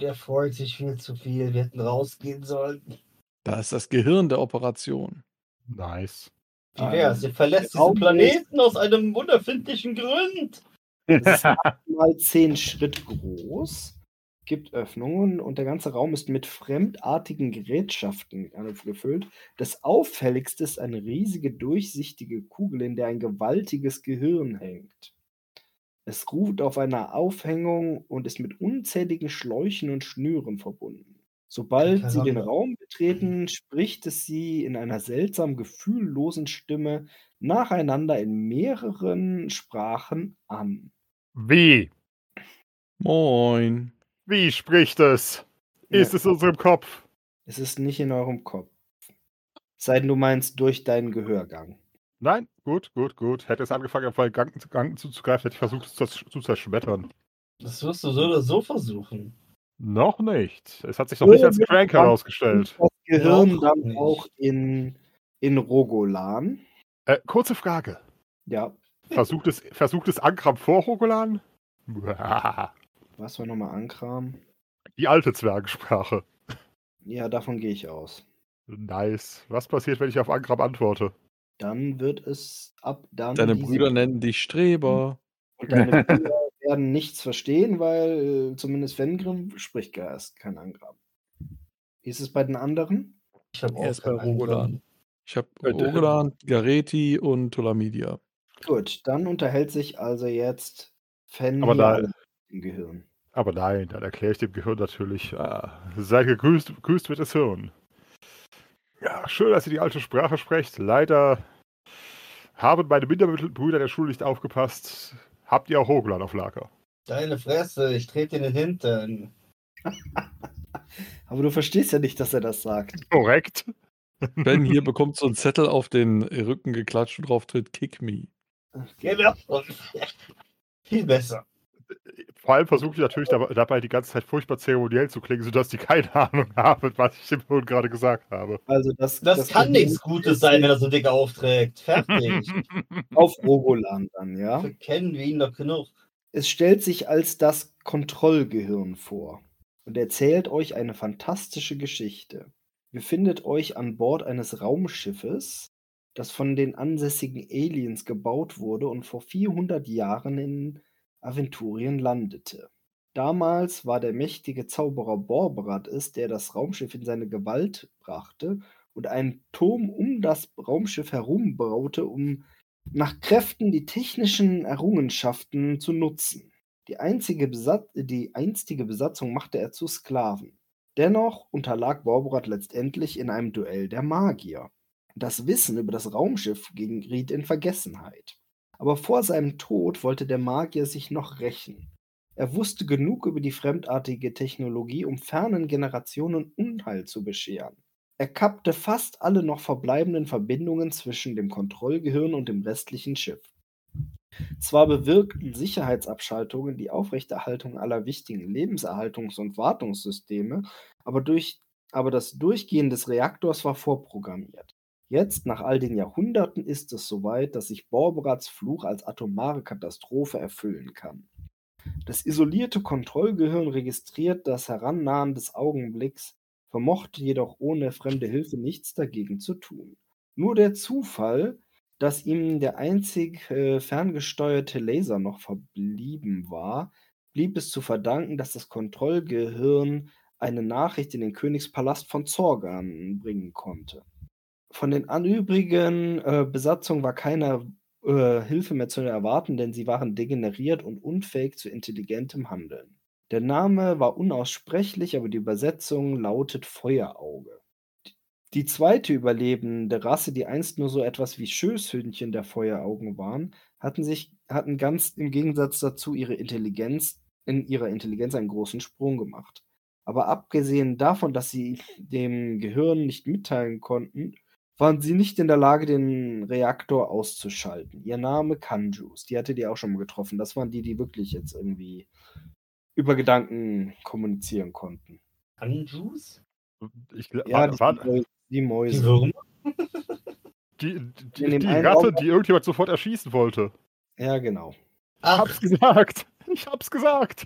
Der freut sich viel zu viel. Wir hätten rausgehen sollen. Da ist das Gehirn der Operation. Nice. Ah, Wie wär's? Ihr verlässt Raum diesen Planeten aus einem unerfindlichen Grund. Das ist mal zehn Schritt groß, gibt Öffnungen und der ganze Raum ist mit fremdartigen Gerätschaften äh, gefüllt. Das auffälligste ist eine riesige durchsichtige Kugel, in der ein gewaltiges Gehirn hängt. Es ruht auf einer Aufhängung und ist mit unzähligen Schläuchen und Schnüren verbunden. Sobald sie den Caramba. Raum betreten, spricht es sie in einer seltsam gefühllosen Stimme nacheinander in mehreren Sprachen an. Wie? Moin. Wie spricht es? Ist Ja. es in unserem Kopf? Es ist nicht in eurem Kopf. Sei denn du meinst durch deinen Gehörgang. Nein? Gut, gut, gut. Hätte es angefangen, auf meinen Gang, Gang zuzugreifen, hätte ich versucht, es zu, zu zerschmettern. Das wirst du so oder so versuchen. Noch nicht. Es hat sich noch nicht Oh, als Crank Mann. herausgestellt. Das Gehirn Noch dann nicht. auch in, in Rogolan. Äh, kurze Frage. Ja, Versucht es, versucht es Ankram vor Rogolan? was war nochmal Ankram? Die alte Zwergensprache. Ja, davon gehe ich aus. Nice. Was passiert, wenn ich auf Ankram antworte? Dann wird es ab dann. Deine diese- Brüder nennen dich Streber. Und deine Brüder werden nichts verstehen, weil äh, zumindest Vengrim spricht gar erst kein Ankram. Wie ist es bei den anderen? Ich habe Er auch ist bei keinen Rogolan. Roland. Ich habe Könnte- Rogolan, Gareti und Tolamidia. Gut, dann unterhält sich also jetzt Fenrir Aber da- im Gehirn. Aber nein, dann erkläre ich dem Gehirn natürlich, ah, seid gegrüßt, gegrüßt wird das Hirn. Ja, schön, dass ihr die alte Sprache sprecht. Leider haben meine Mindermittelbrüder in der Schule nicht aufgepasst. Habt ihr auch Hogelan auf Lager? Deine Fresse, ich trete dir in den Hintern. Aber du verstehst ja nicht, dass er das sagt. Korrekt. Ben hier bekommt so einen Zettel auf den Rücken geklatscht und drauf tritt Kick Me. Geh mir auf. Viel besser. Vor allem versuche ich natürlich dab- dabei die ganze Zeit furchtbar zeremoniell zu klingen, sodass die keine Ahnung haben, was ich dem Hirn gerade gesagt habe. Also das, Das, kann Gehirn nichts Gutes sein, wenn er so dick aufträgt. Fertig. Auf Rogolan dann, ja. Dafür kennen wir ihn doch genug. Es stellt sich als das Kontrollgehirn vor und erzählt euch eine fantastische Geschichte. Ihr findet euch an Bord eines Raumschiffes, das von den ansässigen Aliens gebaut wurde und vor 400 Jahren in Aventurien landete. Damals war der mächtige Zauberer Borberat es, der das Raumschiff in seine Gewalt brachte und einen Turm um das Raumschiff herum baute, um nach Kräften die technischen Errungenschaften zu nutzen. Die, einzige Besat die einstige Besatzung machte er zu Sklaven. Dennoch unterlag Borborat letztendlich in einem Duell der Magier. Das Wissen über das Raumschiff ging Ried in Vergessenheit. Aber vor seinem Tod wollte der Magier sich noch rächen. Er wusste genug über die fremdartige Technologie, um fernen Generationen Unheil zu bescheren. Er kappte fast alle noch verbleibenden Verbindungen zwischen dem Kontrollgehirn und dem restlichen Schiff. Zwar bewirkten Sicherheitsabschaltungen die Aufrechterhaltung aller wichtigen Lebenserhaltungs- und Wartungssysteme, aber, durch, aber das Durchgehen des Reaktors war vorprogrammiert. Jetzt, nach all den Jahrhunderten, ist es soweit, dass sich Borberats Fluch als atomare Katastrophe erfüllen kann. Das isolierte Kontrollgehirn registriert das Herannahen des Augenblicks vermochte jedoch ohne fremde Hilfe nichts dagegen zu tun. Nur der Zufall, dass ihm der einzig äh, ferngesteuerte Laser noch verblieben war, blieb es zu verdanken, dass das Kontrollgehirn eine Nachricht in den Königspalast von Zorgan bringen konnte. Von den an übrigen äh, Besatzungen war keiner äh, Hilfe mehr zu erwarten, denn sie waren degeneriert und unfähig zu intelligentem Handeln. Der Name war unaussprechlich, aber die Übersetzung lautet Feuerauge. Die zweite überlebende Rasse, die einst nur so etwas wie Schößhündchen der Feueraugen waren, hatten sich hatten ganz im Gegensatz dazu ihre Intelligenz in ihrer Intelligenz einen großen Sprung gemacht. Aber abgesehen davon, dass sie dem Gehirn nicht mitteilen konnten, waren sie nicht in der Lage, den Reaktor auszuschalten. Ihr Name Kanjus, die hatte die auch schon mal getroffen. Das waren die, die wirklich jetzt irgendwie über Gedanken kommunizieren konnten. Anjus? Ich, gl- Ja, äh, warte, warte. die, Mäuse, die Die Mäuse. Würmer? Die, die, In dem die einen Ratte, Augen- die irgendjemand sofort erschießen wollte. Ja, genau. Ich Ach, hab's gesagt. Ich hab's gesagt.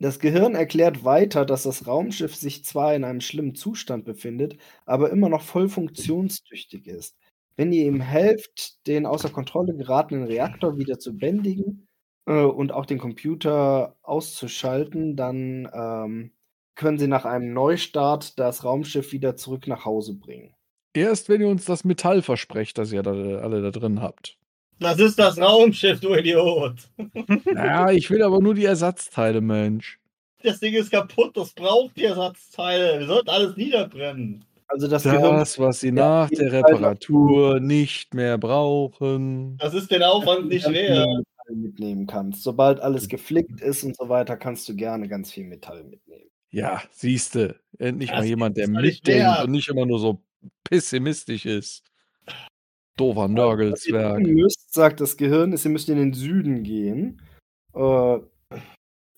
Das Gehirn erklärt weiter, dass das Raumschiff sich zwar in einem schlimmen Zustand befindet, aber immer noch voll funktionstüchtig ist. Wenn ihr ihm helft, den außer Kontrolle geratenen Reaktor wieder zu bändigen äh, und auch den Computer auszuschalten, dann ähm, können sie nach einem Neustart das Raumschiff wieder zurück nach Hause bringen. Erst wenn ihr uns das Metall versprecht, das ihr da, alle da drin habt. Das ist das Raumschiff, du Idiot. Ja, ich will aber nur die Ersatzteile, Mensch. Das Ding ist kaputt, das braucht die Ersatzteile. Wir sollten alles niederbrennen. Also das, Gehirn Das, was sie Ja, nach auf jeden Fall der noch. Reparatur nicht mehr brauchen. Das ist den Aufwand nicht wert. mitnehmen kannst. Sobald alles geflickt ist und so weiter, kannst du gerne ganz viel Metall mitnehmen. Ja, siehste, endlich Das mal jemand, der ist doch nicht mitdenkt wert. und nicht immer nur so pessimistisch ist. Dover Was ihr Nörgelzwerg. tun müsst, sagt das Gehirn, ist, ihr müsst in den Süden gehen äh,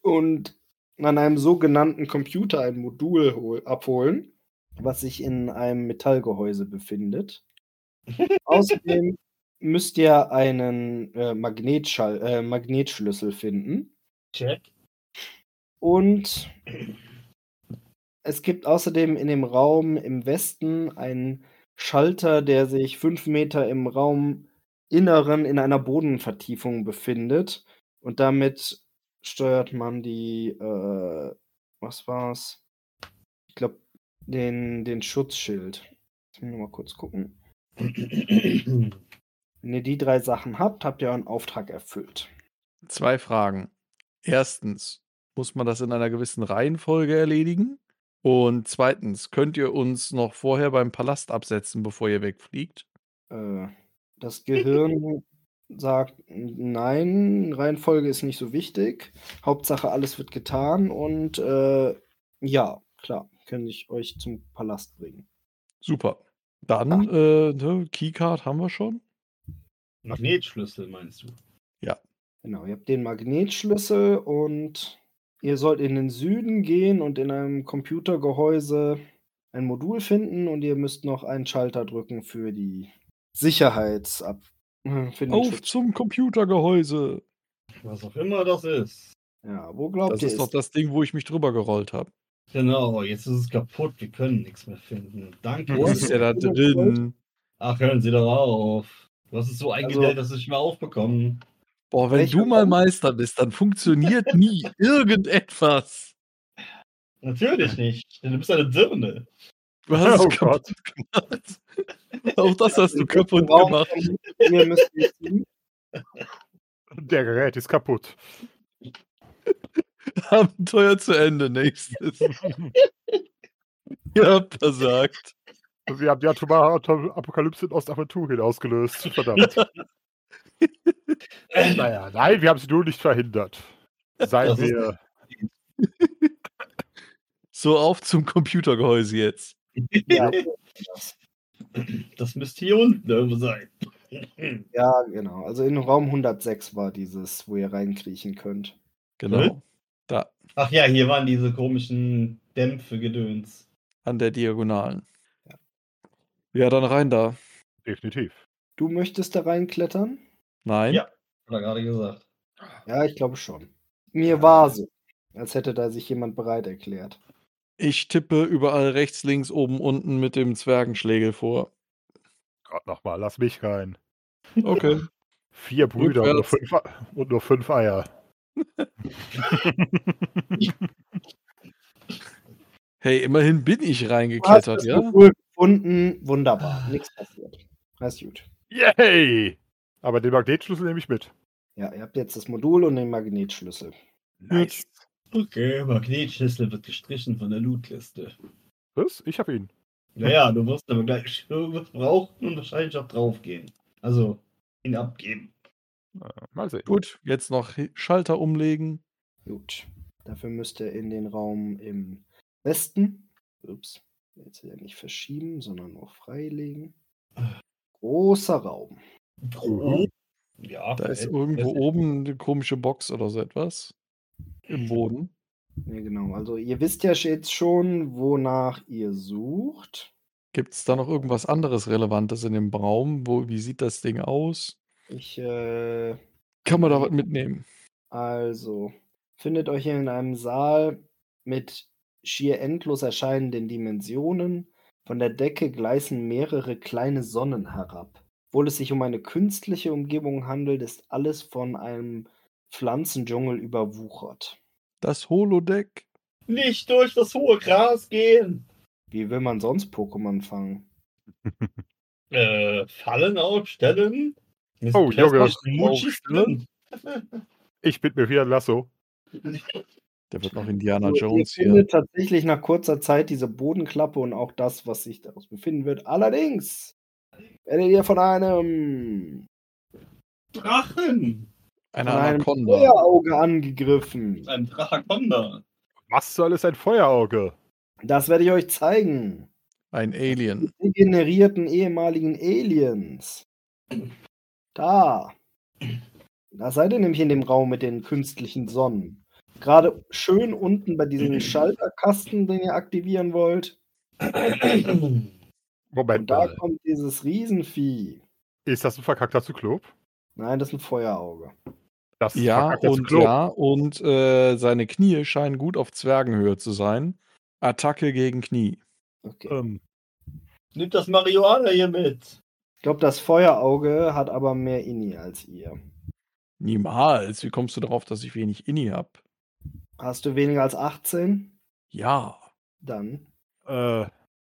und an einem sogenannten Computer ein Modul hol abholen, was sich in einem Metallgehäuse befindet. Außerdem müsst ihr einen äh, Magnetschall äh, Magnetschlüssel finden. Check. Und es gibt außerdem in dem Raum im Westen einen Schalter, der sich fünf Meter im Raum Inneren in einer Bodenvertiefung befindet. Und damit steuert man die, äh, was war's? Ich glaube, den, den Schutzschild. Lass mich nochmal kurz gucken. Wenn ihr die drei Sachen habt, habt ihr euren Auftrag erfüllt. Zwei Fragen. Erstens, muss man das in einer gewissen Reihenfolge erledigen? Und zweitens, könnt ihr uns noch vorher beim Palast absetzen, bevor ihr wegfliegt? Äh, das Gehirn sagt, nein, Reihenfolge ist nicht so wichtig. Hauptsache, alles wird getan und äh, ja, klar, kann ich euch zum Palast bringen. Super. Dann, äh, ne, Keycard haben wir schon. Magnetschlüssel meinst du? Genau, ihr habt den Magnetschlüssel und ihr sollt in den Süden gehen und in einem Computergehäuse ein Modul finden und ihr müsst noch einen Schalter drücken für die Sicherheitsab. Für den Auf Schutz. zum Computergehäuse. Was auch immer das ist. Ja, wo glaubt Das ihr? ist doch das Ding, wo ich mich drüber gerollt habe. Genau, jetzt ist es kaputt. Wir können nichts mehr finden. Danke. Was ist ja da drin? Ach, hören Sie doch auf. Du hast es so Also- eingestellt, dass wir es nicht mehr aufbekommen. Boah, wenn Welcher du mal Raum? Meister bist, dann funktioniert nie irgendetwas. Natürlich nicht. Denn du bist eine Dirne. Du hast Oh es kaputt gemacht. Auch das hast du kaputt Raum- gemacht. Ihr müsst den Süden Der Gerät ist kaputt. Abenteuer zu Ende, nächstes. Ihr habt versagt. Sie haben die atomare Atom- Apokalypse in Ostaventurien ausgelöst. Verdammt. naja, nein, wir haben sie nur nicht verhindert. Seien Das ist- wir. So auf zum Computergehäuse jetzt. Ja. Das müsste hier unten irgendwo sein. Ja, genau. Also in Raum 106 war dieses, wo ihr reinkriechen könnt. Genau. Da, Ach ja, hier waren diese komischen Dämpfe gedöns. an der Diagonalen. Ja, dann rein da. Definitiv. Du möchtest da reinklettern? Nein. Ja. Hat er gerade gesagt. Ja, ich glaube schon. Mir war so, als hätte da sich jemand bereit erklärt. Ich tippe überall rechts, links, oben, unten mit dem Zwergenschlägel vor. Gott nochmal, lass mich rein. Okay. Vier Brüder und nur, fünf, und nur fünf Eier. Hey, immerhin bin ich Du hast reingeklettert, das ja? Modul gefunden. Wunderbar. Nichts passiert. Alles gut. Yay! Aber den Magnetschlüssel nehme ich mit. Ja, ihr habt jetzt das Modul und den Magnetschlüssel. Nice. Okay, Magnetschlüssel wird gestrichen von der Lootliste. Was? Ich habe ihn. Naja, du wirst aber gleich irgendwas brauchen und wahrscheinlich auch draufgehen. Also, ihn abgeben. Äh, Mal sehen. Gut, jetzt noch Hi- Schalter umlegen. Gut. Dafür müsst ihr in den Raum im Westen. Ups. Jetzt wieder nicht verschieben, sondern nur freilegen. Großer Raum. Grob. Ja, Mhm. Da ist verhält- irgendwo verhält- oben eine komische Box oder so etwas. Im Boden. Ja, genau. Also ihr wisst ja jetzt schon, wonach ihr sucht. Gibt es da noch irgendwas anderes Relevantes in dem Raum? Wo, wie sieht das Ding aus? Ich, äh, Kann man da was mitnehmen? also, findet euch in einem Saal mit schier endlos erscheinenden Dimensionen. Von der Decke gleißen mehrere kleine Sonnen herab. Obwohl es sich um eine künstliche Umgebung handelt, ist alles von einem Pflanzendschungel überwuchert. Das Holodeck? Nicht durch das hohe Gras gehen. Wie will man sonst Pokémon fangen? Äh, Fallen aufstellen. Mit Oh, Junge, plastischen Muschis aufstellen. drin. Ich bin mir wieder ein Lasso. Der wird noch Indiana Also, Jones ihr hier. findet tatsächlich nach kurzer Zeit diese Bodenklappe und auch das, was sich daraus befinden wird. Allerdings werdet ihr von einem, Drachen. Eine von einem Anaconda. Feuerauge angegriffen. Ein Draconda. Was soll es ein Feuerauge? Das werde ich euch zeigen. Ein Alien. Die generierten ehemaligen Aliens. Da. Da seid ihr nämlich in dem Raum mit den künstlichen Sonnen. Gerade schön unten bei Mhm. diesem Schalterkasten, den ihr aktivieren wollt. Und Moment äh, da mal. kommt dieses Riesenvieh. Ist das ein verkackter Zyklop? Nein, das ist ein Feuerauge. Das ist ein Ja verkackter und Zyklop. ja und äh, seine Knie scheinen gut auf Zwergenhöhe zu sein. Attacke gegen Knie. Okay. Ähm, Nimm das Marihuana hier mit. Ich glaube, das Feuerauge hat aber mehr Inni als ihr. Niemals. Wie kommst du darauf, dass ich wenig Inni habe? Hast du weniger als 18? Ja. Dann. äh,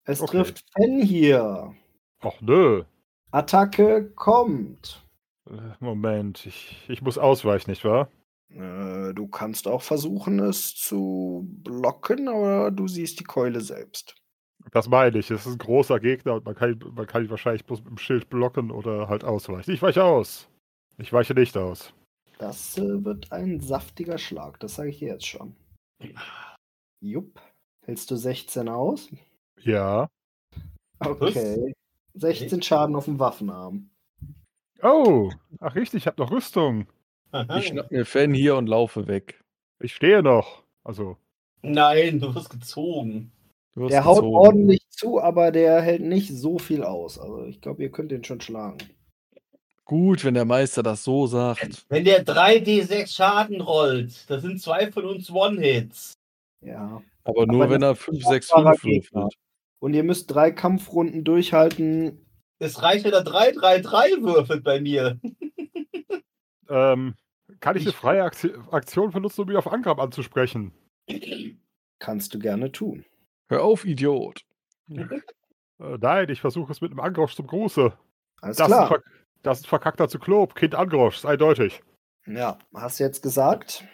Es Okay. trifft Fen hier. ach nö. Attacke kommt. Äh, Moment, ich, ich muss ausweichen, nicht wahr? Äh, Du kannst auch versuchen, es zu blocken, aber du siehst die Keule selbst. Das meine ich. Es ist ein großer Gegner und man kann, ihn- man kann ihn wahrscheinlich bloß mit dem Schild blocken oder halt ausweichen. Ich weiche aus. Ich weiche nicht aus. Das äh, wird ein saftiger Schlag, das sage ich dir jetzt schon. Jupp. Hältst du 16 aus? Ja. Okay. 16 Schaden auf dem Waffenarm. Oh, ach richtig, ich habe noch Rüstung. Aha. genau. Ich schnapp mir Fan hier und laufe weg. Ich stehe noch. Also, Nein, du wirst gezogen. Du wirst Der haut gezogen. ordentlich zu, aber der hält nicht so viel aus. Also ich glaube, ihr könnt den schon schlagen. Gut, wenn der Meister das so Äh, sagt. Wenn der 3D6 Schaden rollt, das sind zwei von uns One-Hits. Ja. Aber nur Aber wenn das er 5, 6, machbarer 5 würfelt. Und ihr müsst drei Kampfrunden durchhalten. Es reicht, wenn er 3-3-3 würfelt bei mir. ähm, kann ich, Ich- eine freie Akti- Aktion benutzen, um mich auf Angriff anzusprechen? Kannst du gerne tun. Hör auf, Idiot. Äh, nein, ich versuche es mit einem Angrosch zum Gruße. Alles Das ist, ein klar. verk- das ist ein verkackter Zyklop. Kind Angrosch, ist eindeutig. Ja, hast du jetzt gesagt.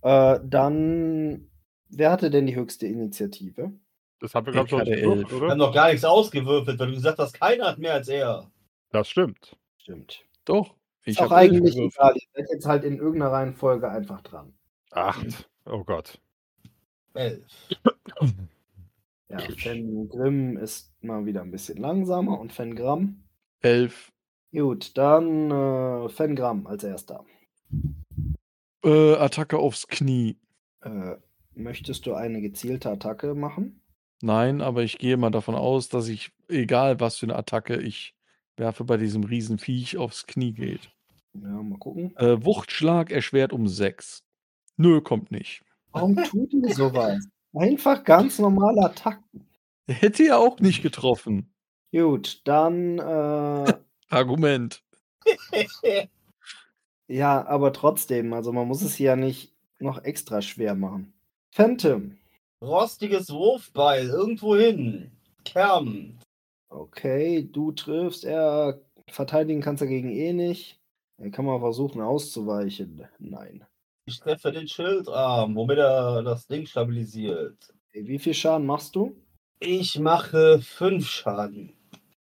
Äh, dann, wer hatte denn die höchste Initiative? Das haben wir, Ich glaube ich, schon hatte gewürfelt, elf. Wir haben oder? noch gar nichts ausgewürfelt, weil du gesagt hast, keiner hat mehr als er. Das stimmt. Stimmt. Doch. Ich Ist auch hab elf eigentlich gewürfelt. egal. Ihr seid jetzt halt in irgendeiner Reihenfolge einfach dran. Hm. Acht. Oh Gott. Elf. Ja, Fengrim ist mal wieder ein bisschen langsamer und Fengram. Elf. Gut, dann äh, Fengram als erster. Äh, Attacke aufs Knie. Äh, möchtest du eine gezielte Attacke machen? Nein, aber ich gehe mal davon aus, dass ich, egal was für eine Attacke ich werfe, bei diesem Riesenviech aufs Knie geht. Ja, mal gucken. Äh, Wuchtschlag erschwert um 6. Nö, kommt nicht. Warum tut ihr sowas? Einfach ganz normale Attacken. Hätte ja auch nicht getroffen. Gut, dann äh, Argument. Ja, aber trotzdem, also man muss es ja nicht noch extra schwer machen. Phantom. Rostiges Wurfbeil, irgendwo hin. Kern. Okay, du triffst, er verteidigen kannst dagegen eh nicht. Dann kann man versuchen auszuweichen. Nein. Ich treffe den Schildarm, womit er das Ding stabilisiert. Ey, Wie viel Schaden machst du? Ich mache fünf Schaden.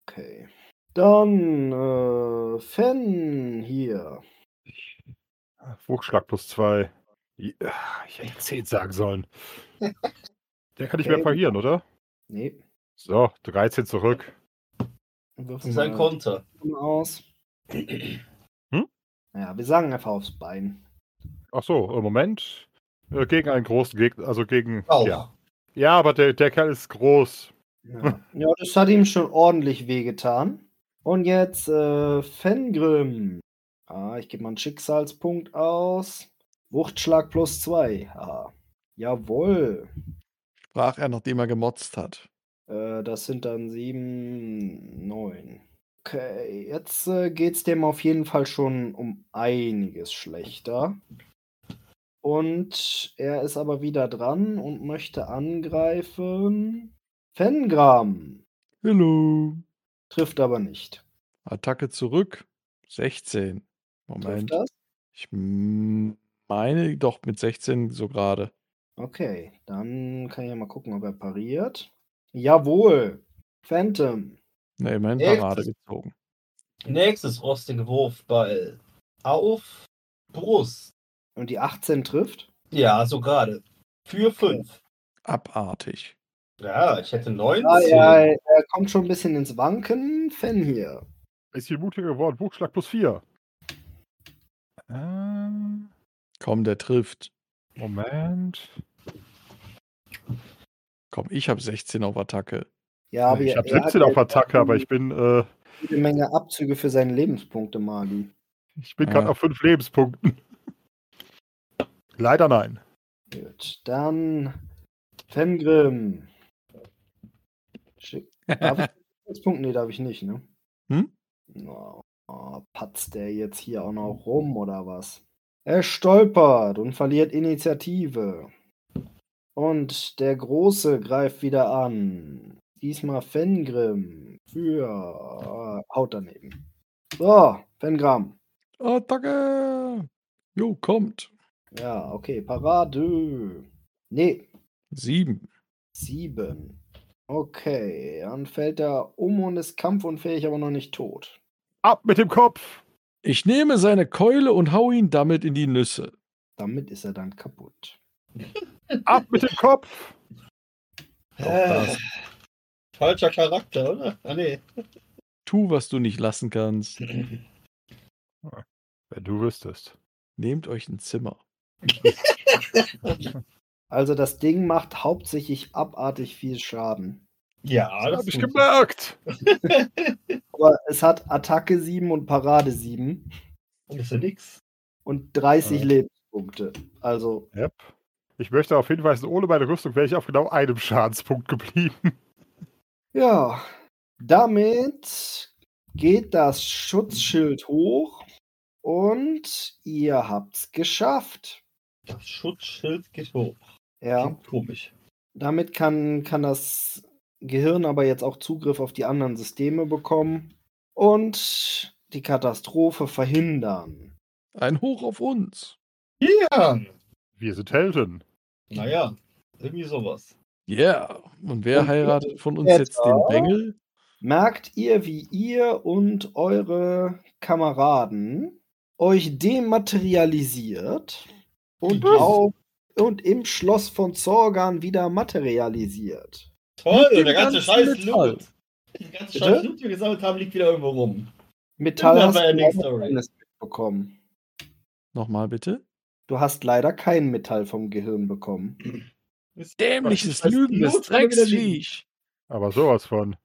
Okay. Dann, äh, Fen hier. Wuchschlag plus zwei. Ja, ich hätte zehn sagen sollen. Der kann nicht mehr Okay. parieren, oder? Nee. So, 13 zurück. Wirf Das ist ein mal Konter. aus. Hm? Ja, wir sagen einfach aufs Bein. Ach so, äh, Moment. Äh, Gegen einen großen Gegner, also gegen. Auch. Ja. ja, aber der, der Kerl ist groß. Ja. ja, das hat ihm schon ordentlich wehgetan. Und jetzt äh, Fengrim. Ah, ich gebe mal einen Schicksalspunkt aus. Wuchtschlag plus zwei. Ah, jawohl. Sprach er, nachdem er gemotzt hat. Äh, das sind dann sieben, neun. Okay, jetzt äh, geht's dem auf jeden Fall schon um einiges schlechter. Und er ist aber wieder dran und möchte angreifen. Fengram Hello. trifft aber nicht. Attacke zurück. 16. Trifft Moment. das? Ich m- meine doch mit 16 so gerade. Okay, dann kann ich ja mal gucken, ob er pariert. Jawohl. Phantom. Ne, immerhin Echt? Parade gezogen. Nächstes rostige Wurfball. Auf Brust. Und die 18 trifft? Ja, so gerade. Für 5. Abartig. Ja, ich hätte 19. Ah, ja, er kommt schon ein bisschen ins Wanken. Fen hier. Ist hier mutiger geworden. Buchschlag plus 4. Ähm, Komm, der trifft. Moment. Komm, ich habe 16 auf Attacke. Ja, aber ich er- habe er hat 17 auf jetzt Attacke, aber ich bin, äh, jede Menge Abzüge für seine Lebenspunkte, Mali. ich bin gerade Ja. auf 5 Lebenspunkten. Leider nein. Gut, dann Fengrim. Schick. Darf ich jetzt Punkten? Nee, darf ich nicht, ne? Hm? Na, ah, patzt der jetzt hier auch noch rum oder was? Er stolpert und verliert Initiative. Und der Große greift wieder an. Diesmal Fengrim für äh, Haut daneben. So, Fengram. Attacke! Jo, kommt. Ja, okay, Parade. Nee, 7. Sieben. Okay, dann fällt er um und ist kampfunfähig, aber noch nicht tot. Ab mit dem Kopf! Ich nehme seine Keule und hau ihn damit in die Nüsse. Damit ist er dann kaputt. Ab mit dem Kopf! Äh, falscher Charakter, oder? Ah, nee. Tu, was du nicht lassen kannst. Wenn du wüsstest. Nehmt euch ein Zimmer. Also das Ding macht hauptsächlich abartig viel Schaden. Ja, Das habe ich tut- gemerkt! Aber es hat Attacke 7 und Parade 7 Das ist ja nix. und 30 Ja. Lebenspunkte. Also, Yep. Ich möchte darauf hinweisen, also ohne meine Rüstung wäre ich auf genau einem Schadenspunkt geblieben. ja. Damit geht das Schutzschild hoch und ihr habt's geschafft. Das Schutzschild geht hoch. Ja. Klingt Komisch. Damit kann, kann das Gehirn aber jetzt auch Zugriff auf die anderen Systeme bekommen und die Katastrophe verhindern. Ein Hoch auf uns. Ja. Wir sind Helden. Naja, irgendwie sowas. Yeah. Und wer Und- heiratet von uns Ja. jetzt den Bengel? Merkt ihr, wie ihr und eure Kameraden euch dematerialisiert und, Mhm. Was? auf, und im Schloss von Zorgan wieder materialisiert? Toll, Mit dem der ganze ganzen scheiß Metall. Loot. Die ganze Bitte? scheiß Loot, die wir gesammelt haben, liegt wieder irgendwo rum. Metall Dann hast war ja du nichts, leider sorry. keines mitbekommen. Nochmal bitte. Du hast leider kein Metall vom Gehirn bekommen. Dämliches Das Lügendes Blut wieder Drecksviech. Aber sowas von.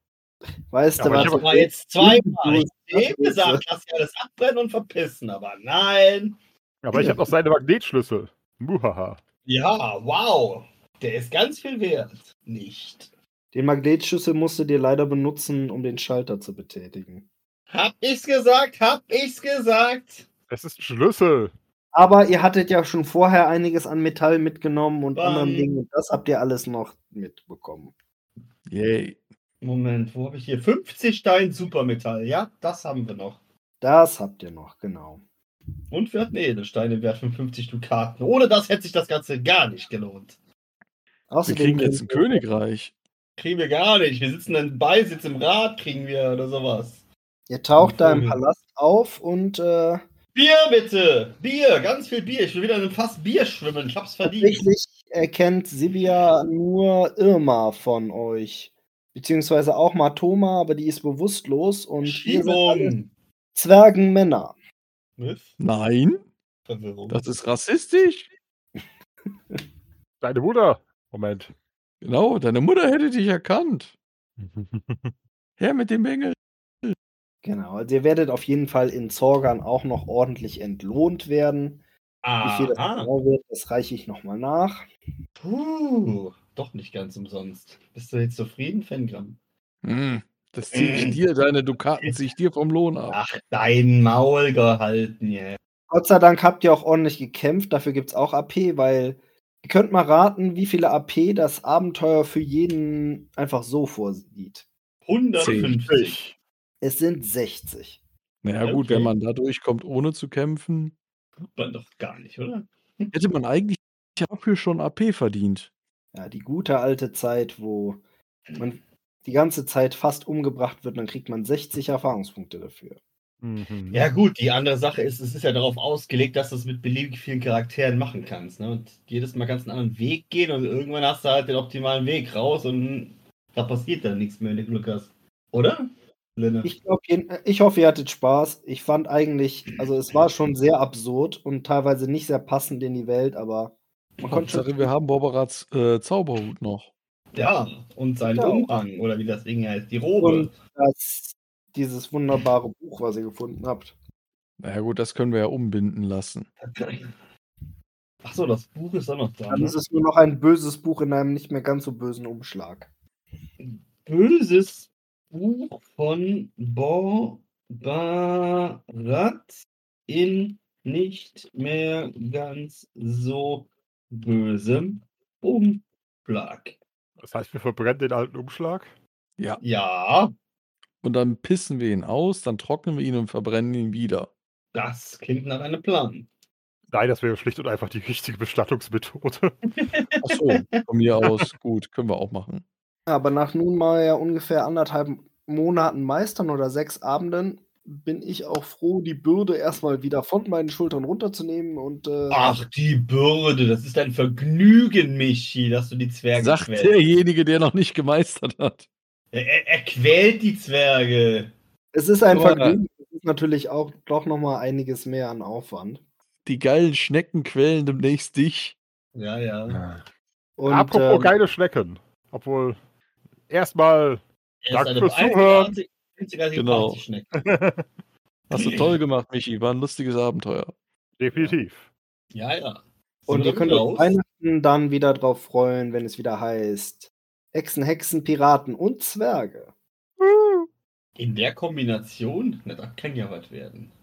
Weißt Aber du ich Das was? hab- war jetzt zweimal. Ich hab eben gesagt, lass ja alles abbrennen und verpissen, aber nein. Aber ich habe noch seine Magnetschlüssel. Muhaha. Ja, wow. Der ist ganz viel wert. Nicht. Den Magnetschlüssel musst du dir leider benutzen, um den Schalter zu betätigen. Hab ich's gesagt, hab ich's gesagt. Es ist ein Schlüssel. Aber ihr hattet ja schon vorher einiges an Metall mitgenommen und Bam. anderen Dingen. Und das habt ihr alles noch mitbekommen. Yay. Moment, wo habe ich hier? 50 Stein Supermetall. Ja, das haben wir noch. Das habt ihr noch, genau. Und wir hatten Edelsteine im wert von 50 Dukaten. Ohne das hätte sich das Ganze gar nicht gelohnt. Wir Außerdem kriegen jetzt ein könnt ihr- Königreich. Kriegen wir gar nicht. Wir sitzen dann Beisitz im Rat, kriegen wir oder sowas. Ihr taucht da im Vogel. Palast auf und äh, Bier bitte! Bier! Ganz viel Bier. Ich will wieder in einem Fass Bier schwimmen. Ich hab's verdient. tatsächlich erkennt Sibia nur Irma von euch. Beziehungsweise auch Matoma, aber die ist bewusstlos und ihr seid alle Schiebung! Zwergenmänner. Was? Nein, Verwirrung. das ist rassistisch. Deine Mutter. Moment. Genau, deine Mutter hätte dich erkannt. Mhm. Her mit dem Bengel. Genau, also ihr werdet auf jeden Fall in Zorgan auch noch ordentlich entlohnt werden. Wie viel das Ah, genau wird, das reiche ich nochmal nach. puh, doch nicht ganz umsonst. Bist du jetzt zufrieden, Fengram? Hm, das ziehe Äh. ich dir, deine Dukaten ziehe ich dir vom Lohn ab. Ah, Ach, dein Maul gehalten, ja. Gott sei Dank habt ihr auch ordentlich gekämpft, dafür gibt es auch AP, weil ihr könnt mal raten, wie viele AP das Abenteuer für jeden einfach so vorsieht. 150. Es sind 60. Naja, gut, wenn man da durchkommt, ohne zu kämpfen, Tut man doch gar nicht, oder? Hm. hätte man eigentlich dafür schon AP verdient. Ja, die gute alte Zeit, wo man die ganze Zeit fast umgebracht wird, dann kriegt man 60 Erfahrungspunkte dafür. Mhm. Ja, gut, die andere Sache ist, es ist ja darauf ausgelegt, dass du es mit beliebig vielen Charakteren machen kannst. Ne? Und jedes Mal kannst du einen anderen Weg gehen und irgendwann hast du halt den optimalen Weg raus und da passiert dann nichts mehr, wenn du Glück hast. Oder? Lenne? Ich, glaub, jeden- ich hoffe, ihr hattet Spaß. Ich fand eigentlich, also es war schon sehr absurd und teilweise nicht sehr passend in die Welt, aber man konnte schon Hauptsache, wir haben Barbarats äh, Zauberhut noch. ja, und sein Ja. Umhang, oder wie das Ding heißt, die Robe. Genau. Und- das, dieses wunderbare Buch, was ihr gefunden habt. Naja, gut, das können wir ja umbinden lassen. Ach so, das Buch ist auch noch da. Dann Ne? ist es nur noch ein böses Buch in einem nicht mehr ganz so bösen Umschlag. Böses Buch von Borbarat in nicht mehr ganz so bösem Umschlag. Das heißt, wir verbrennen den alten Umschlag. Ja, Und dann pissen wir ihn aus, dann trocknen wir ihn und verbrennen ihn wieder. das klingt nach einem Plan. Nein, das wäre schlicht und einfach die richtige Bestattungsmethode. Ach so, von mir aus, gut, können wir auch machen. Ja, Aber nach nun mal ja ungefähr anderthalb Monaten Meistern oder sechs Abenden bin ich auch froh, die Bürde erstmal wieder von meinen Schultern runterzunehmen und äh, Ach, die Bürde, das ist ein Vergnügen, Michi, dass du die Zwerge Sagt quälst. derjenige, der noch nicht gemeistert hat. Er, er, er quält die Zwerge. es ist ein aber- Vergnügen. Es ist natürlich auch doch nochmal einiges mehr an Aufwand. Die geilen Schnecken quälen demnächst dich. Ja, ja. Und, Apropos ähm, geile Schnecken. Obwohl, erstmal Er Danke ist eine fürs Zuhören. einzigartige- einzigartige Genau. Partyschnecke. Hast du toll gemacht, Michi. War ein lustiges Abenteuer. definitiv. Ja, ja. Und Sind ihr wir könnt raus? euch Weihnachten dann wieder drauf freuen, wenn es wieder heißt Echsen, Hexen, Piraten und Zwerge. In der Kombination, na, das kann ja was werden.